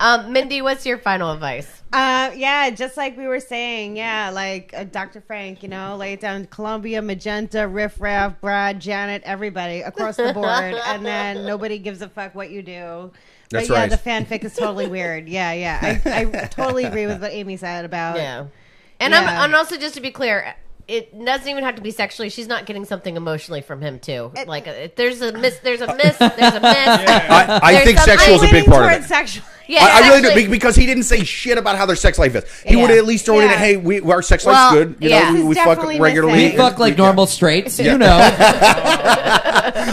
[SPEAKER 2] um, Mindy, what's your final advice?
[SPEAKER 5] Uh, yeah, just like we were saying, yeah, like uh, Dr. Frank, you know, lay it down. Columbia, Magenta, Riff Raff, Brad, Janet, everybody across the board, and then nobody gives a fuck what you do.
[SPEAKER 6] That's
[SPEAKER 5] but yeah,
[SPEAKER 6] right.
[SPEAKER 5] the fanfic is totally weird. Yeah, yeah, I, I totally agree with what Amy said about.
[SPEAKER 2] Yeah. And
[SPEAKER 5] Yeah.
[SPEAKER 2] I'm and also just to be clear, it doesn't even have to be sexually. She's not getting something emotionally from him too. like uh, there's a miss, there's a miss, there's a miss.
[SPEAKER 6] I, I
[SPEAKER 2] There's
[SPEAKER 6] think
[SPEAKER 2] some-
[SPEAKER 6] sexual is a big
[SPEAKER 5] Leaning
[SPEAKER 6] part of
[SPEAKER 5] towards
[SPEAKER 6] it
[SPEAKER 5] sexual.
[SPEAKER 2] Yeah,
[SPEAKER 6] I, I really do
[SPEAKER 2] sexually-
[SPEAKER 6] be- because he didn't say shit about how their sex life is. He
[SPEAKER 2] Yeah.
[SPEAKER 6] would have at least thrown in,
[SPEAKER 5] Yeah.
[SPEAKER 6] "Hey, we, our sex
[SPEAKER 2] Well,
[SPEAKER 6] life's good. You
[SPEAKER 2] yeah.
[SPEAKER 6] know, we, we
[SPEAKER 5] This is
[SPEAKER 6] fuck
[SPEAKER 5] definitely
[SPEAKER 6] regularly.
[SPEAKER 5] missing.
[SPEAKER 4] We
[SPEAKER 5] Yeah.
[SPEAKER 4] fuck like normal straights, you know.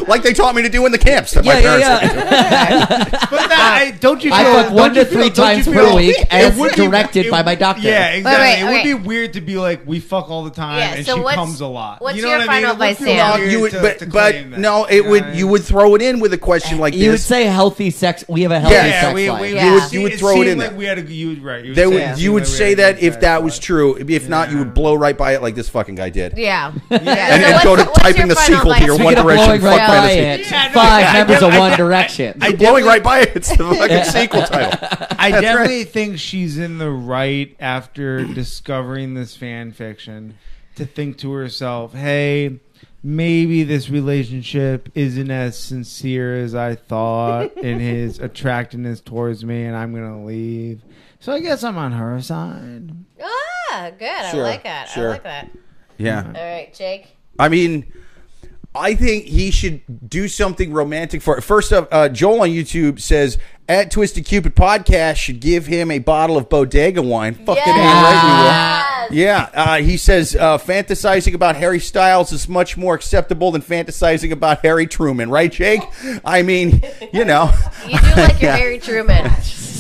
[SPEAKER 6] like they taught me to do in the camps that my
[SPEAKER 4] Yeah, yeah,
[SPEAKER 6] parents
[SPEAKER 4] yeah.
[SPEAKER 6] took me
[SPEAKER 3] But that, I, don't you feel
[SPEAKER 4] I fuck
[SPEAKER 3] don't
[SPEAKER 4] one to
[SPEAKER 3] you feel-
[SPEAKER 4] three
[SPEAKER 3] don't you
[SPEAKER 4] times per
[SPEAKER 3] feel-
[SPEAKER 4] week
[SPEAKER 3] it
[SPEAKER 4] as
[SPEAKER 3] would be-
[SPEAKER 4] directed
[SPEAKER 3] it-
[SPEAKER 4] by my doctor.
[SPEAKER 3] Yeah, exactly.
[SPEAKER 2] wait,
[SPEAKER 3] it would
[SPEAKER 2] okay.
[SPEAKER 3] be weird to be like we fuck all the time
[SPEAKER 2] Yeah,
[SPEAKER 3] and
[SPEAKER 2] so
[SPEAKER 3] she
[SPEAKER 2] what's-
[SPEAKER 3] comes a lot.
[SPEAKER 2] what's
[SPEAKER 3] you know
[SPEAKER 2] your
[SPEAKER 3] what I mean?
[SPEAKER 2] final
[SPEAKER 3] It would
[SPEAKER 2] advice,
[SPEAKER 3] feel
[SPEAKER 2] Sam?
[SPEAKER 6] to.
[SPEAKER 3] weird
[SPEAKER 6] You would,
[SPEAKER 3] to- to
[SPEAKER 6] but but
[SPEAKER 3] claim that,
[SPEAKER 6] no, it would.
[SPEAKER 3] know?
[SPEAKER 6] You would throw it in with a question like
[SPEAKER 4] You would
[SPEAKER 6] this.
[SPEAKER 4] say healthy sex. We have a healthy
[SPEAKER 6] Yeah,
[SPEAKER 4] sex
[SPEAKER 3] we,
[SPEAKER 4] life.
[SPEAKER 3] we,
[SPEAKER 2] Yeah.
[SPEAKER 3] we-
[SPEAKER 6] You would
[SPEAKER 3] it
[SPEAKER 6] throw it
[SPEAKER 3] seemed
[SPEAKER 6] in
[SPEAKER 3] Like
[SPEAKER 6] there.
[SPEAKER 3] we had a, you would right. You
[SPEAKER 6] They
[SPEAKER 3] say
[SPEAKER 6] would,
[SPEAKER 3] it
[SPEAKER 6] you
[SPEAKER 3] seemed
[SPEAKER 6] would
[SPEAKER 3] like we
[SPEAKER 6] say
[SPEAKER 3] had a
[SPEAKER 6] that
[SPEAKER 3] good
[SPEAKER 6] if
[SPEAKER 3] sex
[SPEAKER 6] that was
[SPEAKER 3] life.
[SPEAKER 6] true. If not, you would blow right by it like this fucking guy did.
[SPEAKER 2] Yeah. yeah. So
[SPEAKER 6] And, and
[SPEAKER 2] what's-
[SPEAKER 6] go to
[SPEAKER 2] what's
[SPEAKER 6] typing
[SPEAKER 2] your
[SPEAKER 6] the
[SPEAKER 2] final
[SPEAKER 6] sequel to your
[SPEAKER 2] advice?
[SPEAKER 6] One
[SPEAKER 4] Speaking of blowing
[SPEAKER 6] Direction fuck
[SPEAKER 4] right by
[SPEAKER 6] fantasy.
[SPEAKER 4] it,
[SPEAKER 3] Yeah, I know.
[SPEAKER 4] five
[SPEAKER 3] I
[SPEAKER 4] members
[SPEAKER 3] know.
[SPEAKER 4] of
[SPEAKER 3] I-
[SPEAKER 4] One
[SPEAKER 3] I-
[SPEAKER 4] Direction.
[SPEAKER 3] I
[SPEAKER 6] Blowing
[SPEAKER 3] definitely-
[SPEAKER 6] right by it. It's the fucking sequel title.
[SPEAKER 3] I
[SPEAKER 6] That's
[SPEAKER 3] definitely think she's in the right after discovering this fan fiction to think to herself, hey, maybe this relationship isn't as sincere as I thought in his attractiveness towards me, and I'm going to leave. So I guess I'm on her side.
[SPEAKER 2] Ah, good.
[SPEAKER 6] Sure,
[SPEAKER 2] I like that.
[SPEAKER 6] sure.
[SPEAKER 2] I like that.
[SPEAKER 6] Yeah.
[SPEAKER 2] All right, Jake.
[SPEAKER 6] I mean, I think he should do something romantic for it. First up, uh, Joel on YouTube says at Twisted Cupid Podcast should give him a bottle of Bodega wine. Fucking right,
[SPEAKER 2] Yes.
[SPEAKER 6] we will. Yeah, uh, he says uh, fantasizing about Harry Styles is much more acceptable than fantasizing about Harry Truman, right, Jake? I mean, you know,
[SPEAKER 2] You do like your
[SPEAKER 6] Yeah.
[SPEAKER 2] Harry Truman.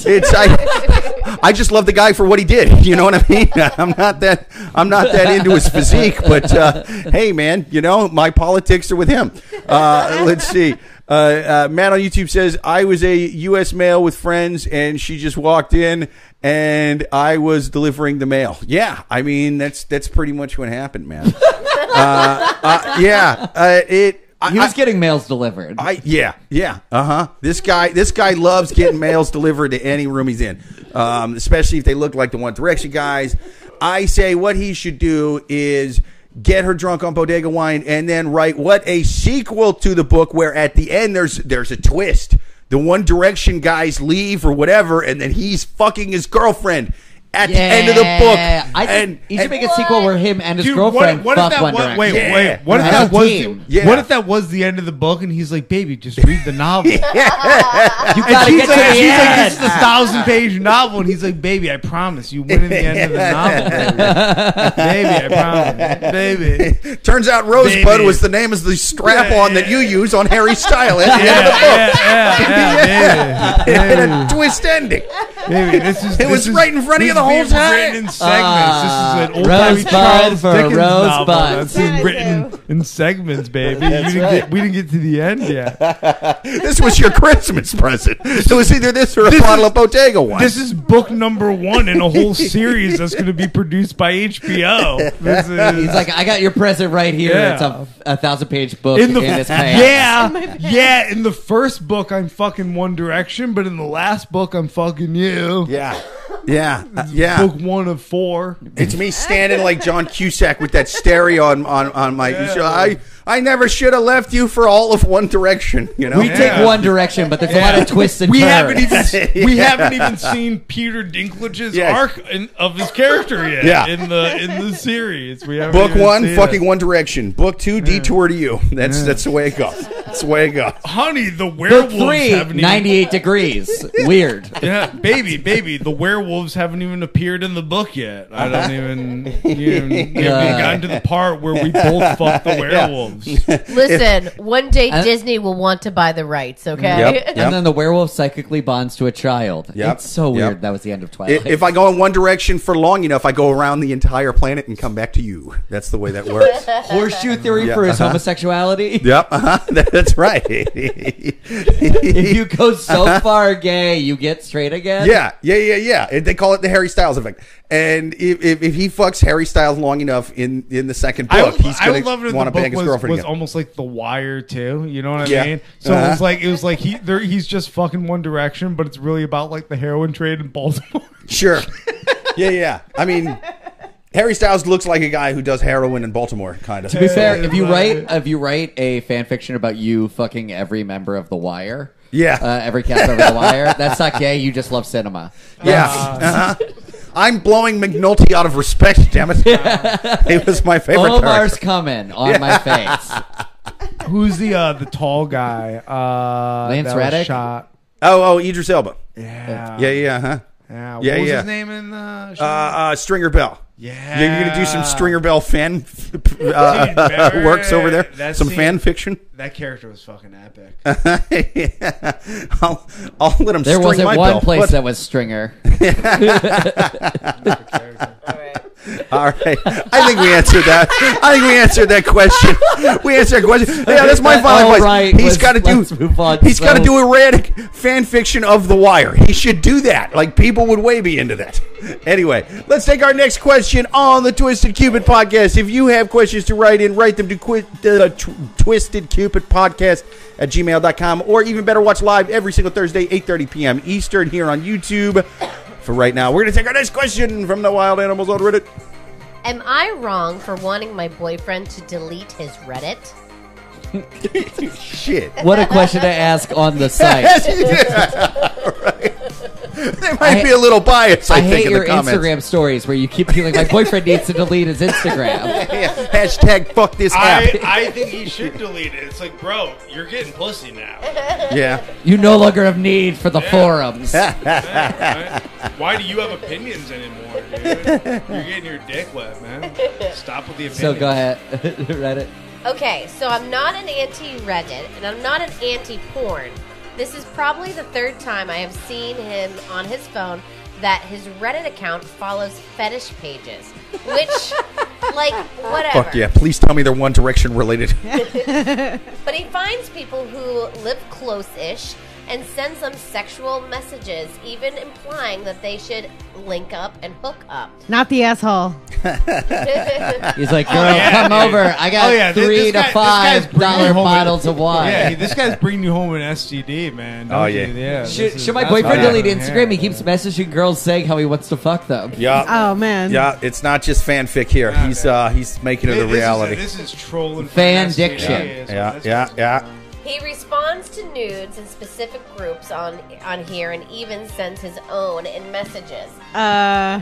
[SPEAKER 6] it's I, I just love the guy for what he did. You know what I mean? I'm not that I'm not that into his physique, but uh, hey, man, you know my politics are with him. Uh, let's see. Uh, uh, Matt on YouTube says I was a U.S. mail with friends, and she just walked in, and I was delivering the mail. Yeah, I mean that's that's pretty much what happened, man. uh, uh, yeah, uh, it. I-
[SPEAKER 4] he
[SPEAKER 6] I-
[SPEAKER 4] was getting mails delivered.
[SPEAKER 6] I yeah yeah uh huh. This guy this guy loves getting mails delivered to any room he's in, um, especially if they look like the One Direction guys. I say what he should do is get her drunk on bodega wine and then write what a sequel to the book where at the end there's there's a twist. The One Direction guys leave or whatever, and then he's fucking his girlfriend at the end of the book.
[SPEAKER 4] Eh, I think
[SPEAKER 6] and,
[SPEAKER 4] he should
[SPEAKER 6] and-
[SPEAKER 4] make a sequel where him and his
[SPEAKER 3] Dude,
[SPEAKER 4] girlfriend
[SPEAKER 3] what, what
[SPEAKER 4] fuck
[SPEAKER 3] if that
[SPEAKER 4] One
[SPEAKER 3] was,
[SPEAKER 4] Direction.
[SPEAKER 3] wait,
[SPEAKER 6] Yeah.
[SPEAKER 3] wait, what if
[SPEAKER 4] As
[SPEAKER 3] that
[SPEAKER 4] a
[SPEAKER 3] was the,
[SPEAKER 4] team.
[SPEAKER 6] Yeah.
[SPEAKER 3] what if that was the end of the book and he's like, baby, just read the novel.
[SPEAKER 4] You
[SPEAKER 3] And
[SPEAKER 4] gotta
[SPEAKER 3] she's
[SPEAKER 4] get
[SPEAKER 3] like,
[SPEAKER 4] to the
[SPEAKER 3] she's like, this
[SPEAKER 4] end.
[SPEAKER 3] is a thousand page novel. And he's like, baby, I promise you win in the end of the novel. Baby, baby I promise. Baby.
[SPEAKER 6] Turns out Rosebud
[SPEAKER 3] Baby.
[SPEAKER 6] was the name of the strap on that you use on Harry Styles at the
[SPEAKER 3] Yeah,
[SPEAKER 6] end of the book.
[SPEAKER 3] yeah, yeah, yeah,
[SPEAKER 6] It
[SPEAKER 3] baby.
[SPEAKER 6] had a twist ending.
[SPEAKER 3] Baby, baby, this is
[SPEAKER 6] It
[SPEAKER 3] this
[SPEAKER 6] was
[SPEAKER 3] is-
[SPEAKER 6] right in front of
[SPEAKER 3] this
[SPEAKER 6] you the
[SPEAKER 3] is
[SPEAKER 6] whole
[SPEAKER 3] being
[SPEAKER 6] time.
[SPEAKER 3] Written in segments.
[SPEAKER 4] Ah,
[SPEAKER 3] this is an old timey
[SPEAKER 4] Rosebud
[SPEAKER 3] Charles
[SPEAKER 4] for
[SPEAKER 3] Dickens novel.
[SPEAKER 4] Rosebud.
[SPEAKER 3] That's being
[SPEAKER 5] That I
[SPEAKER 3] written
[SPEAKER 5] do.
[SPEAKER 3] in segments, baby. You didn't
[SPEAKER 4] right.
[SPEAKER 3] get, we didn't get to the end yet.
[SPEAKER 6] This was your Christmas present. It was either this or a
[SPEAKER 3] This
[SPEAKER 6] bottle
[SPEAKER 3] is-
[SPEAKER 6] of Bottega wine.
[SPEAKER 3] This is book number one in a whole series that's going to be produced by HBO. This is,
[SPEAKER 4] He's like, I got your present right here.
[SPEAKER 3] Yeah.
[SPEAKER 4] It's a, a thousand page book
[SPEAKER 3] in
[SPEAKER 4] in,
[SPEAKER 3] the
[SPEAKER 4] this pants.
[SPEAKER 3] yeah, yeah. In the first book, I'm fucking One Direction, but in the last book, I'm fucking you.
[SPEAKER 6] yeah. Yeah, yeah.
[SPEAKER 3] Book one of four.
[SPEAKER 6] It's me standing like John Cusack with that stereo on on, on my. I I never should have left you for all of One Direction. You know.
[SPEAKER 4] We
[SPEAKER 3] Yeah.
[SPEAKER 4] take one direction, but there's a lot of twists and
[SPEAKER 3] We haven't
[SPEAKER 4] turns.
[SPEAKER 3] even we haven't even seen Peter Dinklage's
[SPEAKER 6] Yes.
[SPEAKER 3] arc in, of his character yet
[SPEAKER 6] Yeah.
[SPEAKER 3] in the in the series. We haven't
[SPEAKER 6] Book
[SPEAKER 3] even
[SPEAKER 6] one,
[SPEAKER 3] seen
[SPEAKER 6] fucking
[SPEAKER 3] it.
[SPEAKER 6] One Direction. Book two, Detour to You. That's that's the way it goes. That's the way it goes.
[SPEAKER 3] honey, the
[SPEAKER 4] Book
[SPEAKER 3] werewolves
[SPEAKER 4] three,
[SPEAKER 3] haven't
[SPEAKER 4] 98 degrees. Weird.
[SPEAKER 3] even yeah, baby, baby, the werewolves haven't even appeared in the book yet. I don't even you know, we haven't even
[SPEAKER 4] Uh.
[SPEAKER 3] gotten to the part where we both fuck the werewolves.
[SPEAKER 2] Listen, one day
[SPEAKER 4] And-
[SPEAKER 2] Disney will want to buy the rights, okay?
[SPEAKER 6] Uh, Yep, yep.
[SPEAKER 4] And then the werewolf psychically bonds to a child.
[SPEAKER 6] Yep.
[SPEAKER 4] It's so
[SPEAKER 6] Yep.
[SPEAKER 4] weird. That was the end of
[SPEAKER 6] I-
[SPEAKER 4] Twilight.
[SPEAKER 6] If I go in one direction for long enough, I go around the entire planet and come back to you. That's the way that works.
[SPEAKER 4] Horseshoe theory for
[SPEAKER 6] Uh-huh.
[SPEAKER 4] his homosexuality.
[SPEAKER 6] yep, uh-huh. That- that's right.
[SPEAKER 4] If you go so far gay, you get straight again.
[SPEAKER 6] Uh-huh. Yeah, yeah, yeah, yeah. And They call it the Harry Styles effect. And if, if, if he fucks Harry Styles long enough in, in the second book,
[SPEAKER 3] I would,
[SPEAKER 6] he's
[SPEAKER 3] I
[SPEAKER 6] gonna
[SPEAKER 3] would love it if
[SPEAKER 6] want
[SPEAKER 3] the
[SPEAKER 6] to bang
[SPEAKER 3] book
[SPEAKER 6] his
[SPEAKER 3] was,
[SPEAKER 6] girlfriend
[SPEAKER 3] was
[SPEAKER 6] again.
[SPEAKER 3] almost like The Wire too. You know what I
[SPEAKER 6] Yeah.
[SPEAKER 3] mean? So it
[SPEAKER 6] Uh-huh.
[SPEAKER 3] was like it was like he there, he's just fucking One Direction, but it's really about like the heroin trade in Baltimore.
[SPEAKER 6] Sure. yeah, yeah. I mean, Harry Styles looks like a guy who does heroin in Baltimore, kind of.
[SPEAKER 4] To be fair, if you write if you write a fan fiction about you fucking every member of The Wire,
[SPEAKER 6] Yeah.
[SPEAKER 4] uh, every cast member of The Wire, that's not gay. You just love cinema.
[SPEAKER 6] Yeah.
[SPEAKER 3] Uh,
[SPEAKER 6] Uh-huh. I'm blowing McNulty out of respect, damn it. It was my favorite
[SPEAKER 4] Omar's
[SPEAKER 6] character.
[SPEAKER 4] coming on my face.
[SPEAKER 3] Who's the uh, the tall guy? Uh,
[SPEAKER 4] Lance
[SPEAKER 3] that was
[SPEAKER 4] Reddick?
[SPEAKER 3] Shot.
[SPEAKER 6] Oh, oh, Idris Elba.
[SPEAKER 3] Yeah.
[SPEAKER 6] Yeah, yeah, huh?
[SPEAKER 3] Yeah.
[SPEAKER 6] Yeah,
[SPEAKER 3] what was
[SPEAKER 6] yeah.
[SPEAKER 3] his name in the?
[SPEAKER 6] Uh, uh, Stringer Bell.
[SPEAKER 3] Yeah.
[SPEAKER 6] You're going to do some Stringer Bell fan uh,
[SPEAKER 3] Dude,
[SPEAKER 6] works over there?
[SPEAKER 3] that
[SPEAKER 6] some
[SPEAKER 3] scene-
[SPEAKER 6] fan fiction?
[SPEAKER 3] that character was fucking epic.
[SPEAKER 6] I'll, I'll let him
[SPEAKER 4] There
[SPEAKER 6] string
[SPEAKER 4] wasn't
[SPEAKER 6] my
[SPEAKER 4] one
[SPEAKER 6] bell.
[SPEAKER 4] place
[SPEAKER 6] What-
[SPEAKER 4] that was Stringer.
[SPEAKER 6] All right. I think we answered that. I think we answered that question. We answered that question. Yeah, that's my final
[SPEAKER 4] All
[SPEAKER 6] question.
[SPEAKER 4] right,
[SPEAKER 6] he's
[SPEAKER 4] let's-
[SPEAKER 6] got to do.
[SPEAKER 4] let's move on.
[SPEAKER 6] He's got to
[SPEAKER 4] So-
[SPEAKER 6] do erratic fan fiction of The Wire. He should do that. Like people would way be into that. Anyway, let's take our next question on the Twisted Cupid podcast. If you have questions to write in, write them to quit the tw- Twisted Cupid podcast at gmail.com or even better watch live every single Thursday 8:30 p.m. Eastern here on YouTube. For right now, we're going to take our next question from the Wild Animals on Reddit.
[SPEAKER 2] Am I wrong for wanting my boyfriend to delete his Reddit?
[SPEAKER 6] Shit.
[SPEAKER 4] What a question to ask on the site.
[SPEAKER 6] They might
[SPEAKER 4] I-
[SPEAKER 6] be a little biased, I,
[SPEAKER 4] I,
[SPEAKER 6] think,
[SPEAKER 4] hate
[SPEAKER 6] in
[SPEAKER 4] your
[SPEAKER 6] the comments.
[SPEAKER 4] Instagram stories where you keep feeling like boyfriend needs to delete his Instagram.
[SPEAKER 6] Yeah, hashtag fuck this
[SPEAKER 3] I,
[SPEAKER 6] app.
[SPEAKER 3] I think he should delete it. It's like, bro, you're getting pussy now.
[SPEAKER 6] yeah.
[SPEAKER 4] You no longer have need for the forums.
[SPEAKER 3] Why do you have opinions anymore, dude? You're getting your dick wet, man. Stop with the opinions.
[SPEAKER 4] So go ahead, Reddit.
[SPEAKER 2] Okay, so I'm not an anti Reddit and I'm not an anti porn. This is probably the third time I have seen him on his phone that his Reddit account follows fetish pages, which, like, whatever.
[SPEAKER 6] Fuck yeah. Please tell me they're One Direction related.
[SPEAKER 2] But he finds people who live close ish and sends them sexual messages, even implying that they should link up and hook up.
[SPEAKER 5] Not the asshole.
[SPEAKER 4] He's like, girl,
[SPEAKER 3] Oh, yeah,
[SPEAKER 4] come
[SPEAKER 3] dude.
[SPEAKER 4] over. I got
[SPEAKER 3] Oh, yeah, thi-
[SPEAKER 4] three
[SPEAKER 3] this guy-
[SPEAKER 4] to
[SPEAKER 3] this guy's
[SPEAKER 4] five
[SPEAKER 3] bringing
[SPEAKER 4] dollar
[SPEAKER 3] home a-
[SPEAKER 4] bottles of wine.
[SPEAKER 3] Yeah, this guy's bringing you home an STD, man.
[SPEAKER 6] Oh,
[SPEAKER 3] Don't
[SPEAKER 6] yeah.
[SPEAKER 3] you? yeah.
[SPEAKER 4] Should,
[SPEAKER 3] this
[SPEAKER 4] should
[SPEAKER 3] is-
[SPEAKER 4] my
[SPEAKER 3] that's
[SPEAKER 4] boyfriend
[SPEAKER 3] bad.
[SPEAKER 4] delete Instagram? He
[SPEAKER 3] Yeah.
[SPEAKER 4] keeps messaging girls saying how he wants to fuck them.
[SPEAKER 6] yeah.
[SPEAKER 5] Oh man.
[SPEAKER 6] Yeah, it's not just fanfic here. He's uh he's making it
[SPEAKER 3] This
[SPEAKER 6] a
[SPEAKER 3] is-
[SPEAKER 6] reality.
[SPEAKER 3] This is trolling. for
[SPEAKER 4] Fan
[SPEAKER 3] STD
[SPEAKER 4] diction.
[SPEAKER 3] is what
[SPEAKER 6] Yeah,
[SPEAKER 3] this
[SPEAKER 6] yeah,
[SPEAKER 3] is.
[SPEAKER 6] yeah.
[SPEAKER 2] He responds to nudes in specific groups on on here and even sends his own in messages.
[SPEAKER 5] Uh,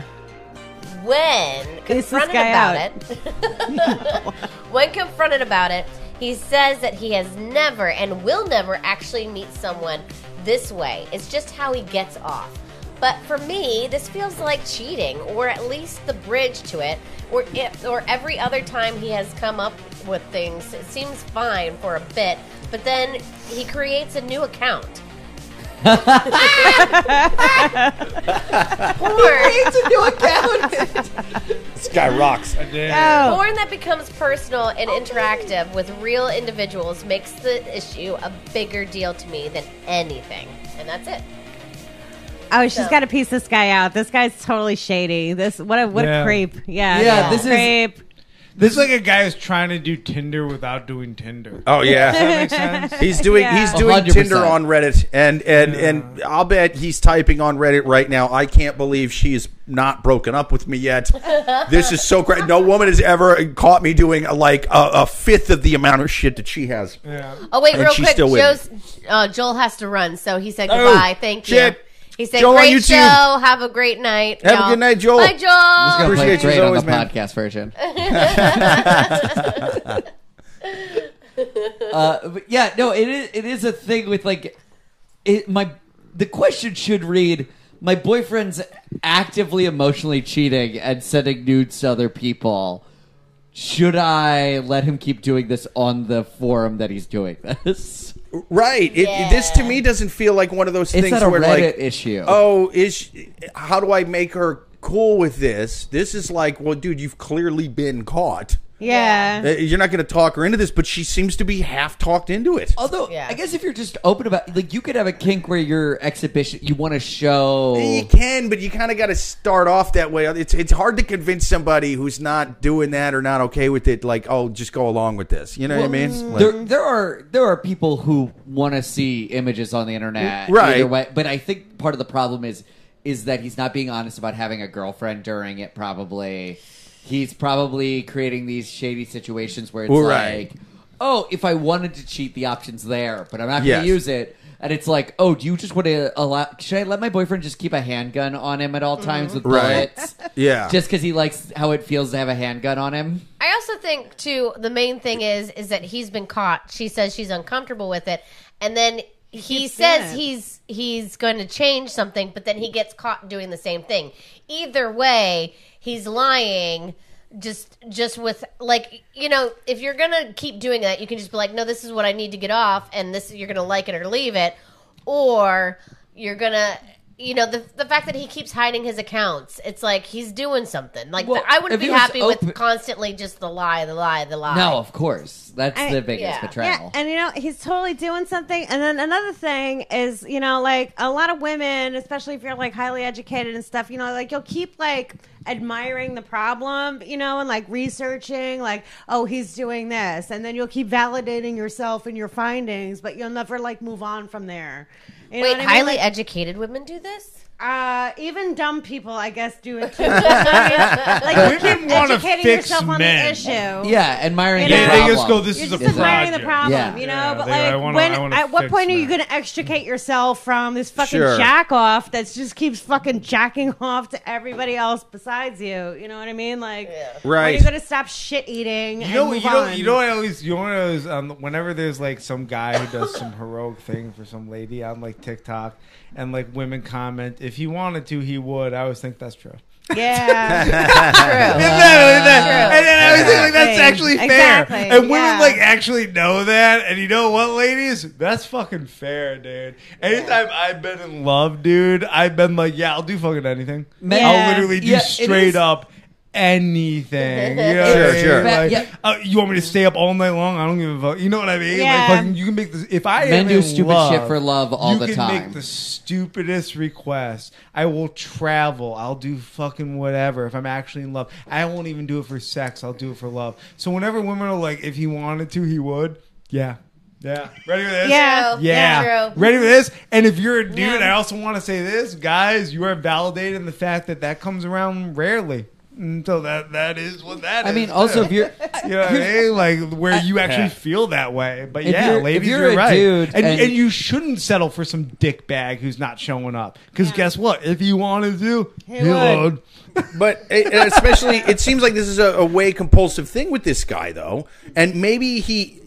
[SPEAKER 2] When
[SPEAKER 5] This is
[SPEAKER 2] confronted
[SPEAKER 5] guy
[SPEAKER 2] about
[SPEAKER 5] out.
[SPEAKER 2] it, when confronted about it, he says that he has never and will never actually meet someone this way. It's just how he gets off. But for me, this feels like cheating, or at least the bridge to it, or if, or every other time he has come up with things, it seems fine for a bit, but then he creates a new account. Porn.
[SPEAKER 6] This guy rocks.
[SPEAKER 3] Damn.
[SPEAKER 5] oh.
[SPEAKER 2] Porn that becomes personal and interactive with real individuals makes the issue a bigger deal to me than anything. And that's it.
[SPEAKER 5] Oh, she's
[SPEAKER 2] So-
[SPEAKER 5] got to piece this guy out. This guy's totally shady. This what a what
[SPEAKER 3] Yeah.
[SPEAKER 5] a creep. Yeah,
[SPEAKER 4] Yeah, this is-
[SPEAKER 5] creep.
[SPEAKER 3] This is like a guy who's trying to do Tinder without doing Tinder.
[SPEAKER 1] Oh
[SPEAKER 3] Does
[SPEAKER 1] yeah.
[SPEAKER 3] that make sense?
[SPEAKER 1] He's doing
[SPEAKER 5] Yeah.
[SPEAKER 1] he's doing
[SPEAKER 4] 100%.
[SPEAKER 1] Tinder on Reddit and and and I'll bet he's typing on Reddit right now. I can't believe she's not broken up with me yet. this is so great. No woman has ever caught me doing like a, a fifth of the amount of shit that she has.
[SPEAKER 3] yeah.
[SPEAKER 2] Oh wait,
[SPEAKER 1] And
[SPEAKER 2] real
[SPEAKER 1] she's
[SPEAKER 2] quick,
[SPEAKER 1] still with Oh,
[SPEAKER 2] Joe's, uh, Joel has to run, so he said goodbye. Thank
[SPEAKER 1] shit.
[SPEAKER 2] you. He said,
[SPEAKER 1] Joel on
[SPEAKER 2] "Great
[SPEAKER 1] YouTube.
[SPEAKER 2] show. Have a great night.
[SPEAKER 1] Have a
[SPEAKER 2] y'all."
[SPEAKER 1] good night, Joel.
[SPEAKER 2] Bye, Joel.
[SPEAKER 4] Gonna play
[SPEAKER 1] Appreciate
[SPEAKER 4] it
[SPEAKER 1] you as
[SPEAKER 4] great on the
[SPEAKER 1] always, man.
[SPEAKER 4] podcast version. uh, but yeah, no, it is. It is a thing with like, it, my the question should read: My boyfriend's actively emotionally cheating and sending nudes to other people. Should I let him keep doing this on the forum that he's doing this?
[SPEAKER 1] Right. It,
[SPEAKER 2] Yeah.
[SPEAKER 1] This to me doesn't feel like one of those
[SPEAKER 4] It's
[SPEAKER 1] things
[SPEAKER 4] not a
[SPEAKER 1] where
[SPEAKER 4] Reddit
[SPEAKER 1] like
[SPEAKER 4] issue.
[SPEAKER 1] oh is she, how do I make her cool with this? This is like well, dude, you've clearly been caught.
[SPEAKER 5] Yeah.
[SPEAKER 1] Uh, You're not going to talk her into this, but she seems to be half talked into it.
[SPEAKER 4] Although
[SPEAKER 2] Yeah.
[SPEAKER 4] I guess if you're just open about like you could have a kink where your exhibition you want to show
[SPEAKER 1] You can, but you kind of got to start off that way. It's it's hard to convince somebody who's not doing that or not okay with it. Like, oh, just go along with this. You know what I mean? Like-
[SPEAKER 4] mm, there, there are there are people who want to see images on the internet,
[SPEAKER 1] Right.
[SPEAKER 4] either way, but I think part of the problem is is that he's not being honest about having a girlfriend during it. Probably, he's probably creating these shady situations where it's
[SPEAKER 1] Right.
[SPEAKER 4] like, oh, if I wanted to cheat, the option's there, but I'm not going
[SPEAKER 1] Yes.
[SPEAKER 4] to use it. And it's like, oh, do you just want to allow? Should I let my boyfriend just keep a handgun on him at all times with
[SPEAKER 1] Mm-hmm. Right.
[SPEAKER 4] bullets,
[SPEAKER 1] yeah.
[SPEAKER 4] just because he likes how it feels to have a handgun on him?
[SPEAKER 2] I also think too the main thing is is that he's been caught. She says she's uncomfortable with it, and then he
[SPEAKER 5] keeps
[SPEAKER 2] says
[SPEAKER 5] doing it.
[SPEAKER 2] he's he's going to change something, but then he gets caught doing the same thing. Either way, he's lying. Just just with like you know, if you're gonna keep doing that, you can just be like, no, this is what I need to get off, and this you're gonna like it or leave it, or you're gonna. You know the the fact that he keeps hiding his accounts. It's like he's doing something. Like
[SPEAKER 4] Well,
[SPEAKER 2] I wouldn't
[SPEAKER 4] if
[SPEAKER 2] be
[SPEAKER 4] he was
[SPEAKER 2] happy
[SPEAKER 4] open-
[SPEAKER 2] with constantly just the lie, the lie, the lie.
[SPEAKER 4] No, of course, that's
[SPEAKER 5] I-
[SPEAKER 4] the biggest
[SPEAKER 2] yeah.
[SPEAKER 4] betrayal.
[SPEAKER 5] Yeah, and you know, he's totally doing something. And then another thing is, you know, like a lot of women, especially if you're like highly educated and stuff, you know, like you'll keep like admiring the problem, you know, and like researching, like, oh, he's doing this. And then you'll keep validating yourself and your findings, but you'll never like move on from there. You know
[SPEAKER 2] Wait,
[SPEAKER 5] what I mean?
[SPEAKER 2] highly
[SPEAKER 5] Like,
[SPEAKER 2] educated women do this?
[SPEAKER 5] uh, even dumb people, I guess, do it too. like, you
[SPEAKER 3] Women
[SPEAKER 5] keep
[SPEAKER 3] wanna
[SPEAKER 5] educating
[SPEAKER 3] fix
[SPEAKER 5] yourself on
[SPEAKER 3] men.
[SPEAKER 5] the issue.
[SPEAKER 4] Yeah, admiring
[SPEAKER 5] Yeah,
[SPEAKER 4] the
[SPEAKER 3] they
[SPEAKER 4] problem.
[SPEAKER 3] just go, this
[SPEAKER 5] You're
[SPEAKER 3] is a
[SPEAKER 5] just admiring
[SPEAKER 3] project.
[SPEAKER 5] the problem,
[SPEAKER 4] Yeah.
[SPEAKER 5] you know.
[SPEAKER 3] Yeah,
[SPEAKER 5] but
[SPEAKER 3] they-
[SPEAKER 5] like,
[SPEAKER 3] I wanna-
[SPEAKER 5] when
[SPEAKER 3] I wanna
[SPEAKER 5] at what
[SPEAKER 3] fix
[SPEAKER 5] point are you
[SPEAKER 3] that.
[SPEAKER 5] going to extricate yourself from this fucking
[SPEAKER 1] Sure.
[SPEAKER 5] jack off that just keeps fucking jacking off to everybody else besides you? You know what I mean? Like, when are
[SPEAKER 1] Right.
[SPEAKER 5] you going to stop shit eating?
[SPEAKER 3] You know, you
[SPEAKER 5] and move
[SPEAKER 3] know,
[SPEAKER 5] on?
[SPEAKER 3] you know what I always, you know what I always, um, whenever there's like some guy who does some heroic thing for some lady on like TikTok, and like women comment, if he wanted to, he would. I always think that's true.
[SPEAKER 5] Yeah,
[SPEAKER 2] True.
[SPEAKER 3] Isn't that- isn't that-
[SPEAKER 2] True.
[SPEAKER 3] and then I always think like that's actually
[SPEAKER 5] Exactly.
[SPEAKER 3] fair,
[SPEAKER 5] Exactly,
[SPEAKER 3] and women
[SPEAKER 5] yeah.
[SPEAKER 3] like actually know that. And you know what, ladies, that's fucking fair, dude. Anytime I've been in love, dude, I've been like, yeah, I'll do fucking anything.
[SPEAKER 4] Men-
[SPEAKER 5] Yeah.
[SPEAKER 3] I'll literally do
[SPEAKER 4] Yeah, it is-
[SPEAKER 3] straight up. Anything, you know
[SPEAKER 1] Sure,
[SPEAKER 3] what I mean?
[SPEAKER 1] sure.
[SPEAKER 3] Like,
[SPEAKER 4] Yeah.
[SPEAKER 3] uh, you want me to stay up all night long? I don't give a fuck. You know what I mean?
[SPEAKER 5] Yeah.
[SPEAKER 3] Like, fucking, you can make this. If I
[SPEAKER 4] Men
[SPEAKER 3] am
[SPEAKER 4] do
[SPEAKER 3] in
[SPEAKER 4] stupid
[SPEAKER 3] love,
[SPEAKER 4] shit for love all
[SPEAKER 3] you
[SPEAKER 4] the
[SPEAKER 3] can
[SPEAKER 4] time.
[SPEAKER 3] Make the stupidest request. I will travel. I'll do fucking whatever if I'm actually in love. I won't even do it for sex. I'll do it for love. So whenever women are like, if he wanted to, he would. Yeah. Yeah. Ready for this?
[SPEAKER 5] Yeah.
[SPEAKER 2] True.
[SPEAKER 3] Yeah.
[SPEAKER 2] True.
[SPEAKER 3] Ready for this? And if you're a dude,
[SPEAKER 5] Yeah.
[SPEAKER 3] I also want to say this, guys, you are validating the fact that that comes around rarely. And so that that is what that is.
[SPEAKER 4] I mean, also if you're
[SPEAKER 3] You know what I mean? Like where you actually
[SPEAKER 6] Yeah.
[SPEAKER 3] feel that way. But
[SPEAKER 4] If
[SPEAKER 3] yeah,
[SPEAKER 4] you're- if
[SPEAKER 3] ladies,
[SPEAKER 4] you're
[SPEAKER 3] you're,
[SPEAKER 4] a
[SPEAKER 3] right.
[SPEAKER 4] dude
[SPEAKER 3] and,
[SPEAKER 4] and-
[SPEAKER 3] and you shouldn't settle for some dick bag who's not showing up. Because guess what? If you wanted to, he,
[SPEAKER 5] would.
[SPEAKER 3] would.
[SPEAKER 1] But it, and especially, it seems like this is a, a way compulsive thing with this guy, though. And maybe he,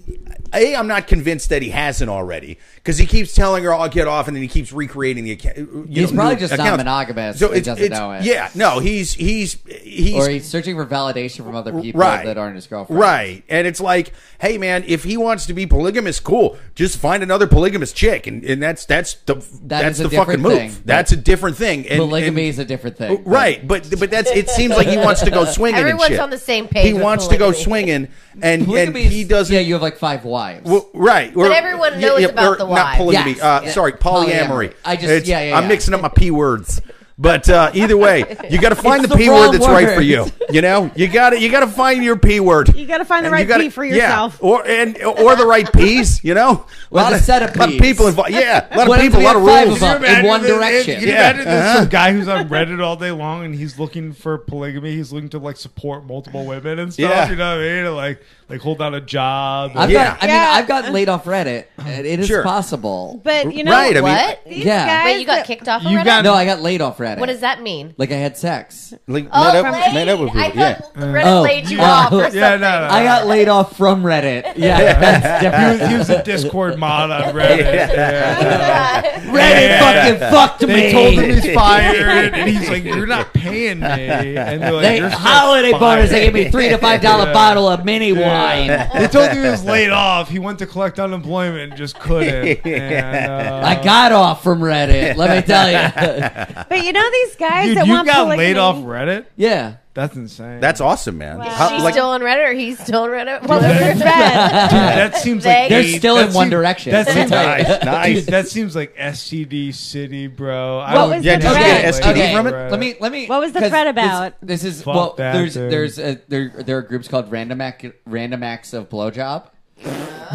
[SPEAKER 1] A, I'm not convinced that he hasn't already because he keeps telling her, I'll get off, and then he keeps recreating the account. you
[SPEAKER 4] He's
[SPEAKER 1] know,
[SPEAKER 4] probably
[SPEAKER 1] new
[SPEAKER 4] just not
[SPEAKER 1] accounts.
[SPEAKER 4] monogamous and doesn't know it.
[SPEAKER 1] Yeah, no, he's, he's, he's,
[SPEAKER 4] or he's searching for validation from other people
[SPEAKER 1] Right.
[SPEAKER 4] that aren't his girlfriend.
[SPEAKER 1] Right. And it's like, hey man, if he wants to be polygamous, cool. Just find another polygamous chick and, and that's that's the that's
[SPEAKER 4] is a
[SPEAKER 1] the fucking
[SPEAKER 4] different
[SPEAKER 1] move.
[SPEAKER 4] thing.
[SPEAKER 1] That's a different thing. And,
[SPEAKER 4] Polygamy
[SPEAKER 1] and- Oh,
[SPEAKER 4] is a different thing.
[SPEAKER 1] Right, but but that's it seems like he wants to go swinging. and
[SPEAKER 2] Everyone's
[SPEAKER 1] shit.
[SPEAKER 2] on the same page
[SPEAKER 1] He
[SPEAKER 2] with
[SPEAKER 1] wants to go
[SPEAKER 2] polygamy.
[SPEAKER 1] swinging, and and
[SPEAKER 4] Polygamy
[SPEAKER 1] he
[SPEAKER 4] is-
[SPEAKER 1] doesn't.
[SPEAKER 4] Yeah, you have like five wives.
[SPEAKER 1] Well, right. But
[SPEAKER 2] everyone knows about the
[SPEAKER 1] Not
[SPEAKER 2] wives.
[SPEAKER 1] polygamy.
[SPEAKER 4] Yes.
[SPEAKER 1] Uh,
[SPEAKER 4] Yeah.
[SPEAKER 1] Sorry, polyamory.
[SPEAKER 4] Polyamory. I just- yeah, yeah,
[SPEAKER 1] I'm
[SPEAKER 4] yeah.
[SPEAKER 1] mixing up my p words. But uh, either way, you got to find
[SPEAKER 4] It's
[SPEAKER 1] the
[SPEAKER 4] the
[SPEAKER 1] P word
[SPEAKER 4] wrong
[SPEAKER 1] that's right for
[SPEAKER 4] word.
[SPEAKER 1] you. You know, you got to you got to find your P word.
[SPEAKER 5] You gotta find the
[SPEAKER 1] And
[SPEAKER 5] right
[SPEAKER 1] you gotta-
[SPEAKER 5] P for
[SPEAKER 1] yeah,
[SPEAKER 5] yourself.
[SPEAKER 1] or and or the right P's. You know,
[SPEAKER 4] Or the set of
[SPEAKER 1] lot
[SPEAKER 4] Ps.
[SPEAKER 1] people involved. Yeah, a lot
[SPEAKER 4] What
[SPEAKER 1] of
[SPEAKER 4] if
[SPEAKER 1] people, a
[SPEAKER 4] we
[SPEAKER 1] lot of
[SPEAKER 4] had five
[SPEAKER 1] rules.
[SPEAKER 4] of 'em? in
[SPEAKER 3] imagine
[SPEAKER 4] one
[SPEAKER 3] this-
[SPEAKER 4] direction.
[SPEAKER 3] Can you
[SPEAKER 1] Yeah. Uh-huh.
[SPEAKER 3] imagine this some guy who's on Reddit all day long and he's looking for polygamy? He's looking to like support multiple women and stuff.
[SPEAKER 1] Yeah.
[SPEAKER 3] You know what I mean? And, like like hold down a job.
[SPEAKER 4] I've
[SPEAKER 1] Yeah.
[SPEAKER 4] got, I mean,
[SPEAKER 5] Yeah.
[SPEAKER 4] I've got laid off Reddit, and it is
[SPEAKER 1] Sure.
[SPEAKER 4] possible.
[SPEAKER 5] But you know
[SPEAKER 1] Right, I mean-
[SPEAKER 2] what?
[SPEAKER 5] These
[SPEAKER 4] Yeah.
[SPEAKER 5] guys
[SPEAKER 2] Wait, you got
[SPEAKER 5] that-
[SPEAKER 2] kicked off
[SPEAKER 3] You
[SPEAKER 2] already?
[SPEAKER 3] got-
[SPEAKER 4] No, I got laid off Reddit.
[SPEAKER 2] what does that mean?
[SPEAKER 4] Like I had sex.
[SPEAKER 1] Like,
[SPEAKER 2] Oh,
[SPEAKER 1] met up-
[SPEAKER 2] late.
[SPEAKER 1] met up with
[SPEAKER 2] I
[SPEAKER 1] people, yeah.
[SPEAKER 2] thought Reddit
[SPEAKER 4] Oh.
[SPEAKER 2] laid you
[SPEAKER 4] Oh.
[SPEAKER 2] off or
[SPEAKER 4] Yeah,
[SPEAKER 2] something.
[SPEAKER 3] yeah, no, no.
[SPEAKER 4] I got laid
[SPEAKER 3] Uh,
[SPEAKER 4] off from Reddit. Yeah, that's
[SPEAKER 3] he, was,
[SPEAKER 4] definitely
[SPEAKER 3] he was a Discord mod on Reddit.
[SPEAKER 2] Yeah.
[SPEAKER 4] Reddit.
[SPEAKER 3] Yeah.
[SPEAKER 4] Fucking fucked me.
[SPEAKER 3] They told him he's fired, and he's like, "You're not paying me." And they're like,
[SPEAKER 4] They-
[SPEAKER 3] "You're still
[SPEAKER 4] holiday bonus. They
[SPEAKER 3] fired."
[SPEAKER 4] gave me three to five dollar
[SPEAKER 3] Yeah.
[SPEAKER 4] bottle of mini wine.
[SPEAKER 3] They told him he was laid off. He went to collect unemployment and just couldn't. And, uh,
[SPEAKER 4] I got off from Reddit. Let me tell you.
[SPEAKER 5] But you know these guys
[SPEAKER 3] dude,
[SPEAKER 5] that
[SPEAKER 3] you
[SPEAKER 5] want
[SPEAKER 3] got
[SPEAKER 5] polygamy.
[SPEAKER 3] laid off Reddit.
[SPEAKER 4] yeah.
[SPEAKER 3] That's insane.
[SPEAKER 1] That's awesome, man.
[SPEAKER 5] Wow.
[SPEAKER 2] She's
[SPEAKER 1] How, like,
[SPEAKER 2] still on Reddit or he's still on Reddit? Well,
[SPEAKER 5] Those are bad.
[SPEAKER 3] Dude, that seems like
[SPEAKER 2] They're
[SPEAKER 3] eight-
[SPEAKER 4] still
[SPEAKER 3] that
[SPEAKER 4] in One
[SPEAKER 3] seems-
[SPEAKER 4] Direction.
[SPEAKER 3] That
[SPEAKER 4] Let me
[SPEAKER 3] seems,
[SPEAKER 4] tell
[SPEAKER 3] like,
[SPEAKER 4] you.
[SPEAKER 1] nice, nice.
[SPEAKER 3] dude, that seems like STD city, bro. I
[SPEAKER 5] What
[SPEAKER 3] would
[SPEAKER 5] was
[SPEAKER 1] yeah,
[SPEAKER 5] the
[SPEAKER 1] just
[SPEAKER 5] thread?
[SPEAKER 1] get an STD
[SPEAKER 4] Okay,
[SPEAKER 1] from it.
[SPEAKER 3] Right.
[SPEAKER 4] Let me let me.
[SPEAKER 5] What was the
[SPEAKER 4] 'cause
[SPEAKER 5] thread
[SPEAKER 4] this-
[SPEAKER 5] about?
[SPEAKER 4] This, is
[SPEAKER 3] Fuck
[SPEAKER 4] well.
[SPEAKER 3] that,
[SPEAKER 4] there's
[SPEAKER 3] dude.
[SPEAKER 4] there's a, there there are groups called random ac- random acts of blowjob.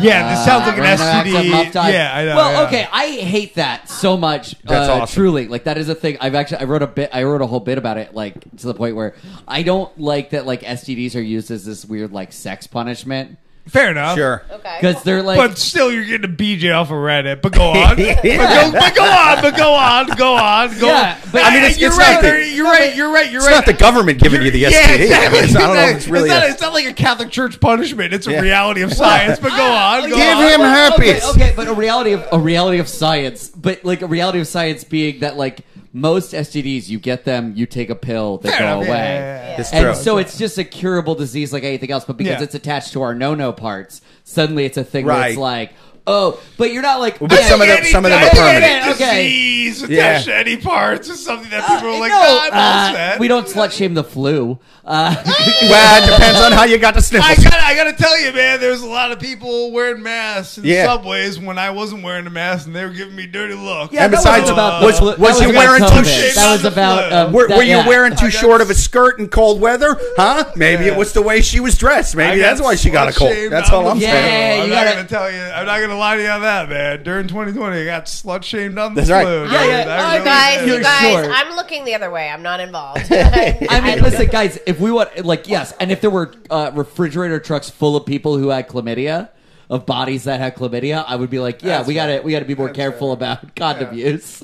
[SPEAKER 3] Yeah, this sounds like an
[SPEAKER 4] Random acts of
[SPEAKER 3] STD.
[SPEAKER 4] muff dive.
[SPEAKER 3] Yeah, I know.
[SPEAKER 4] Well,
[SPEAKER 3] yeah.
[SPEAKER 4] okay, I hate that so much.
[SPEAKER 1] That's
[SPEAKER 4] uh,
[SPEAKER 1] awesome.
[SPEAKER 4] Truly, like that is a thing. I've actually I wrote a bit. I wrote a whole bit about it, like to the point where I don't like that. Like STDs are used as this weird like sex punishment
[SPEAKER 3] fair enough.
[SPEAKER 1] sure.
[SPEAKER 2] okay.
[SPEAKER 4] because they're like
[SPEAKER 3] But still, you're getting a BJ off of Reddit. But go on, but, go, but go on, but go on, go on, go
[SPEAKER 4] Yeah,
[SPEAKER 3] on.
[SPEAKER 4] but-
[SPEAKER 1] I mean, it's-
[SPEAKER 3] you're
[SPEAKER 1] it's
[SPEAKER 3] right.
[SPEAKER 1] not
[SPEAKER 3] there-
[SPEAKER 1] the-
[SPEAKER 3] you're right. You're right. You're
[SPEAKER 1] It's
[SPEAKER 3] right.
[SPEAKER 1] not the government giving you the STD. I mean, it's- I don't know if it's really.
[SPEAKER 3] not,
[SPEAKER 1] a-
[SPEAKER 3] it's not like a Catholic Church punishment. It's a
[SPEAKER 1] Yeah.
[SPEAKER 3] reality of science. But go on, go
[SPEAKER 1] Give
[SPEAKER 3] on.
[SPEAKER 1] him
[SPEAKER 4] Well,
[SPEAKER 1] herpes.
[SPEAKER 4] oh, Okay, okay, but a reality of a reality of science, but like a reality of science being that like most STDs, you get them, you take a pill, they
[SPEAKER 3] Fair
[SPEAKER 4] go
[SPEAKER 3] enough,
[SPEAKER 4] away.
[SPEAKER 3] yeah, yeah, yeah.
[SPEAKER 1] It's
[SPEAKER 4] And
[SPEAKER 1] true.
[SPEAKER 4] so it's just a curable disease like anything else, but because
[SPEAKER 3] Yeah.
[SPEAKER 4] it's attached to our no-no parts, suddenly it's a thing where it's
[SPEAKER 1] Right.
[SPEAKER 4] like, oh, but you're not like.
[SPEAKER 1] But
[SPEAKER 4] I-
[SPEAKER 1] some of them-
[SPEAKER 3] Any-
[SPEAKER 1] some of them are
[SPEAKER 3] I think
[SPEAKER 1] permanent.
[SPEAKER 3] any
[SPEAKER 4] Okay.
[SPEAKER 3] Disease
[SPEAKER 1] Yeah.
[SPEAKER 3] attached to any parts is something that people are like,
[SPEAKER 4] no,
[SPEAKER 3] "Nah, I'm all
[SPEAKER 4] uh,
[SPEAKER 3] set."
[SPEAKER 4] we don't slut shame the flu. Uh,
[SPEAKER 1] Well, it depends on how you got the
[SPEAKER 3] I
[SPEAKER 1] sniffles.
[SPEAKER 3] got. I got to tell you, man. There's a lot of people wearing masks in
[SPEAKER 1] Yeah.
[SPEAKER 3] subways when I wasn't wearing a mask, and they were giving me dirty looks.
[SPEAKER 1] And
[SPEAKER 4] that
[SPEAKER 1] besides,
[SPEAKER 4] wasn't about
[SPEAKER 1] was-
[SPEAKER 4] the flu-
[SPEAKER 1] was
[SPEAKER 4] that
[SPEAKER 1] he
[SPEAKER 4] about
[SPEAKER 1] wearing
[SPEAKER 4] COVID.
[SPEAKER 1] two-
[SPEAKER 4] That was about. Um,
[SPEAKER 1] Were,
[SPEAKER 4] that-
[SPEAKER 1] were you
[SPEAKER 4] yeah.
[SPEAKER 1] wearing too
[SPEAKER 3] I got-
[SPEAKER 1] short of a skirt in cold weather? Huh? Maybe it
[SPEAKER 3] Yeah.
[SPEAKER 1] was the way she was dressed. Maybe
[SPEAKER 3] I
[SPEAKER 1] that's why she got a cold.
[SPEAKER 3] slut-shamed
[SPEAKER 1] That's all
[SPEAKER 3] on
[SPEAKER 1] I'm
[SPEAKER 3] the
[SPEAKER 1] saying.
[SPEAKER 4] Yeah,
[SPEAKER 3] flu.
[SPEAKER 4] you
[SPEAKER 3] I'm not
[SPEAKER 4] gotta-
[SPEAKER 3] gonna tell you. I'm not gonna lie to you on that, man. During 2020, I got slut shamed on the
[SPEAKER 1] That's right.
[SPEAKER 3] flu. dude.
[SPEAKER 4] Yeah, yeah.
[SPEAKER 3] I
[SPEAKER 4] Oh,
[SPEAKER 3] really
[SPEAKER 2] guys,
[SPEAKER 3] did.
[SPEAKER 2] you
[SPEAKER 4] You're
[SPEAKER 2] guys,
[SPEAKER 4] short.
[SPEAKER 2] I'm looking the other way. I'm not involved. I
[SPEAKER 4] I mean, listen, guys. If we want, like, yes, and if there were uh, refrigerator trucks full of people who had chlamydia, of bodies that had chlamydia, I would be like, yeah, we gotta, we gotta be more careful about condom use.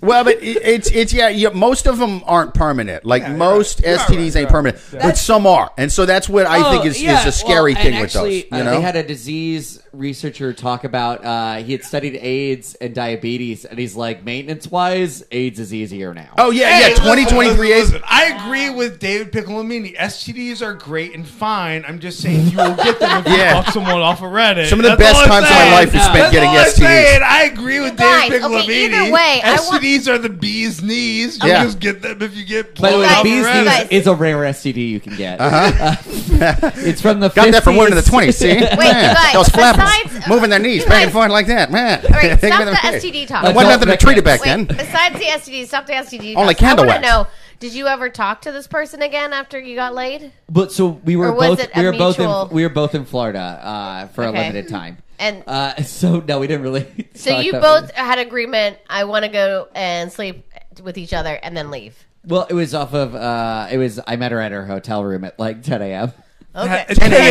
[SPEAKER 1] Well, but it, it's it's yeah, yeah. Most of them aren't permanent. Like
[SPEAKER 3] you're
[SPEAKER 1] most
[SPEAKER 3] right. You're
[SPEAKER 1] STDs
[SPEAKER 3] right,
[SPEAKER 1] ain't
[SPEAKER 3] you're right.
[SPEAKER 1] permanent, but some are, and so that's what
[SPEAKER 4] Oh,
[SPEAKER 1] I
[SPEAKER 2] Oh,
[SPEAKER 1] think is, is a scary thing with
[SPEAKER 2] uh,
[SPEAKER 1] those. You know,
[SPEAKER 4] uh, they had a disease researcher talk about uh, he had studied AIDS and diabetes, and he's like, maintenance wise, AIDS is easier now.
[SPEAKER 1] oh yeah,
[SPEAKER 3] Hey,
[SPEAKER 1] yeah.
[SPEAKER 3] listen,
[SPEAKER 1] Twenty twenty three is.
[SPEAKER 3] listen, listen. I agree with David Piccolomini. STDs are great and fine. I'm just saying you will get them if
[SPEAKER 1] Yeah.
[SPEAKER 3] you fuck someone off of Reddit.
[SPEAKER 1] Some of the
[SPEAKER 3] That's
[SPEAKER 1] best
[SPEAKER 3] all I'm
[SPEAKER 1] times of my
[SPEAKER 3] saying.
[SPEAKER 1] life was spent
[SPEAKER 3] That's
[SPEAKER 1] getting
[SPEAKER 3] all I'm
[SPEAKER 1] STDs.
[SPEAKER 3] saying. I agree with
[SPEAKER 2] guys,
[SPEAKER 3] David Piccolomini.
[SPEAKER 2] okay, either way, I want-
[SPEAKER 3] STDs are the bee's knees.
[SPEAKER 1] Yeah.
[SPEAKER 3] You just get them if you get
[SPEAKER 4] By the
[SPEAKER 3] blown
[SPEAKER 4] way,
[SPEAKER 3] off
[SPEAKER 4] the
[SPEAKER 3] of
[SPEAKER 4] bee's
[SPEAKER 3] Reddit.
[SPEAKER 2] guys.
[SPEAKER 4] knees is a rare STD you can get. Uh-huh. it's from the
[SPEAKER 1] Got that from women in the
[SPEAKER 4] 50s.
[SPEAKER 1] twenties. See, wait,
[SPEAKER 2] guys,
[SPEAKER 1] those flappers
[SPEAKER 2] besides-
[SPEAKER 1] moving their knees
[SPEAKER 2] You
[SPEAKER 1] back
[SPEAKER 2] guys-
[SPEAKER 1] and forth like that, man.
[SPEAKER 2] All right, stop the STD talk.
[SPEAKER 1] There wasn't nothing
[SPEAKER 4] Adult
[SPEAKER 1] to treat it back
[SPEAKER 4] records.
[SPEAKER 2] Wait,
[SPEAKER 1] then.
[SPEAKER 2] besides the STD, stop the STD.
[SPEAKER 1] Only
[SPEAKER 2] talk.
[SPEAKER 1] candle
[SPEAKER 2] I
[SPEAKER 1] wax.
[SPEAKER 2] want to know, did you ever talk to this person again after you got laid?
[SPEAKER 4] But so we were
[SPEAKER 2] Or was
[SPEAKER 4] both
[SPEAKER 2] it a
[SPEAKER 4] we were both
[SPEAKER 2] mutual-
[SPEAKER 4] in we were both in Florida uh, for a
[SPEAKER 2] Okay.
[SPEAKER 4] limited time.
[SPEAKER 2] And-
[SPEAKER 4] uh, so no, we didn't really.
[SPEAKER 2] So
[SPEAKER 4] talk
[SPEAKER 2] you
[SPEAKER 4] that
[SPEAKER 2] both
[SPEAKER 4] much.
[SPEAKER 2] had agreement. I want to go and sleep with each other and then leave.
[SPEAKER 4] Well, it was off of. Uh, it was. I met her at her hotel room at like 10 a.m.
[SPEAKER 2] Okay.
[SPEAKER 1] 10 a.m.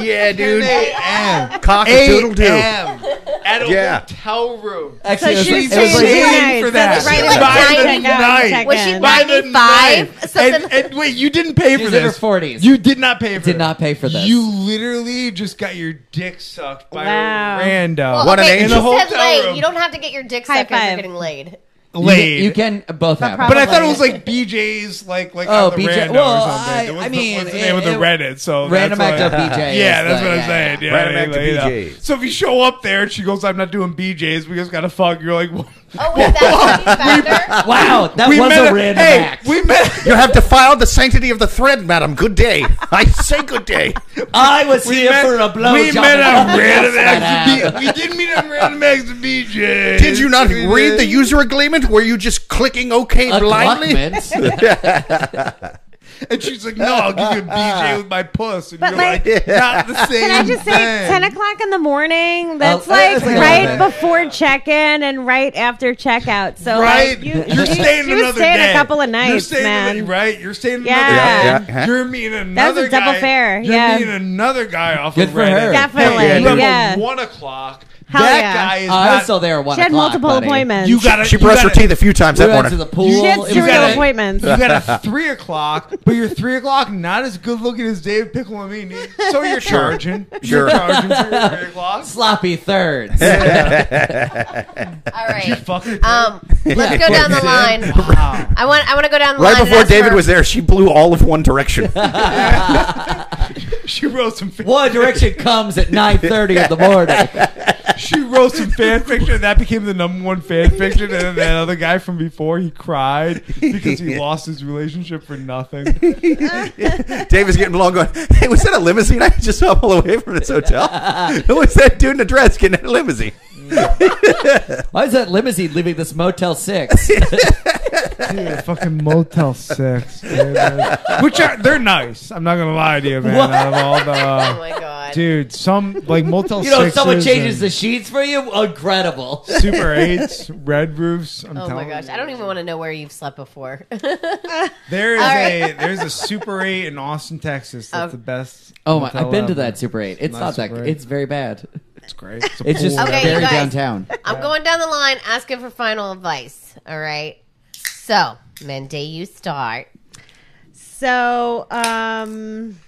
[SPEAKER 2] a.m.
[SPEAKER 1] Yeah, dude.
[SPEAKER 3] a.m.
[SPEAKER 1] Cock a doodle doo.
[SPEAKER 3] At a
[SPEAKER 1] Yeah.
[SPEAKER 3] hotel room.
[SPEAKER 4] Actually,
[SPEAKER 5] she
[SPEAKER 4] it was,
[SPEAKER 5] was
[SPEAKER 4] like, it was
[SPEAKER 5] saying-
[SPEAKER 4] like,
[SPEAKER 5] Right,
[SPEAKER 3] for
[SPEAKER 5] so
[SPEAKER 3] that.
[SPEAKER 5] it's right
[SPEAKER 2] like
[SPEAKER 3] By the
[SPEAKER 2] nine
[SPEAKER 5] now,
[SPEAKER 3] night.
[SPEAKER 5] check
[SPEAKER 2] Was she
[SPEAKER 5] By
[SPEAKER 3] By the
[SPEAKER 2] 95?
[SPEAKER 3] night.
[SPEAKER 2] So
[SPEAKER 3] and,
[SPEAKER 2] then-
[SPEAKER 3] and wait, you didn't pay for
[SPEAKER 4] She's in
[SPEAKER 3] this.
[SPEAKER 4] her 40s.
[SPEAKER 3] You did not pay for
[SPEAKER 4] Did
[SPEAKER 3] this.
[SPEAKER 4] not pay for this.
[SPEAKER 3] You literally just got your dick sucked by
[SPEAKER 5] Wow.
[SPEAKER 3] a rando.
[SPEAKER 2] Well,
[SPEAKER 1] What an
[SPEAKER 2] okay,
[SPEAKER 1] angel.
[SPEAKER 2] she
[SPEAKER 1] In a
[SPEAKER 2] said
[SPEAKER 3] hotel
[SPEAKER 2] laid.
[SPEAKER 3] room.
[SPEAKER 2] You don't have to get your dick
[SPEAKER 5] High
[SPEAKER 2] sucked as
[SPEAKER 5] five.
[SPEAKER 2] you're getting laid.
[SPEAKER 3] Laid.
[SPEAKER 4] You can both have.
[SPEAKER 5] problem-
[SPEAKER 3] but I thought it was like BJ's, like like on
[SPEAKER 4] Oh,
[SPEAKER 3] the
[SPEAKER 4] BJ
[SPEAKER 3] rando
[SPEAKER 4] well,
[SPEAKER 3] or something.
[SPEAKER 4] I-
[SPEAKER 3] It was
[SPEAKER 4] I
[SPEAKER 3] the-
[SPEAKER 4] mean,
[SPEAKER 3] what's the name of the
[SPEAKER 4] it- it-
[SPEAKER 3] Reddit? So that's
[SPEAKER 4] Random
[SPEAKER 3] why-
[SPEAKER 4] act of BJ
[SPEAKER 3] Yeah,
[SPEAKER 4] is
[SPEAKER 3] that's
[SPEAKER 4] the-
[SPEAKER 3] what I'm
[SPEAKER 4] yeah,
[SPEAKER 3] saying.
[SPEAKER 4] yeah.
[SPEAKER 3] Yeah,
[SPEAKER 1] Random act of
[SPEAKER 3] like, you know.
[SPEAKER 1] BJ's.
[SPEAKER 3] So if you show up there and she goes, "I'm not doing BJ's," we just gotta fuck. You're like,
[SPEAKER 2] Oh, is that what you
[SPEAKER 4] Wow, that was
[SPEAKER 6] met
[SPEAKER 4] a
[SPEAKER 6] at-
[SPEAKER 4] random
[SPEAKER 6] hey,
[SPEAKER 4] act.
[SPEAKER 6] We met. You have defiled the sanctity of the thread, madam. Good day. I say good day.
[SPEAKER 4] I was here
[SPEAKER 3] met-
[SPEAKER 4] for a blowjob.
[SPEAKER 3] we met
[SPEAKER 4] and
[SPEAKER 3] on random
[SPEAKER 4] nothing
[SPEAKER 3] acts.
[SPEAKER 4] else.
[SPEAKER 3] of B- We didn't meet on random acts of BJ.
[SPEAKER 6] Did you not
[SPEAKER 3] We
[SPEAKER 6] read
[SPEAKER 3] did.
[SPEAKER 6] the user agreement? Were you just clicking OK
[SPEAKER 4] A
[SPEAKER 6] blindly?
[SPEAKER 4] Gluckman.
[SPEAKER 3] And she's like, "No, I'll give you a BJ with my puss." And
[SPEAKER 5] But
[SPEAKER 3] you're
[SPEAKER 5] my-
[SPEAKER 3] like, "Not the same."
[SPEAKER 5] Can I just say
[SPEAKER 3] thing.
[SPEAKER 5] ten o'clock in the morning? That's
[SPEAKER 4] Oh,
[SPEAKER 5] like
[SPEAKER 4] that's a good
[SPEAKER 5] right
[SPEAKER 4] one.
[SPEAKER 5] before check in and right after checkout. So
[SPEAKER 3] Right,
[SPEAKER 5] like, you,
[SPEAKER 3] are
[SPEAKER 5] she-
[SPEAKER 3] staying
[SPEAKER 5] she was
[SPEAKER 3] another
[SPEAKER 5] staying
[SPEAKER 3] day.
[SPEAKER 5] a couple of
[SPEAKER 3] You're
[SPEAKER 5] nights,
[SPEAKER 3] staying
[SPEAKER 5] man.
[SPEAKER 3] another- right, you're staying
[SPEAKER 5] Yeah.
[SPEAKER 3] another
[SPEAKER 5] Yeah,
[SPEAKER 3] day.
[SPEAKER 1] yeah.
[SPEAKER 3] You're meeting
[SPEAKER 5] That was
[SPEAKER 3] another
[SPEAKER 5] a double
[SPEAKER 3] guy.
[SPEAKER 5] fare,
[SPEAKER 3] You're
[SPEAKER 5] yeah.
[SPEAKER 3] meeting another guy off
[SPEAKER 4] Good
[SPEAKER 3] of
[SPEAKER 4] for
[SPEAKER 3] Reddit.
[SPEAKER 4] her.
[SPEAKER 5] Definitely,
[SPEAKER 3] Hey, you have a
[SPEAKER 5] yeah.
[SPEAKER 3] one o'clock.
[SPEAKER 5] Hell
[SPEAKER 3] that
[SPEAKER 5] yeah.
[SPEAKER 3] guy is
[SPEAKER 4] I
[SPEAKER 3] not.
[SPEAKER 4] was still there at one
[SPEAKER 5] she had
[SPEAKER 4] o'clock,
[SPEAKER 5] multiple
[SPEAKER 4] buddy.
[SPEAKER 5] appointments.
[SPEAKER 3] you got
[SPEAKER 6] She brushed her teeth a few times
[SPEAKER 4] We
[SPEAKER 6] that
[SPEAKER 4] went to
[SPEAKER 6] morning.
[SPEAKER 4] the pool.
[SPEAKER 5] she had
[SPEAKER 4] It was
[SPEAKER 5] serial
[SPEAKER 3] gotta-
[SPEAKER 4] great.
[SPEAKER 5] appointments.
[SPEAKER 3] You got a three o'clock, but your three o'clock not as good looking as Dave Pickle and me. dude. So you're charging. You're
[SPEAKER 6] Sure.
[SPEAKER 3] charging for your three o'clock.
[SPEAKER 4] sloppy thirds.
[SPEAKER 2] meant? All right.
[SPEAKER 3] Fucking
[SPEAKER 2] Um, let's go down the line.
[SPEAKER 3] wow.
[SPEAKER 2] I want. I want to go down the line.
[SPEAKER 6] Right
[SPEAKER 2] and
[SPEAKER 6] before
[SPEAKER 2] ask
[SPEAKER 6] David
[SPEAKER 2] her-
[SPEAKER 6] was there, she blew all of one direction.
[SPEAKER 3] She wrote some. Fan-
[SPEAKER 4] One Direction comes at 9.30 in the morning.
[SPEAKER 3] she wrote some fan fiction, and that became the number one fan fiction. And then that other guy from before, he cried because he lost his relationship for nothing.
[SPEAKER 6] David's getting long going, hey, was that a limousine? I just saw all the way from this hotel. Who was that dude in a dress getting in a limousine?
[SPEAKER 4] Why is that limousine leaving this Motel 6?
[SPEAKER 3] Dude, fucking Motel Six, dude. which are they're nice. I'm not gonna lie to you, man.
[SPEAKER 4] What?
[SPEAKER 3] Out of all the
[SPEAKER 2] Oh my god.
[SPEAKER 3] dude, some like Motel
[SPEAKER 4] You know, if
[SPEAKER 3] Sixes
[SPEAKER 4] someone changes
[SPEAKER 3] and
[SPEAKER 4] the sheets for you, incredible.
[SPEAKER 3] Super Eights, Red Roofs. I'm
[SPEAKER 2] Oh my
[SPEAKER 3] telling
[SPEAKER 2] gosh.
[SPEAKER 3] you.
[SPEAKER 2] I don't even want to know where you've slept before.
[SPEAKER 3] There is
[SPEAKER 2] right.
[SPEAKER 3] a there's a Super Eight in Austin, Texas. That's
[SPEAKER 2] Oh.
[SPEAKER 3] the best.
[SPEAKER 4] Oh my,
[SPEAKER 3] hotel
[SPEAKER 4] I've been to
[SPEAKER 3] ever.
[SPEAKER 4] that Super 8. It's
[SPEAKER 3] Nice
[SPEAKER 4] not that,
[SPEAKER 3] Super Eight.
[SPEAKER 4] it's very bad.
[SPEAKER 3] It's great. It's, a
[SPEAKER 4] It's just
[SPEAKER 3] pool.
[SPEAKER 2] Okay, you
[SPEAKER 4] very
[SPEAKER 2] guys.
[SPEAKER 4] downtown.
[SPEAKER 2] I'm going down the line asking for final advice. All right. So, Mindy, you start.
[SPEAKER 5] So um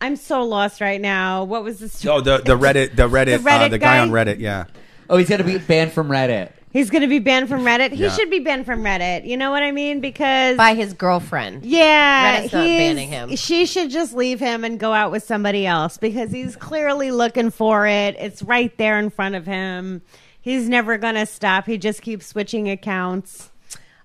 [SPEAKER 5] I'm so lost right now. What was this?
[SPEAKER 6] Oh, the, the Reddit, the Reddit,
[SPEAKER 5] The Reddit
[SPEAKER 6] uh, the guy,
[SPEAKER 5] guy?
[SPEAKER 6] on Reddit, yeah.
[SPEAKER 4] Oh, he's going to be banned from Reddit.
[SPEAKER 5] He's going to be banned from Reddit. He
[SPEAKER 6] Yeah.
[SPEAKER 5] should be banned from Reddit. You know what I mean? Because
[SPEAKER 2] By his girlfriend.
[SPEAKER 5] yeah,
[SPEAKER 2] Reddit's not
[SPEAKER 5] he's-
[SPEAKER 2] banning him.
[SPEAKER 5] She should just leave him and go out with somebody else because he's clearly looking for it. It's right there in front of him. He's never going to stop. He just keeps switching accounts.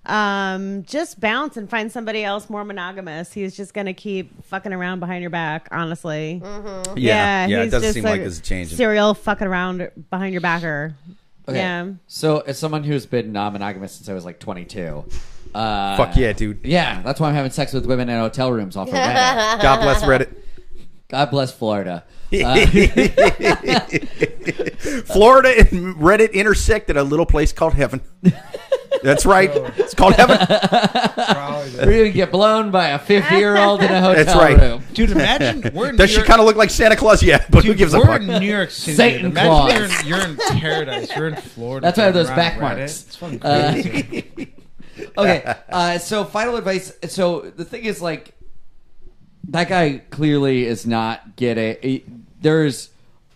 [SPEAKER 5] Um, just bounce and find somebody else more monogamous. He's just going to keep fucking around behind your back, honestly.
[SPEAKER 2] Mm-hmm.
[SPEAKER 6] Yeah, yeah, it
[SPEAKER 5] he's
[SPEAKER 6] doesn't
[SPEAKER 5] just
[SPEAKER 6] seem like there's a change. in-
[SPEAKER 5] Serial fucking around behind your backer. Yeah.
[SPEAKER 4] So, as someone who's been non-monogamous since I was like 22, uh,
[SPEAKER 6] Fuck yeah, dude.
[SPEAKER 4] yeah, that's why I'm having sex with women in hotel rooms off of Reddit.
[SPEAKER 6] God bless Reddit.
[SPEAKER 4] God bless Florida.
[SPEAKER 6] Florida and Reddit intersect at a little place called heaven. That's right. It's called heaven.
[SPEAKER 3] Probably the-
[SPEAKER 4] We're going to get blown by a 50-year-old in a hotel
[SPEAKER 6] That's right.
[SPEAKER 4] room.
[SPEAKER 3] Dude, imagine we're in
[SPEAKER 6] Does
[SPEAKER 3] New
[SPEAKER 6] she
[SPEAKER 3] York-
[SPEAKER 6] kind of look like Santa Claus? Yeah, but who
[SPEAKER 3] Dude,
[SPEAKER 6] gives a
[SPEAKER 3] we're
[SPEAKER 6] fuck?
[SPEAKER 3] in New York City.
[SPEAKER 4] Satan
[SPEAKER 3] Imagine
[SPEAKER 4] Claus.
[SPEAKER 3] You're in, you're in paradise. You're in Florida.
[SPEAKER 4] That's why I have those
[SPEAKER 3] You're on
[SPEAKER 4] back
[SPEAKER 3] Reddit.
[SPEAKER 4] marks. Uh,
[SPEAKER 3] It's fucking crazy.
[SPEAKER 4] okay. Uh, so final advice. So the thing is, like, that guy clearly is not getting. he- There's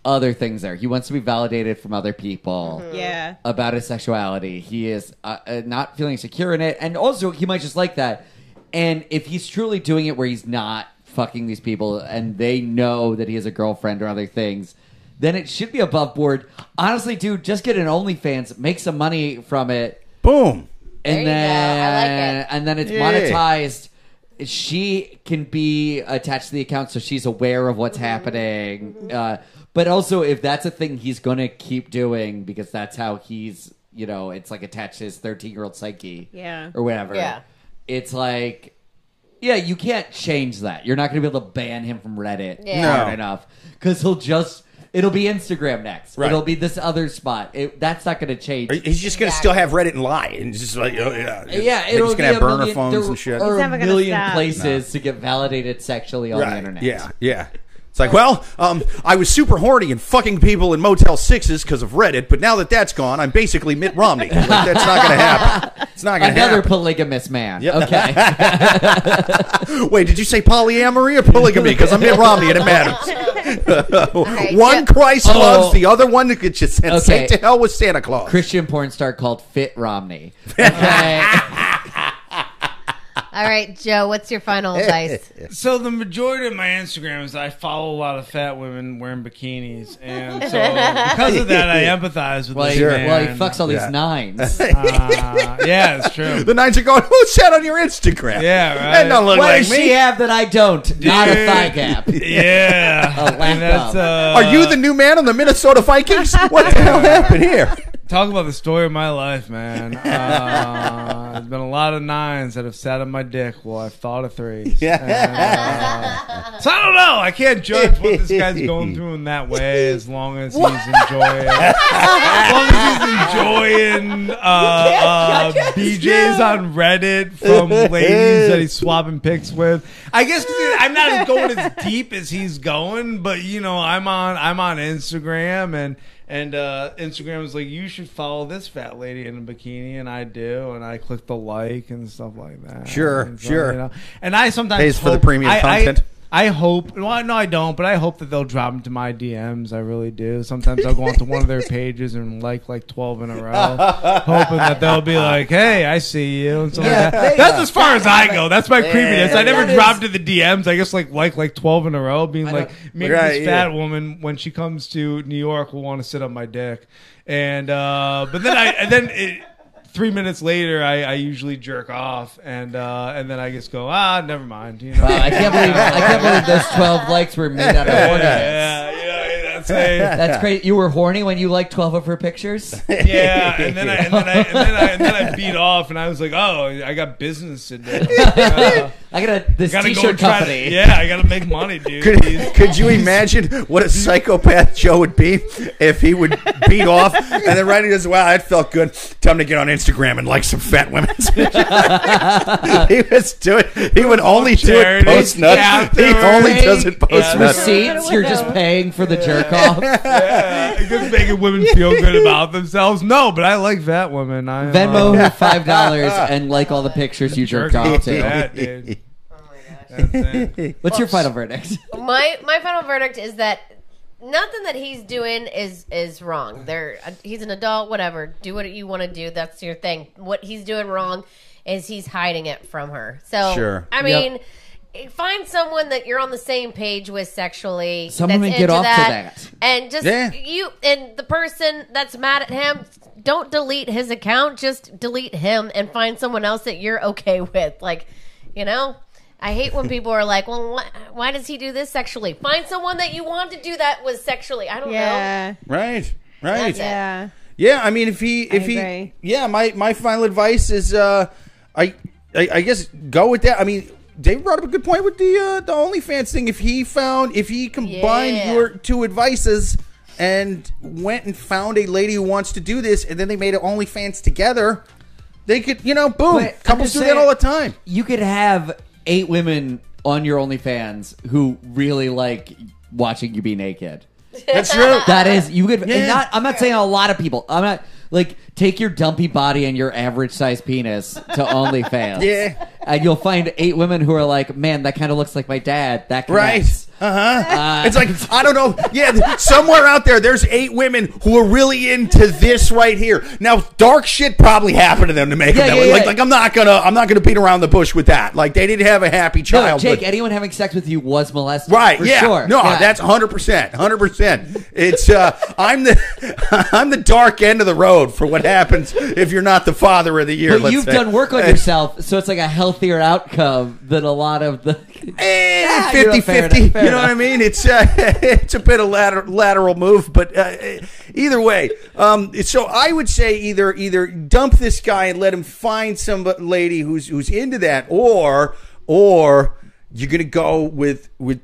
[SPEAKER 4] other things there. He wants to be validated from other people
[SPEAKER 5] Yeah.
[SPEAKER 4] about his sexuality. He is uh, uh, not feeling secure in it, and also he might just like that. And if he's truly doing it where he's not fucking these people, and they know that he has a girlfriend or other things, then it should be above board. Honestly, dude, just get an OnlyFans, make some money from it,
[SPEAKER 6] Boom.
[SPEAKER 2] There
[SPEAKER 4] and
[SPEAKER 2] you go. I like
[SPEAKER 4] then
[SPEAKER 2] it.
[SPEAKER 4] and then it's
[SPEAKER 6] Yeah.
[SPEAKER 4] monetized. She can be attached to the account, so she's aware of what's
[SPEAKER 2] Mm-hmm.
[SPEAKER 4] happening. Uh, but also, if that's a thing he's going to keep doing because that's how he's, you know, it's like attached to his thirteen-year-old psyche,
[SPEAKER 5] Yeah.
[SPEAKER 4] or whatever.
[SPEAKER 2] Yeah.
[SPEAKER 4] it's like, yeah, you can't change that. You're not going to be able to ban him from Reddit
[SPEAKER 2] Yeah.
[SPEAKER 6] No.
[SPEAKER 4] hard enough because he'll just. It'll be Instagram next.
[SPEAKER 6] Right.
[SPEAKER 4] It'll be this other spot. It, that's not going to change.
[SPEAKER 6] He's just gonna still have Reddit and lie and just like oh, yeah,
[SPEAKER 4] Yeah,
[SPEAKER 6] They're
[SPEAKER 4] it'll
[SPEAKER 6] just
[SPEAKER 4] be
[SPEAKER 6] gonna have
[SPEAKER 4] a
[SPEAKER 6] burner
[SPEAKER 4] million,
[SPEAKER 6] phones
[SPEAKER 4] there
[SPEAKER 6] and shit.
[SPEAKER 4] Are
[SPEAKER 5] never
[SPEAKER 4] a
[SPEAKER 5] gonna
[SPEAKER 4] million
[SPEAKER 5] stop.
[SPEAKER 4] places to get validated sexually on the internet.
[SPEAKER 6] Yeah, yeah. It's like, well, um, I was super horny and fucking people in Motel Sixes because of Reddit, but now that that's gone, I'm basically Mitt Romney. Like, that's not gonna happen. It's not gonna
[SPEAKER 4] Another
[SPEAKER 6] happen.
[SPEAKER 4] polygamous man. Okay.
[SPEAKER 6] Wait, did you say polyamory or polygamy? Because I'm Mitt Romney and it matters.
[SPEAKER 2] Okay,
[SPEAKER 6] one
[SPEAKER 2] yeah.
[SPEAKER 6] Christ
[SPEAKER 4] Oh.
[SPEAKER 6] loves, the other one that gets you sent,
[SPEAKER 4] Okay.
[SPEAKER 6] sent to hell with Santa Claus.
[SPEAKER 4] Christian porn star called Fit Romney. Okay.
[SPEAKER 2] All right, Joe, what's your final advice?
[SPEAKER 3] So the majority of my Instagram is I follow a lot of fat women wearing bikinis, and so because of that, I empathize with
[SPEAKER 4] Well,
[SPEAKER 3] this
[SPEAKER 4] he,
[SPEAKER 3] man.
[SPEAKER 4] well, he fucks all
[SPEAKER 6] Yeah.
[SPEAKER 4] these nines.
[SPEAKER 3] Uh, yeah, it's true.
[SPEAKER 6] The nines are going, who's that on your Instagram?
[SPEAKER 3] Yeah, right.
[SPEAKER 6] That don't look
[SPEAKER 4] what
[SPEAKER 6] like
[SPEAKER 4] does
[SPEAKER 6] me.
[SPEAKER 4] she have that I don't? Not a thigh gap.
[SPEAKER 3] Yeah,
[SPEAKER 4] A
[SPEAKER 3] And that's,
[SPEAKER 4] laptop.
[SPEAKER 3] uh,
[SPEAKER 6] Are you the new man on the Minnesota Vikings? What the hell happened here?
[SPEAKER 3] talk about the story of my life, man? Uh, there's been a lot of nines that have sat on my dick while I've thought of threes. And, uh, so I don't know. I can't judge what this guy's going through in that way as long as he's enjoying. as long as he's enjoying uh, uh, BJ's on Reddit from ladies that he's swapping pics with. I guess 'cause he- I'm not going as deep as he's going, but you know, I'm on I'm on Instagram and and uh, Instagram was like, you should follow this fat lady in a bikini, and I do, and I click the like and stuff like that.
[SPEAKER 6] Sure,
[SPEAKER 3] And so,
[SPEAKER 6] sure.
[SPEAKER 3] you know, and I sometimes
[SPEAKER 6] Pays for the
[SPEAKER 3] hope-
[SPEAKER 6] premium
[SPEAKER 3] I- I-
[SPEAKER 6] content.
[SPEAKER 3] I hope. Well, no, I don't. But I hope that they'll drop them to my DMs. I really do. Sometimes I'll go onto one of their pages and like like twelve in a row, hoping that they'll be like, "Hey, I see you." And so like that. That's as far as I go. That's my creepiness. I never drop to the DMs. I guess like like like twelve in a row, being like, "Maybe
[SPEAKER 6] Right,
[SPEAKER 3] this
[SPEAKER 6] yeah.
[SPEAKER 3] fat woman when she comes to New York will want to sit on my dick." And uh but then I and then. It, Three minutes later, I, I usually jerk off, and uh, and then I just go, ah, never mind. You know,
[SPEAKER 4] Wow, I can't believe I can't believe those twelve likes were made out of horniness.
[SPEAKER 3] yeah, yeah, that's it.
[SPEAKER 4] That's crazy. You were horny when you liked twelve of her pictures.
[SPEAKER 3] Yeah, and then I and then I and then I, and then I beat off, and I was like, oh, I got business to do. Uh,
[SPEAKER 4] I got a this
[SPEAKER 3] gotta go
[SPEAKER 4] T-shirt
[SPEAKER 3] and try
[SPEAKER 4] company.
[SPEAKER 3] To, yeah, I gotta make money, dude.
[SPEAKER 6] Could, could you imagine what a psychopath Joe would be if he would beat off and then writing this? Wow, that felt good. Time to get on Instagram and like some fat women. he was doing. He would only do it
[SPEAKER 3] Charity.
[SPEAKER 6] post nuts. He
[SPEAKER 3] Afterwards.
[SPEAKER 6] only does it post
[SPEAKER 3] Yeah.
[SPEAKER 6] nuts.
[SPEAKER 4] Receipts, you're just paying for the jerk off.
[SPEAKER 3] Yeah, just making women feel good about themselves. No, but I like that woman. I
[SPEAKER 4] Venmo her five dollars and like all the pictures you jerked off to.
[SPEAKER 3] that, dude.
[SPEAKER 2] Oh my gosh.
[SPEAKER 3] That's it.
[SPEAKER 4] What's your final verdict?
[SPEAKER 2] my my final verdict is that nothing that he's doing is is wrong. There, he's an adult. Whatever, do what you want to do. That's your thing. What he's doing wrong is he's hiding it from her. So,
[SPEAKER 6] Sure.
[SPEAKER 2] I
[SPEAKER 4] Yep.
[SPEAKER 2] mean. Find someone that you're on the same page with sexually.
[SPEAKER 4] Some
[SPEAKER 2] that's
[SPEAKER 4] women get
[SPEAKER 2] into
[SPEAKER 4] off to
[SPEAKER 2] that,
[SPEAKER 4] that.
[SPEAKER 2] and just
[SPEAKER 6] Yeah.
[SPEAKER 2] you and the person that's mad at him. Don't delete his account. Just delete him and find someone else that you're okay with. Like, you know, I hate when people are like, "Well, wh- why does he do this sexually?" Find someone that you want to do that with sexually. I don't
[SPEAKER 5] Yeah.
[SPEAKER 6] Right. Right.
[SPEAKER 2] That's it.
[SPEAKER 5] Yeah.
[SPEAKER 6] Yeah, I mean, if he, if he,
[SPEAKER 5] agree.
[SPEAKER 6] yeah, my my final advice is, uh, I, I, I guess go with that. I mean, Dave brought up a good point with the uh, the OnlyFans thing. If he found, if he combined
[SPEAKER 2] Yeah.
[SPEAKER 6] your two advices and went and found a lady who wants to do this, and then they made an OnlyFans together, they could, you know, boom,
[SPEAKER 4] Wait, I'm
[SPEAKER 6] couples
[SPEAKER 4] just
[SPEAKER 6] do that
[SPEAKER 4] saying-
[SPEAKER 6] all the time.
[SPEAKER 4] you could have eight women on your OnlyFans who really like watching you be naked.
[SPEAKER 6] That's true.
[SPEAKER 4] That is, you could.
[SPEAKER 6] Yeah.
[SPEAKER 4] And not, I'm not saying a lot of people. I'm not like take your dumpy body and your average size penis to OnlyFans.
[SPEAKER 6] Yeah.
[SPEAKER 4] and you'll find eight women who are like, "Man, that kind of looks like my dad." That
[SPEAKER 6] Right.
[SPEAKER 4] connects.
[SPEAKER 6] Uh-huh. It's like I don't know. Yeah, th- somewhere out there, there's eight women who are really into this right here. Now, dark shit probably happened to them to make
[SPEAKER 4] Yeah,
[SPEAKER 6] them that
[SPEAKER 4] yeah,
[SPEAKER 6] way. Like,
[SPEAKER 4] yeah.
[SPEAKER 6] like I'm not gonna, I'm not gonna beat around the bush with that. Like, they didn't have a happy
[SPEAKER 4] No,
[SPEAKER 6] child.
[SPEAKER 4] Jake,
[SPEAKER 6] but-
[SPEAKER 4] anyone having sex with you was molested.
[SPEAKER 6] Right.
[SPEAKER 4] For
[SPEAKER 6] yeah.
[SPEAKER 4] Sure.
[SPEAKER 6] No,
[SPEAKER 4] Yeah.
[SPEAKER 6] that's hundred percent, hundred percent. It's uh, I'm the I'm the dark end of the road for what happens if you're not the father of the year.
[SPEAKER 4] But
[SPEAKER 6] let's
[SPEAKER 4] you've
[SPEAKER 6] say.
[SPEAKER 4] done work on
[SPEAKER 6] Uh,
[SPEAKER 4] yourself, so it's like a healthier outcome than a lot of the.
[SPEAKER 6] Eh,
[SPEAKER 4] Yeah, you know,
[SPEAKER 6] 50
[SPEAKER 4] Ah, fair
[SPEAKER 6] 50.
[SPEAKER 4] enough, fair
[SPEAKER 6] You know what I
[SPEAKER 4] enough.
[SPEAKER 6] mean? It's uh, it's a bit of lateral, lateral move, but uh, eh, either way. Um, so I would say either either dump this guy and let him find some lady who's who's into that, or or you're gonna go with with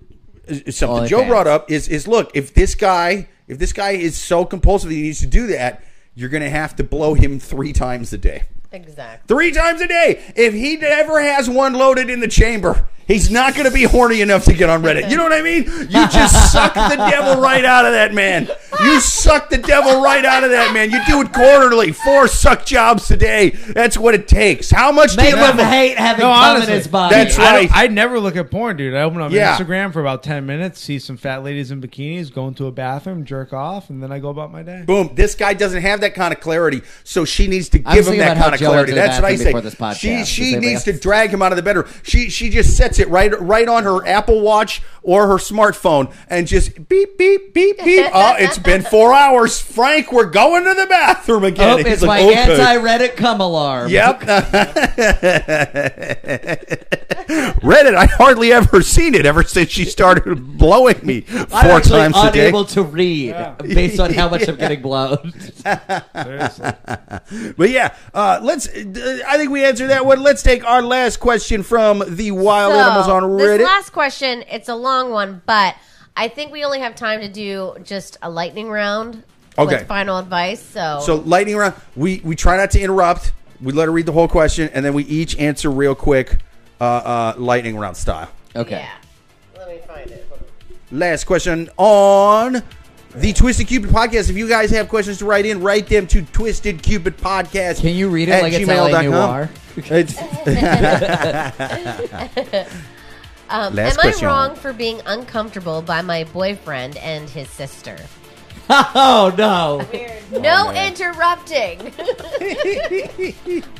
[SPEAKER 6] uh, something
[SPEAKER 4] Only
[SPEAKER 6] Joe
[SPEAKER 4] fans.
[SPEAKER 6] brought up is is look if this guy if this guy is so compulsive he needs to do that, you're gonna have to blow him three times a day
[SPEAKER 2] know. Exactly.
[SPEAKER 6] three times a day. If he ever has one loaded in the chamber, He's not going to be horny enough to get on Reddit. You know what I mean? You just suck the devil right out of that man. You suck the devil right out of that man. You do it quarterly, four suck jobs a day. That's what it takes. How much do
[SPEAKER 4] Make
[SPEAKER 6] you
[SPEAKER 4] him
[SPEAKER 6] love him?
[SPEAKER 4] hate having
[SPEAKER 7] No,
[SPEAKER 4] cum
[SPEAKER 7] honestly,
[SPEAKER 4] in his body.
[SPEAKER 6] that's
[SPEAKER 7] I,
[SPEAKER 6] right.
[SPEAKER 7] don't- I never look at porn, dude. I open up
[SPEAKER 6] Yeah.
[SPEAKER 7] Instagram for about ten minutes, see some fat ladies in bikinis, go into a bathroom, jerk off, and then I go about my day.
[SPEAKER 6] Boom. This guy doesn't have that kind of clarity, so she needs to
[SPEAKER 4] I
[SPEAKER 6] give
[SPEAKER 4] was
[SPEAKER 6] him
[SPEAKER 4] thinking
[SPEAKER 6] that
[SPEAKER 4] about how
[SPEAKER 6] kind of
[SPEAKER 4] Joe went
[SPEAKER 6] clarity.
[SPEAKER 4] to the
[SPEAKER 6] That's what I
[SPEAKER 4] bathroom
[SPEAKER 6] say.
[SPEAKER 4] before this podcast.
[SPEAKER 6] She
[SPEAKER 4] Does
[SPEAKER 6] she
[SPEAKER 4] anybody
[SPEAKER 6] needs to
[SPEAKER 4] else-
[SPEAKER 6] drag him out of the bedroom. She she just sets it right right on her Apple Watch or her smartphone and just beep beep beep beep. oh, it's been four hours, Frank. We're going to the bathroom again.
[SPEAKER 4] Oh,
[SPEAKER 6] And
[SPEAKER 4] it's
[SPEAKER 6] he's
[SPEAKER 4] my
[SPEAKER 6] like, okay.
[SPEAKER 4] anti-Reddit cum alarm.
[SPEAKER 6] Yep. Reddit. I hardly ever seen it ever since she started blowing me 4
[SPEAKER 4] I'm actually
[SPEAKER 6] times a day.
[SPEAKER 4] unable to read based on how much I'm getting blown.
[SPEAKER 7] Seriously.
[SPEAKER 6] But yeah, uh, let's. Uh, I think we answered that one. Let's take our last question from the wild animals on Reddit.
[SPEAKER 2] This last question, it's a long one, but I think we only have time to do just a lightning round
[SPEAKER 6] Okay.
[SPEAKER 2] with final advice. So,
[SPEAKER 6] so lightning round. We we try not to interrupt. We let her read the whole question, and then we each answer real quick, uh, uh, lightning round style.
[SPEAKER 4] Okay.
[SPEAKER 2] yeah. Let me find it. Hold on.
[SPEAKER 6] Last question on the Twisted Cupid podcast. If you guys have questions to write in, write them to Twisted Cupid Podcast.
[SPEAKER 4] Can you read it
[SPEAKER 6] at
[SPEAKER 4] like it's
[SPEAKER 6] gmail.com.
[SPEAKER 4] LA Noir?
[SPEAKER 6] It's,
[SPEAKER 2] Um,
[SPEAKER 6] Last
[SPEAKER 2] am
[SPEAKER 6] question.
[SPEAKER 2] I wrong for being uncomfortable by my boyfriend and his sister?
[SPEAKER 4] Oh no. Oh,
[SPEAKER 2] No interrupting.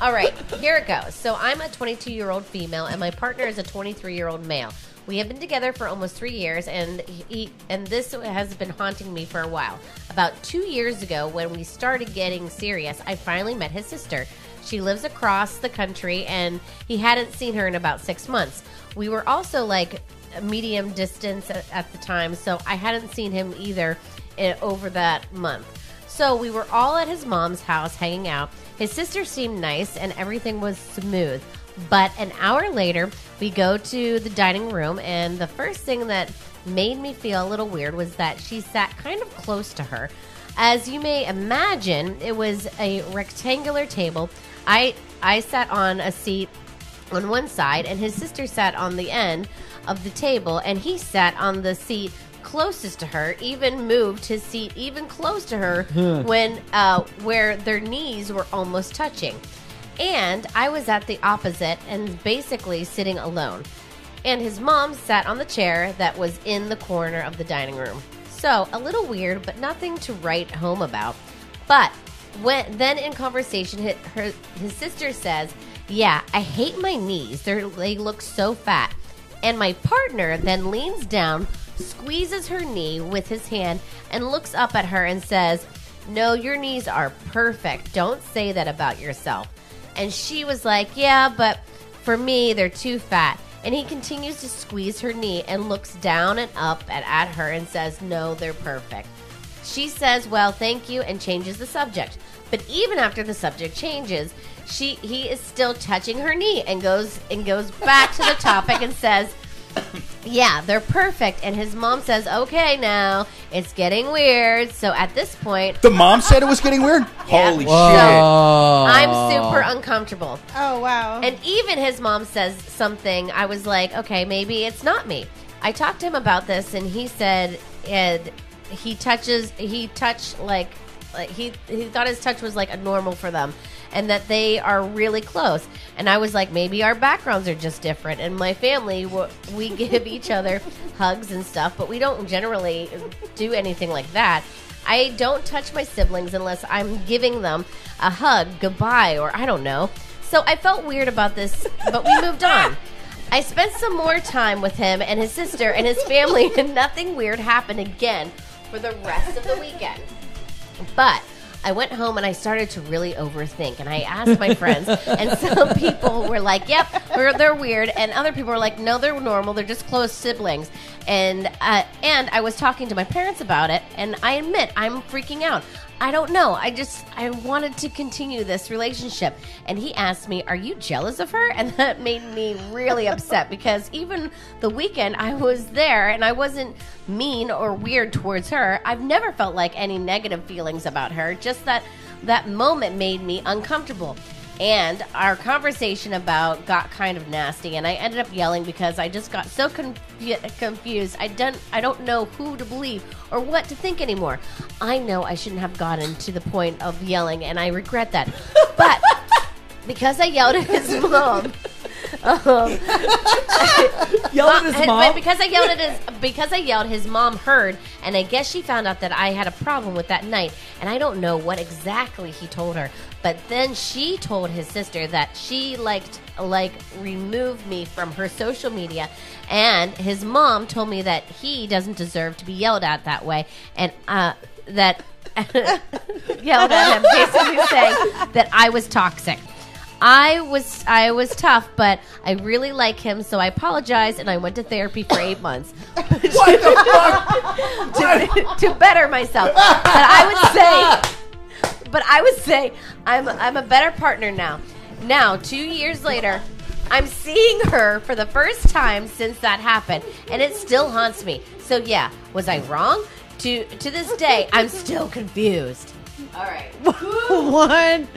[SPEAKER 2] All right, here it goes. So I'm a 22 year old female, and my partner is a 23 year old male. We have been together for almost three years, and he, and this has been haunting me for a while. About two years ago, when we started getting serious, I finally met his sister. She lives across the country, and he hadn't seen her in about six months. We were also like medium distance at, at the time, so I hadn't seen him either eh, over that month. So we were all at his mom's house hanging out. His sister seemed nice and everything was smooth. But an hour later, we go to the dining room, and the first thing that made me feel a little weird was that she sat kind of close to her. As you may imagine, it was a rectangular table. I I sat on a seat on one side, and his sister sat on the end of the table, and he sat on the seat closest to her. Even moved his seat even close to her when uh, where their knees were almost touching, and I was at the opposite and basically sitting alone. And his mom sat on the chair that was in the corner of the dining room. So a little weird, but nothing to write home about. But when then in conversation, his, her, his sister says, "Yeah, I hate my knees. They're, they look so fat." And my partner then leans down, squeezes her knee with his hand, and looks up at her and says, "No, your knees are perfect. Don't say that about yourself." And she was like, "Yeah, but for me, they're too fat." And he continues to squeeze her knee and looks down and up and at her and says, "No, they're perfect." She says, "Well, thank you," and changes the subject. But even after the subject changes, she he is still touching her knee and goes and goes back to the topic and says, "Yeah, they're perfect." And his mom says, "Okay, now it's getting weird." So at this point,
[SPEAKER 6] the mom said it was getting weird. Holy shit!
[SPEAKER 4] Oh.
[SPEAKER 2] I'm super uncomfortable.
[SPEAKER 5] Oh wow.
[SPEAKER 2] And even his mom says something. I was like, okay, maybe it's not me. I talked to him about this, and he said, and he touches, he touched like, like he he thought his touch was like a normal for them, and that they are really close. And I was like, maybe our backgrounds are just different. And my family, w- we give each other hugs and stuff, but we don't generally do anything like that. I don't touch my siblings unless I'm giving them a hug, goodbye, or I don't know. So I felt weird about this, but we moved on. I spent some more time with him and his sister and his family, and nothing weird happened again for the rest of the weekend. But I went home and I started to really overthink, and I asked my friends, and some people were like, "Yep, we're, they're weird," and other people were like, "No, they're normal. They're just close siblings." And uh, and I was talking to my parents about it, and I admit I'm freaking out. I don't know. I just I wanted to continue this relationship, and he asked me, "Are you jealous of her?" And that made me really upset because even the weekend I was there and I wasn't mean or weird towards her. I've never felt like any negative feelings about her. Just that that moment made me uncomfortable. And our conversation about got kind of nasty, and I ended up yelling because I just got so confu- confused. I don't, I don't know who to believe or what to think anymore. I know I shouldn't have gotten to the point of yelling, and I regret that. But because I yelled at his mom, um,
[SPEAKER 8] Yell at his
[SPEAKER 2] and-
[SPEAKER 8] mom.
[SPEAKER 2] But because I yelled at his because I yelled, his mom heard, and I guess she found out that I had a problem with that night. And I don't know what exactly he told her, but then she told his sister that she liked like removed me from her social media, and his mom told me that he doesn't deserve to be yelled at that way, and uh, that yelled at him, basically saying that I was toxic. I was I was tough, but I really like him, so I apologize, and I went to therapy for eight months
[SPEAKER 6] What the fuck?
[SPEAKER 2] to, to better myself. But I would say, but I would say, I'm I'm a better partner now. Now, two years later, I'm seeing her for the first time since that happened, and it still haunts me. So yeah, was I wrong? To to this day, I'm still confused. All right.
[SPEAKER 5] One,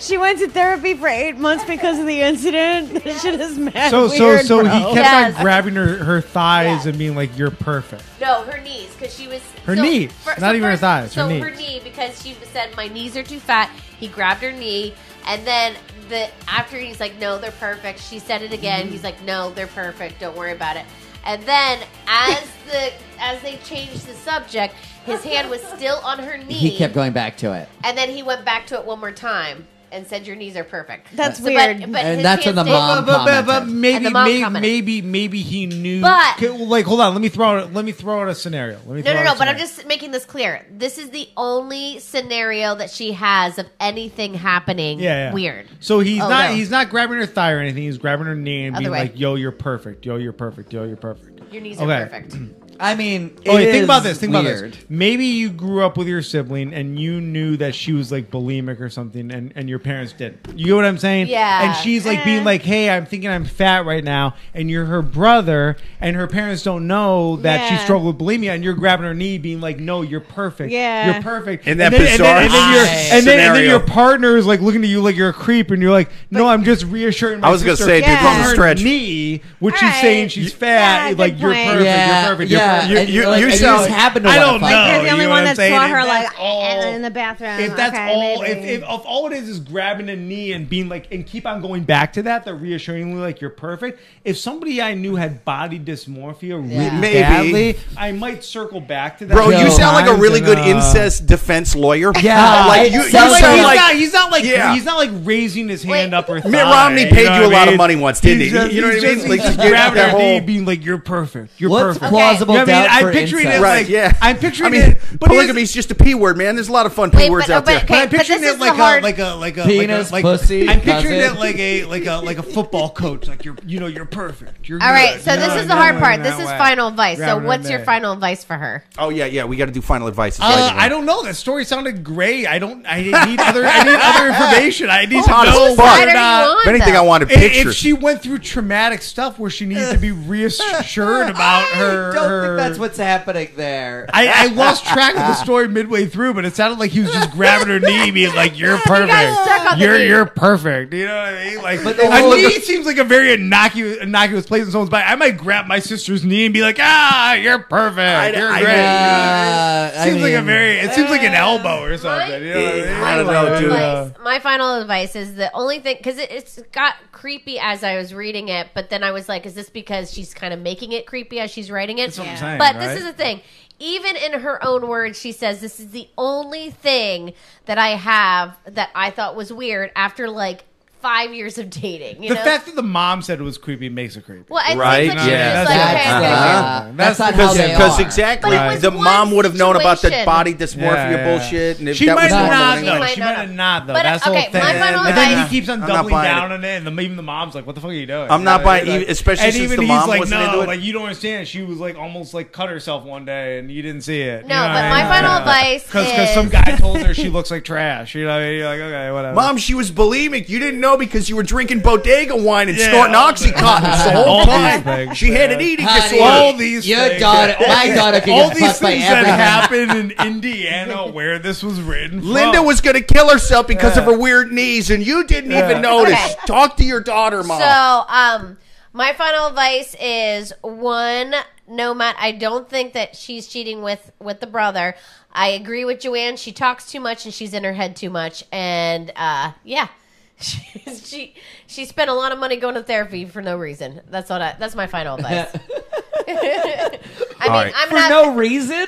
[SPEAKER 5] she went to therapy for eight months because of the incident. This shit is mad
[SPEAKER 7] So so
[SPEAKER 5] weird,
[SPEAKER 7] so
[SPEAKER 5] bro.
[SPEAKER 7] he kept
[SPEAKER 2] Yes.
[SPEAKER 7] on grabbing her, her thighs
[SPEAKER 2] Yeah.
[SPEAKER 7] and being like, "You're perfect."
[SPEAKER 2] No, her knees, because she was
[SPEAKER 7] Her knees, not even her thighs,
[SPEAKER 2] So
[SPEAKER 7] her
[SPEAKER 2] her
[SPEAKER 7] knees.
[SPEAKER 2] knee, because she said my knees are too fat. He grabbed her knee, and then the after he's like, "No, they're perfect." She said it again. He's like, "No, they're perfect. Don't worry about it." And then as the as they changed the subject, his hand was still on her knee,
[SPEAKER 4] He kept going back to it.
[SPEAKER 2] and then he went back to it one more time and said, "Your knees are perfect."
[SPEAKER 5] That's
[SPEAKER 2] So,
[SPEAKER 5] weird.
[SPEAKER 4] And
[SPEAKER 2] his
[SPEAKER 4] that's
[SPEAKER 2] hand
[SPEAKER 4] when the
[SPEAKER 2] stayed-
[SPEAKER 4] mom-
[SPEAKER 7] but, but, but
[SPEAKER 4] commented.
[SPEAKER 7] maybe,
[SPEAKER 2] And the mom
[SPEAKER 7] maybe,
[SPEAKER 2] commented.
[SPEAKER 7] maybe, maybe he knew.
[SPEAKER 2] But-
[SPEAKER 7] Okay, well, like, hold on. Let me throw out. Let me throw out a scenario. Let me. Throw
[SPEAKER 2] No, no, no.
[SPEAKER 7] out a
[SPEAKER 2] But I'm
[SPEAKER 7] scenario.
[SPEAKER 2] just making this clear. This is the only scenario that she has of anything happening
[SPEAKER 7] Yeah, yeah.
[SPEAKER 2] weird.
[SPEAKER 7] So he's
[SPEAKER 2] Oh,
[SPEAKER 7] not.
[SPEAKER 2] no.
[SPEAKER 7] He's not grabbing her thigh or anything. He's grabbing her knee and
[SPEAKER 2] Other
[SPEAKER 7] being
[SPEAKER 2] way.
[SPEAKER 7] like, "Yo, you're perfect. Yo, you're perfect. Yo, you're perfect."
[SPEAKER 2] Your knees
[SPEAKER 7] Okay.
[SPEAKER 2] are perfect.
[SPEAKER 4] I mean,
[SPEAKER 7] Oh,
[SPEAKER 4] it
[SPEAKER 7] yeah, think about
[SPEAKER 4] is
[SPEAKER 7] this. Think about
[SPEAKER 4] weird.
[SPEAKER 7] this. Maybe you grew up with your sibling and you knew that she was like bulimic or something, and, and your parents did. You know what I'm saying?
[SPEAKER 2] Yeah. Eh.
[SPEAKER 7] And she's like being like, "Hey, I'm thinking I'm fat right now," and you're her brother, and her parents don't know that she
[SPEAKER 5] Yeah.
[SPEAKER 7] struggled with bulimia, and you're grabbing her knee, being like, "No, you're perfect.
[SPEAKER 5] Yeah.
[SPEAKER 7] you're perfect."
[SPEAKER 6] In that
[SPEAKER 7] and then,
[SPEAKER 6] bizarre
[SPEAKER 7] and then, and then, your-
[SPEAKER 4] Nice.
[SPEAKER 7] and then, and then
[SPEAKER 6] scenario.
[SPEAKER 7] your partner is like looking at you like you're a creep, and you're like, "No, I'm just reassuring." My
[SPEAKER 6] I was gonna
[SPEAKER 7] sister
[SPEAKER 6] say, dude,
[SPEAKER 5] Yeah. this
[SPEAKER 7] from
[SPEAKER 5] is
[SPEAKER 7] her
[SPEAKER 6] a stretch.
[SPEAKER 7] knee, which she's
[SPEAKER 5] Alright.
[SPEAKER 7] saying she's fat.
[SPEAKER 5] Yeah, good
[SPEAKER 7] like you're
[SPEAKER 5] point.
[SPEAKER 4] yeah,
[SPEAKER 7] perfect. You're perfect. You're
[SPEAKER 4] yeah.
[SPEAKER 7] perfect.
[SPEAKER 6] You're-
[SPEAKER 4] and,
[SPEAKER 6] you-
[SPEAKER 4] like,
[SPEAKER 6] you
[SPEAKER 4] and you
[SPEAKER 6] sound-
[SPEAKER 4] just happen to
[SPEAKER 7] I
[SPEAKER 4] wanna
[SPEAKER 7] don't
[SPEAKER 4] fight.
[SPEAKER 7] know.
[SPEAKER 5] You're
[SPEAKER 7] You
[SPEAKER 5] the only
[SPEAKER 7] know
[SPEAKER 5] one
[SPEAKER 7] what
[SPEAKER 5] that
[SPEAKER 7] I'm saying?
[SPEAKER 5] saw
[SPEAKER 7] If
[SPEAKER 5] her like
[SPEAKER 7] that's all-
[SPEAKER 5] in the bathroom.
[SPEAKER 7] If that's
[SPEAKER 5] Okay,
[SPEAKER 7] all, if,
[SPEAKER 5] maybe.
[SPEAKER 7] if, if all it is is grabbing a knee and being like, and keep on going back to that, that reassuringly like you're perfect. If somebody I knew had body dysmorphia really
[SPEAKER 6] Maybe.
[SPEAKER 7] badly, I might circle back to that.
[SPEAKER 6] Bro,
[SPEAKER 4] Yo,
[SPEAKER 6] you sound like a
[SPEAKER 7] Times
[SPEAKER 6] really
[SPEAKER 7] and,
[SPEAKER 6] good
[SPEAKER 7] uh,
[SPEAKER 6] incest defense lawyer.
[SPEAKER 4] Yeah,
[SPEAKER 6] like
[SPEAKER 4] it
[SPEAKER 6] you, you
[SPEAKER 4] sounds
[SPEAKER 6] sound
[SPEAKER 7] Like,
[SPEAKER 4] like-
[SPEAKER 7] he's,
[SPEAKER 6] like
[SPEAKER 7] not, he's not like
[SPEAKER 6] Yeah.
[SPEAKER 7] he's not like raising his hand
[SPEAKER 2] Wait.
[SPEAKER 7] up or
[SPEAKER 6] Mitt
[SPEAKER 7] thigh,
[SPEAKER 6] Romney
[SPEAKER 7] you
[SPEAKER 6] paid you
[SPEAKER 7] know what
[SPEAKER 6] a
[SPEAKER 7] I
[SPEAKER 6] lot of
[SPEAKER 7] mean?
[SPEAKER 6] money once, didn't
[SPEAKER 7] He's
[SPEAKER 6] he?
[SPEAKER 7] just-
[SPEAKER 6] You know what I
[SPEAKER 7] he's
[SPEAKER 6] mean?
[SPEAKER 7] just-
[SPEAKER 6] Like,
[SPEAKER 7] he's
[SPEAKER 6] you
[SPEAKER 7] just
[SPEAKER 6] get
[SPEAKER 7] grabbing
[SPEAKER 6] that
[SPEAKER 7] her knee,
[SPEAKER 6] whole-
[SPEAKER 7] being like, "You're perfect. You're
[SPEAKER 4] What's
[SPEAKER 7] perfect."
[SPEAKER 4] plausible
[SPEAKER 7] You know what I mean,
[SPEAKER 4] doubt
[SPEAKER 7] I'm
[SPEAKER 4] for
[SPEAKER 7] picturing it
[SPEAKER 4] incest?
[SPEAKER 7] like
[SPEAKER 6] Right, yeah.
[SPEAKER 7] I'm picturing
[SPEAKER 6] I mean,
[SPEAKER 7] it, but it
[SPEAKER 6] polygamy is just a p word, man. There's a lot of fun p
[SPEAKER 2] Wait,
[SPEAKER 6] words
[SPEAKER 2] but-
[SPEAKER 6] out
[SPEAKER 2] but-
[SPEAKER 6] there.
[SPEAKER 2] okay.
[SPEAKER 7] But I'm
[SPEAKER 2] but
[SPEAKER 7] picturing
[SPEAKER 2] this
[SPEAKER 7] it
[SPEAKER 2] is the
[SPEAKER 7] like
[SPEAKER 2] hard-
[SPEAKER 7] a like a like a
[SPEAKER 4] Penis,
[SPEAKER 7] like a, like,
[SPEAKER 4] pussy,
[SPEAKER 7] I'm picturing
[SPEAKER 4] cousin.
[SPEAKER 7] it like a like a like a football coach. Like you're you know you're perfect. You're
[SPEAKER 2] All
[SPEAKER 7] good.
[SPEAKER 2] right, so
[SPEAKER 7] You know
[SPEAKER 2] this
[SPEAKER 7] what
[SPEAKER 2] is the
[SPEAKER 7] I mean?
[SPEAKER 2] hard
[SPEAKER 7] Like
[SPEAKER 2] part.
[SPEAKER 7] in
[SPEAKER 2] This
[SPEAKER 7] that
[SPEAKER 2] is
[SPEAKER 7] way.
[SPEAKER 2] final advice. So,
[SPEAKER 7] Grabbing her
[SPEAKER 2] what's your
[SPEAKER 7] neck.
[SPEAKER 2] final advice for her?
[SPEAKER 6] Oh yeah, yeah. We got to do final advice.
[SPEAKER 7] Uh, I don't know. That story sounded great. I don't. I need other. I need other information. I need to
[SPEAKER 6] Hot as
[SPEAKER 7] know
[SPEAKER 6] Oh, fuck.
[SPEAKER 2] Why
[SPEAKER 7] whether or
[SPEAKER 2] are
[SPEAKER 7] not.
[SPEAKER 2] you on,
[SPEAKER 6] If anything,
[SPEAKER 2] though?
[SPEAKER 6] I wanted
[SPEAKER 7] I- If
[SPEAKER 6] pictures.
[SPEAKER 7] she went through traumatic stuff where she needed to be reassured about her,
[SPEAKER 4] I don't
[SPEAKER 7] her-
[SPEAKER 4] think that's what's happening there.
[SPEAKER 7] I, I lost track of the story midway through, but it sounded like he was just grabbing her knee, being like, "You're perfect.
[SPEAKER 2] stuck on the
[SPEAKER 7] you're
[SPEAKER 2] knee."
[SPEAKER 7] you're perfect." You know what I mean? Like,
[SPEAKER 4] they
[SPEAKER 7] a
[SPEAKER 4] look-
[SPEAKER 7] knee seems like a very innocuous, innocuous place in someone's body. I might grab my sister's knee and be like, "Ah, you're perfect. you're
[SPEAKER 6] I-
[SPEAKER 7] great."
[SPEAKER 4] Uh, I
[SPEAKER 7] seems like a
[SPEAKER 4] mean-
[SPEAKER 7] very. It seems like an elbow or something. You know what I mean?
[SPEAKER 6] I don't know, dude.
[SPEAKER 2] Advice- my final advice is the only thing because it, it's got creepy as I was reading it, but then I was like, is this because she's kind of making it creepy as she's writing it?
[SPEAKER 7] what I'm saying,
[SPEAKER 2] but
[SPEAKER 7] right?
[SPEAKER 2] this is the thing. Even in her own words, she says, "This is the only thing that I have that I thought was weird after like five years of dating." You
[SPEAKER 7] The
[SPEAKER 2] know?
[SPEAKER 7] fact that the mom said it was creepy makes it creepy.
[SPEAKER 2] well, I think
[SPEAKER 6] Right,
[SPEAKER 2] when she
[SPEAKER 6] yeah.
[SPEAKER 2] was
[SPEAKER 4] That's,
[SPEAKER 2] like,
[SPEAKER 4] not-
[SPEAKER 2] okay, okay,
[SPEAKER 4] that's
[SPEAKER 2] okay.
[SPEAKER 4] not-
[SPEAKER 7] okay.
[SPEAKER 4] that's not
[SPEAKER 7] That's
[SPEAKER 4] how they
[SPEAKER 6] because
[SPEAKER 4] are.
[SPEAKER 6] exactly
[SPEAKER 2] But it was
[SPEAKER 6] the
[SPEAKER 2] one
[SPEAKER 6] mom would have known about the
[SPEAKER 2] situation.
[SPEAKER 6] body dysmorphia
[SPEAKER 7] Yeah, yeah, yeah.
[SPEAKER 6] bullshit. And if
[SPEAKER 7] She
[SPEAKER 6] that
[SPEAKER 7] might
[SPEAKER 6] was normal
[SPEAKER 7] not
[SPEAKER 6] anyway.
[SPEAKER 7] though.
[SPEAKER 2] She
[SPEAKER 7] She
[SPEAKER 2] might
[SPEAKER 7] might have
[SPEAKER 2] not.
[SPEAKER 7] not though.
[SPEAKER 2] But,
[SPEAKER 7] That's
[SPEAKER 2] okay,
[SPEAKER 7] the whole thing.
[SPEAKER 2] my final
[SPEAKER 7] and then
[SPEAKER 2] advice-
[SPEAKER 7] he keeps on
[SPEAKER 6] I'm not
[SPEAKER 7] doubling
[SPEAKER 6] buying
[SPEAKER 7] down
[SPEAKER 6] it.
[SPEAKER 7] on it, and the, even the mom's like, "What the fuck are you doing?"
[SPEAKER 6] I'm not
[SPEAKER 7] You know,
[SPEAKER 6] buying-
[SPEAKER 7] like-
[SPEAKER 6] even- especially
[SPEAKER 7] and
[SPEAKER 6] since
[SPEAKER 7] even
[SPEAKER 6] the
[SPEAKER 7] he's
[SPEAKER 6] mom
[SPEAKER 7] like,
[SPEAKER 6] wasn't
[SPEAKER 7] "No,
[SPEAKER 6] into it."
[SPEAKER 7] like you don't understand. She was like almost like cut herself one day, and you didn't see it."
[SPEAKER 2] No, but my final advice
[SPEAKER 7] because some
[SPEAKER 2] is-
[SPEAKER 7] guy told her she looks like trash. You know, what I mean? you're like, okay, whatever.
[SPEAKER 6] Mom, she was bulimic. You didn't know show because you were drinking bodega wine and
[SPEAKER 3] Yeah.
[SPEAKER 6] snorting oxycontin It's the whole
[SPEAKER 3] All these
[SPEAKER 6] time.
[SPEAKER 3] things,
[SPEAKER 6] she had an
[SPEAKER 3] man.
[SPEAKER 6] eating
[SPEAKER 4] Honey,
[SPEAKER 6] disorder.
[SPEAKER 3] All these
[SPEAKER 4] your
[SPEAKER 3] things.
[SPEAKER 4] daughter- my daughter could
[SPEAKER 3] all
[SPEAKER 4] get
[SPEAKER 3] these
[SPEAKER 4] fucked by
[SPEAKER 3] things that
[SPEAKER 4] everyone.
[SPEAKER 3] happened in Indiana where this was written. from.
[SPEAKER 6] Linda was going to kill herself because of her weird knees, and you didn't even notice.
[SPEAKER 2] Okay.
[SPEAKER 6] Talk to your daughter, mom.
[SPEAKER 2] So, um, my final advice is one. No, Matt, I don't think that she's cheating with with the brother. I agree with Joanne. She talks too much and she's in her head too much. And uh, yeah, she, she she spent a lot of money going to therapy for no reason. That's all. I, that's my final advice. I mean,
[SPEAKER 1] right.
[SPEAKER 2] I'm
[SPEAKER 8] For
[SPEAKER 2] not.
[SPEAKER 8] no reason?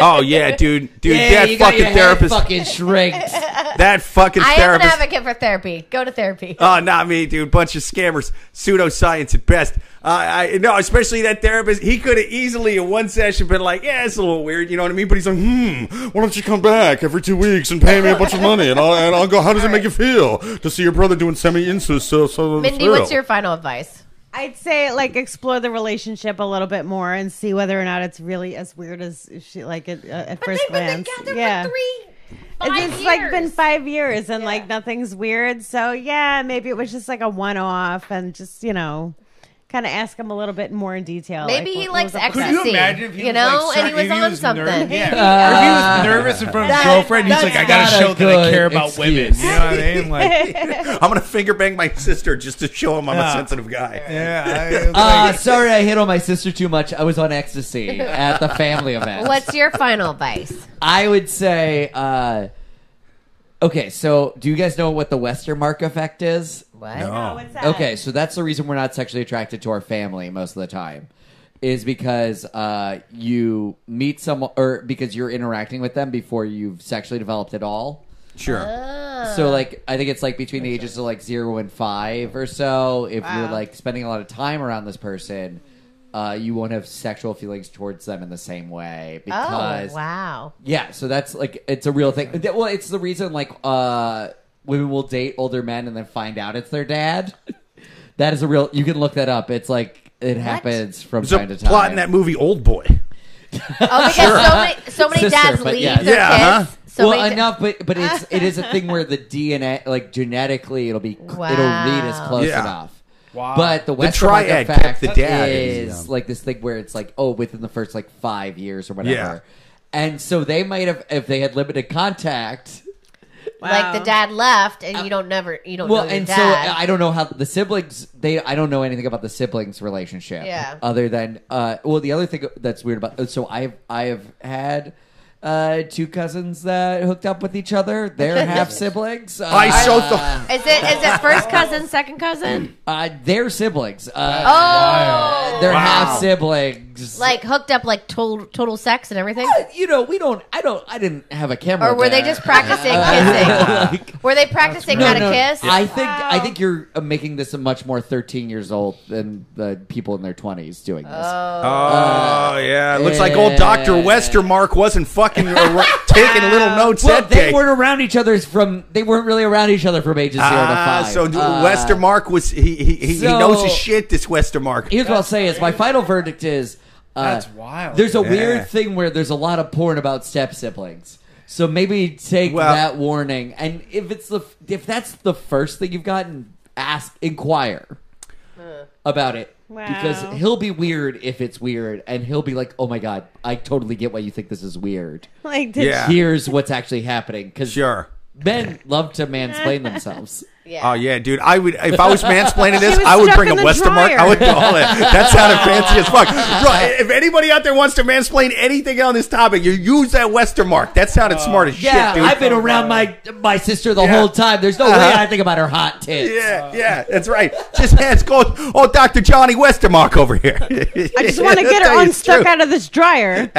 [SPEAKER 1] Oh yeah, dude, dude,
[SPEAKER 4] yeah,
[SPEAKER 1] that
[SPEAKER 4] you got
[SPEAKER 1] fucking
[SPEAKER 4] your head
[SPEAKER 1] therapist,
[SPEAKER 4] fucking shrinks.
[SPEAKER 1] that fucking
[SPEAKER 2] I am an
[SPEAKER 1] therapist.
[SPEAKER 2] advocate for therapy. Go to therapy.
[SPEAKER 8] Uh,
[SPEAKER 6] Oh, not me, dude. Bunch of scammers, pseudoscience at best. Uh, I no, especially that therapist. He could have easily in one session been like, "Yeah, it's a little weird," you know what I mean? But he's like, "Hmm,
[SPEAKER 9] Why don't you come back every two weeks and pay me a bunch of money? And I'll, and I'll go, how does it make you feel to see your brother doing semi incest? So, so
[SPEAKER 2] Mindy, what's your final advice?
[SPEAKER 5] I'd say like explore the relationship a little bit more and see whether or not it's really as weird as she like at, uh, at first glance. yeah,
[SPEAKER 2] three.
[SPEAKER 5] it's just, like been five years and like nothing's weird. So yeah, maybe it was just like a one-off and just you know, kind of ask him a little bit more in detail.
[SPEAKER 2] Maybe
[SPEAKER 5] what-
[SPEAKER 2] he
[SPEAKER 5] what
[SPEAKER 2] likes
[SPEAKER 5] was up with
[SPEAKER 2] ecstasy.
[SPEAKER 5] that.
[SPEAKER 3] Could you imagine if he
[SPEAKER 2] You
[SPEAKER 3] was
[SPEAKER 2] know?
[SPEAKER 3] like,
[SPEAKER 2] And he was on
[SPEAKER 3] nervous-
[SPEAKER 2] something.
[SPEAKER 3] yeah. or if he was nervous in front of his
[SPEAKER 2] That-
[SPEAKER 3] girlfriend, he's
[SPEAKER 2] that's
[SPEAKER 3] like, I gotta
[SPEAKER 4] Uh, not a
[SPEAKER 3] show that I
[SPEAKER 4] good
[SPEAKER 3] care about women.
[SPEAKER 4] excuse.
[SPEAKER 3] You know what I mean? Like,
[SPEAKER 6] I'm gonna finger bang my sister just to show him I'm a
[SPEAKER 3] Yeah.
[SPEAKER 6] sensitive guy."
[SPEAKER 3] yeah, I,
[SPEAKER 4] Uh, sorry, I hit on my sister too much. I was on ecstasy at the family event.
[SPEAKER 2] What's your final advice?
[SPEAKER 4] I would say, uh, okay, so do you guys know what the Westermark effect is?
[SPEAKER 2] What?
[SPEAKER 5] Oh, what's that?
[SPEAKER 4] Okay, so that's the reason we're not sexually attracted to our family most of the time, is because uh, you meet someone or because you're interacting with them before you've sexually developed at
[SPEAKER 2] Uh,
[SPEAKER 4] all.
[SPEAKER 6] Sure.
[SPEAKER 4] So like I think it's like between the ages of like zero and five or so. If you're
[SPEAKER 5] Wow.
[SPEAKER 4] like spending a lot of time around this person, uh, you won't have sexual feelings towards them in the same way
[SPEAKER 2] Oh,
[SPEAKER 4] because
[SPEAKER 2] wow.
[SPEAKER 4] yeah, so that's like it's a real thing. That- Well, it's the reason like uh women will date older men and then find out it's their dad. That is a real. You can look that up. It's like it happens from
[SPEAKER 6] There's
[SPEAKER 4] time
[SPEAKER 6] a
[SPEAKER 4] to time.
[SPEAKER 6] plot in that movie, Old Boy.
[SPEAKER 2] Oh, because so many, so many
[SPEAKER 4] Sister,
[SPEAKER 2] dads
[SPEAKER 4] but
[SPEAKER 2] leave
[SPEAKER 4] yeah.
[SPEAKER 2] their
[SPEAKER 6] Yeah,
[SPEAKER 2] kids. So
[SPEAKER 4] well,
[SPEAKER 2] many da-
[SPEAKER 4] enough, but but it's it is a thing where the DNA, like genetically, it'll be it'll read as
[SPEAKER 2] Wow.
[SPEAKER 4] close
[SPEAKER 6] Yeah.
[SPEAKER 4] enough. But the West
[SPEAKER 6] triad kept
[SPEAKER 4] effect
[SPEAKER 6] the dad um, in,
[SPEAKER 4] is
[SPEAKER 6] yeah.
[SPEAKER 4] like this thing where it's like oh within the first like five years or
[SPEAKER 6] Yeah.
[SPEAKER 4] whatever, and so they might have if they had limited contact.
[SPEAKER 2] like the dad left, and you don't never you don't
[SPEAKER 4] Uh, Well,
[SPEAKER 2] know your
[SPEAKER 4] and so
[SPEAKER 2] dad.
[SPEAKER 4] I don't know how the siblings. They I don't know anything about the siblings relationship.
[SPEAKER 2] Yeah.
[SPEAKER 4] Other than uh, well, the other thing that's weird about so I've I have had uh, two cousins that hooked up with each other. They're half siblings. Uh,
[SPEAKER 6] I so thought.
[SPEAKER 2] is it is it first cousin, second cousin?
[SPEAKER 4] uh, they're siblings.
[SPEAKER 2] Oh,
[SPEAKER 4] Uh, They're half siblings.
[SPEAKER 2] like hooked up, like total total sex and everything.
[SPEAKER 4] you know, we don't. I don't. I didn't have a camera.
[SPEAKER 2] Or were they
[SPEAKER 4] there.
[SPEAKER 2] just practicing
[SPEAKER 4] Uh,
[SPEAKER 2] kissing? Were they practicing
[SPEAKER 4] No,
[SPEAKER 2] how to
[SPEAKER 4] no,
[SPEAKER 2] kiss?
[SPEAKER 4] I think I think you're uh, making this a much more 13 years old than the people in their 20s doing this.
[SPEAKER 6] Oh yeah, looks like old Doctor
[SPEAKER 4] yeah.
[SPEAKER 6] Westermark wasn't fucking ar- taking little notes
[SPEAKER 4] well,
[SPEAKER 6] that
[SPEAKER 4] they
[SPEAKER 6] day.
[SPEAKER 4] weren't around each other's from. They weren't really around each other from ages zero to
[SPEAKER 6] Ah,
[SPEAKER 4] five.
[SPEAKER 6] so
[SPEAKER 4] Uh,
[SPEAKER 6] Westermark was he he, he, he
[SPEAKER 4] so-
[SPEAKER 6] knows his shit. This Westermark.
[SPEAKER 4] Here's what I'll say: is my final verdict is uh,
[SPEAKER 3] That's wild.
[SPEAKER 4] There's a
[SPEAKER 6] Yeah.
[SPEAKER 4] weird thing where there's a lot of porn about step siblings. So maybe take
[SPEAKER 6] Well-
[SPEAKER 4] that warning, and if it's the if that's the first thing you've gotten, ask inquire about it
[SPEAKER 5] Wow.
[SPEAKER 4] because he'll be weird if it's weird, and he'll be like, "Oh my god, I totally get why you think this is weird.
[SPEAKER 5] Like did
[SPEAKER 6] Yeah.
[SPEAKER 4] Here's what's actually happening." Because
[SPEAKER 6] Sure.
[SPEAKER 4] men love to mansplain themselves.
[SPEAKER 6] Oh yeah, dude. I would if I was mansplaining this,
[SPEAKER 5] She was
[SPEAKER 6] I would
[SPEAKER 5] stuck
[SPEAKER 6] bring a
[SPEAKER 5] in the
[SPEAKER 6] Westermark.
[SPEAKER 5] dryer.
[SPEAKER 6] I would call it. That sounded fancy as fuck. Bro, if anybody out there wants to mansplain anything on this topic, you use that Westermark. That sounded smart as
[SPEAKER 4] Yeah,
[SPEAKER 6] shit, dude.
[SPEAKER 4] I've been around my my sister the
[SPEAKER 6] Yeah.
[SPEAKER 4] whole time. There's no way
[SPEAKER 6] Uh-huh.
[SPEAKER 4] I think about her hot tits.
[SPEAKER 6] yeah, yeah, that's right. Just hands go. Oh, Doctor Johnny Westermark over here.
[SPEAKER 5] I just want to get her unstuck out of this dryer.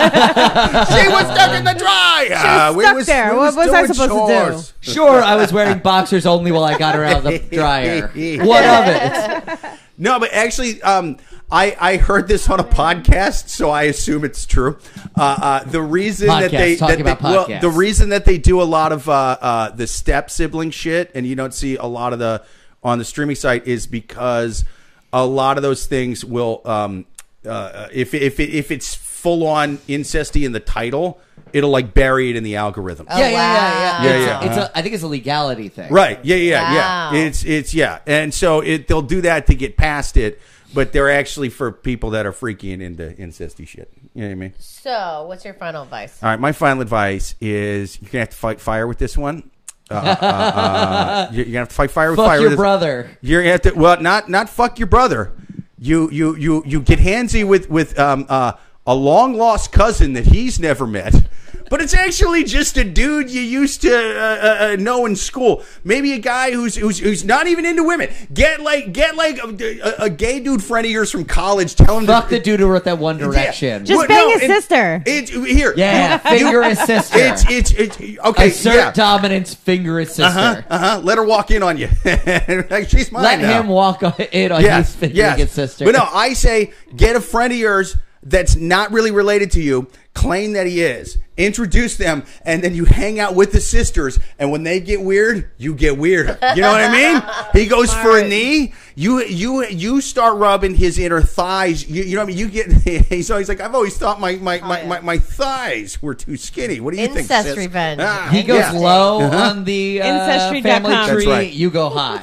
[SPEAKER 6] She was stuck in the dryer.
[SPEAKER 5] was
[SPEAKER 6] We
[SPEAKER 5] stuck there. What was I
[SPEAKER 6] doing
[SPEAKER 5] supposed to do?
[SPEAKER 6] chores.
[SPEAKER 4] Sure, I was wearing boxers only while I got her out of the dryer. What of it?
[SPEAKER 6] No, but actually, um, I I heard this on a podcast, so I assume it's true. Uh, uh, the reason that
[SPEAKER 4] Podcast,
[SPEAKER 6] they
[SPEAKER 4] talking
[SPEAKER 6] that they,
[SPEAKER 4] about podcasts.
[SPEAKER 6] the reason that they do a lot of uh, uh, the step sibling shit, and you don't see a lot of the on the streaming site, is because a lot of those things will, um, uh, if if it, if it's full on incesty in the title, it'll like bury it in the algorithm.
[SPEAKER 4] yeah, yeah, yeah, yeah,
[SPEAKER 6] Yeah,
[SPEAKER 4] It's-
[SPEAKER 6] yeah.
[SPEAKER 4] It's a, I think it's a legality thing.
[SPEAKER 6] Right. Yeah, yeah,
[SPEAKER 2] Wow.
[SPEAKER 6] yeah. It's it's yeah. And so it they'll do that to get past it, but they're actually for people that are freaky and into incesty shit. You know what I mean?
[SPEAKER 2] So, what's your final advice?
[SPEAKER 6] All right, my final advice is you're gonna have to fight fire with this one. Uh, uh, uh, you're you're gonna have to fight fire with
[SPEAKER 4] Fuck
[SPEAKER 6] fire.
[SPEAKER 4] your
[SPEAKER 6] with this-
[SPEAKER 4] brother.
[SPEAKER 6] You're gonna have to. Well, not not fuck your brother. You you you you get handsy with with um uh a long lost cousin that he's never met. But it's actually just a dude you used to uh, uh, uh, know in school. Maybe a guy who's, who's who's not even into women. Get like get like a, a, a gay dude friend of yours from college. Tell him
[SPEAKER 4] Fuck
[SPEAKER 6] to
[SPEAKER 4] the dude who wrote that One
[SPEAKER 6] Yeah.
[SPEAKER 4] Direction.
[SPEAKER 5] Just
[SPEAKER 6] Well,
[SPEAKER 5] bang
[SPEAKER 6] no,
[SPEAKER 5] his
[SPEAKER 6] it-
[SPEAKER 5] sister.
[SPEAKER 6] It's here.
[SPEAKER 4] yeah, finger his sister.
[SPEAKER 6] It's it's it's okay.
[SPEAKER 4] Assert
[SPEAKER 6] yeah.
[SPEAKER 4] dominance, finger his sister.
[SPEAKER 6] Uh-huh, uh-huh. Let her walk in on you. Like, She's mine
[SPEAKER 4] Let
[SPEAKER 6] now.
[SPEAKER 4] him walk on- in on his
[SPEAKER 6] yes,
[SPEAKER 4] finger
[SPEAKER 6] yes.
[SPEAKER 4] his sister.
[SPEAKER 6] But no, I say get a friend of yours that's not really related to you. Claim that he is. Introduce them, and then you hang out with the sisters. And when they get weird, you get weirder. You know what I mean? He goes for a knee. You you you start rubbing his inner thighs. You, you know what I mean? You get. He's always like, I've always thought my my, my, my, my thighs were too skinny. What do you think?
[SPEAKER 2] Incest
[SPEAKER 6] sis?"
[SPEAKER 2] revenge.
[SPEAKER 6] Ah,
[SPEAKER 4] he goes
[SPEAKER 6] yeah. Uh-huh.
[SPEAKER 4] low on the uh,
[SPEAKER 5] Ancestry.com.
[SPEAKER 4] family
[SPEAKER 5] That's
[SPEAKER 4] tree.
[SPEAKER 6] right.
[SPEAKER 4] You go high.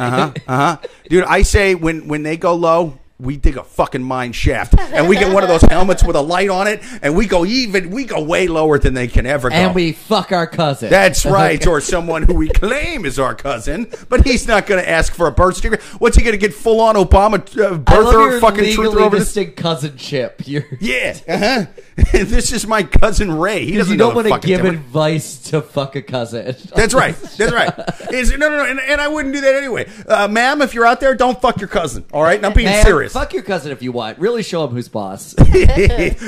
[SPEAKER 6] Uh huh. Dude, I say when when they go low, we dig a fucking mine shaft, and we get one of those helmets with a light on it, and we go even we go way lower than they can ever go.
[SPEAKER 4] and we fuck our cousin.
[SPEAKER 6] that's right, or someone who we claim is our cousin, but he's not going to ask for a birth certificate. What's he going to get full on Obama uh,
[SPEAKER 4] I love your
[SPEAKER 6] birther fucking
[SPEAKER 4] legally
[SPEAKER 6] truther over this?
[SPEAKER 4] distinct cousinship. You're,
[SPEAKER 6] Yeah, uh-huh. this is my cousin Ray. He doesn't
[SPEAKER 4] you
[SPEAKER 6] know
[SPEAKER 4] don't
[SPEAKER 6] the
[SPEAKER 4] want to
[SPEAKER 6] fucking
[SPEAKER 4] give
[SPEAKER 6] difference.
[SPEAKER 4] advice to fuck a cousin.
[SPEAKER 6] That's right. That's right. It's- no, no, no. And, and I wouldn't do that anyway, uh, ma'am. If you're out there, don't fuck your cousin. All right, and I'm being
[SPEAKER 4] Man,
[SPEAKER 6] serious.
[SPEAKER 4] Fuck your cousin if you want. Really show him who's boss.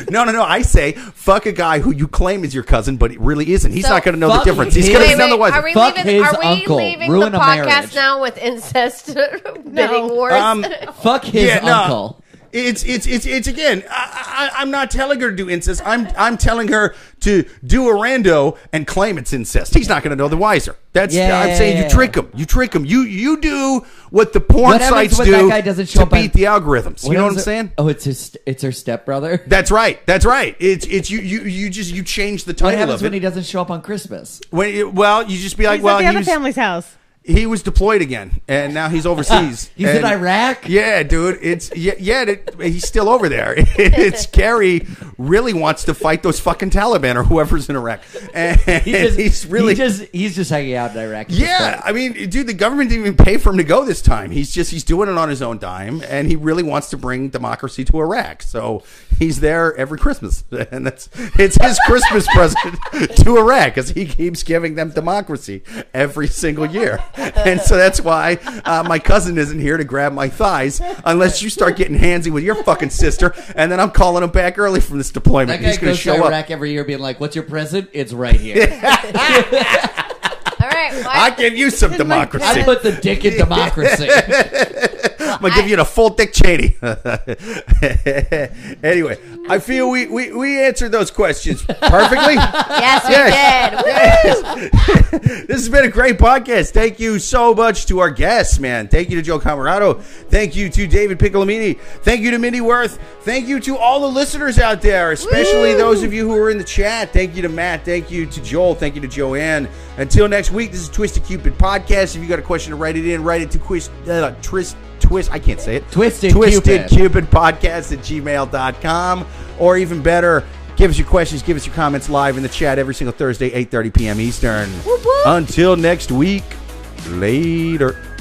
[SPEAKER 6] no, no, no. I say fuck a guy who you claim is your cousin, but it really isn't. He's
[SPEAKER 2] So
[SPEAKER 6] not going to know the
[SPEAKER 4] fuck
[SPEAKER 6] difference. He's
[SPEAKER 4] his-
[SPEAKER 6] going to be
[SPEAKER 4] Wait,
[SPEAKER 6] none the
[SPEAKER 2] Are
[SPEAKER 6] wiser.
[SPEAKER 2] we
[SPEAKER 4] Fuck
[SPEAKER 2] leaving,
[SPEAKER 4] his
[SPEAKER 2] are we
[SPEAKER 4] uncle.
[SPEAKER 2] leaving
[SPEAKER 4] Ruin
[SPEAKER 2] the
[SPEAKER 4] a
[SPEAKER 2] podcast
[SPEAKER 4] marriage.
[SPEAKER 2] now with incest bidding wars?
[SPEAKER 6] Um,
[SPEAKER 4] fuck his
[SPEAKER 6] yeah, no.
[SPEAKER 4] uncle.
[SPEAKER 6] It's it's it's it's again. I, I, I'm not telling her to do incest. I'm I'm telling her to do a rando and claim it's incest. He's not going to know the wiser. That's
[SPEAKER 4] Yeah.
[SPEAKER 6] I'm saying you trick him. You trick him. You you do what the porn
[SPEAKER 4] What happens when
[SPEAKER 6] sites do
[SPEAKER 4] that guy doesn't show
[SPEAKER 6] to
[SPEAKER 4] up on-
[SPEAKER 6] beat the algorithms. you know what
[SPEAKER 4] is
[SPEAKER 6] I'm
[SPEAKER 4] her-
[SPEAKER 6] saying?
[SPEAKER 4] Oh, it's his. st- It's her stepbrother.
[SPEAKER 6] That's right. That's right. It's it's you you you just you change the
[SPEAKER 4] what
[SPEAKER 6] title
[SPEAKER 4] happens
[SPEAKER 6] of it.
[SPEAKER 4] when he doesn't show up on Christmas?
[SPEAKER 6] When it- well, you just be like,
[SPEAKER 5] He's
[SPEAKER 6] well,
[SPEAKER 5] at the
[SPEAKER 6] he
[SPEAKER 5] other
[SPEAKER 6] was-
[SPEAKER 5] family's house.
[SPEAKER 6] he was deployed again, and now he's overseas.
[SPEAKER 4] He's
[SPEAKER 6] And-
[SPEAKER 4] in Iraq.
[SPEAKER 6] Yeah, dude. It's yeah, yeah it, he's still over there. It's Kerry really wants to fight those fucking Taliban or whoever's in Iraq, and
[SPEAKER 4] He just-
[SPEAKER 6] he's really.
[SPEAKER 4] he just he's just hanging out in Iraq. at this
[SPEAKER 6] yeah,
[SPEAKER 4] point.
[SPEAKER 6] I mean, dude, the government didn't even pay for him to go this time. He's just he's doing it on his own dime, and he really wants to bring democracy to Iraq. So he's there every Christmas, and that's it's his Christmas present to Iraq, because he keeps giving them democracy every single year. And so that's why uh, my cousin isn't here to grab my thighs unless you start getting handsy with your fucking sister, and then I'm calling him back early from this
[SPEAKER 4] that
[SPEAKER 6] deployment.
[SPEAKER 4] guy
[SPEAKER 6] he's going
[SPEAKER 4] goes
[SPEAKER 6] to show
[SPEAKER 4] to
[SPEAKER 6] up.
[SPEAKER 4] Iraq every year, being like, "What's your present? It's right here.
[SPEAKER 2] All right. Well,
[SPEAKER 6] I give you some democracy.
[SPEAKER 4] I put the dick in democracy."
[SPEAKER 6] I'm gonna give you the full Dick Cheney. anyway, I feel we, we, we answered those questions perfectly.
[SPEAKER 2] yes, we
[SPEAKER 6] Yes.
[SPEAKER 2] did.
[SPEAKER 6] this has been a great podcast. Thank you so much to our guests, man. Thank you to Joe Camarado. Thank you to David Piccolomini. Thank you to Mindy Worth. Thank you to all the listeners out there, especially those of you who are in the chat. Thank you to Matt. Thank you to Joel. Thank you to Joanne. Until next week, this is Twisted Cupid Podcast. If you got a question to write it in, write it to Twist uh, Twist Twist. I can't say it.
[SPEAKER 4] Twisted
[SPEAKER 6] Twisted
[SPEAKER 4] Cupid.
[SPEAKER 6] Cupid Podcast at gmail.com. Or even better, give us your questions, give us your comments live in the chat every single Thursday, 8.30 p.m. Eastern. Until next week, later.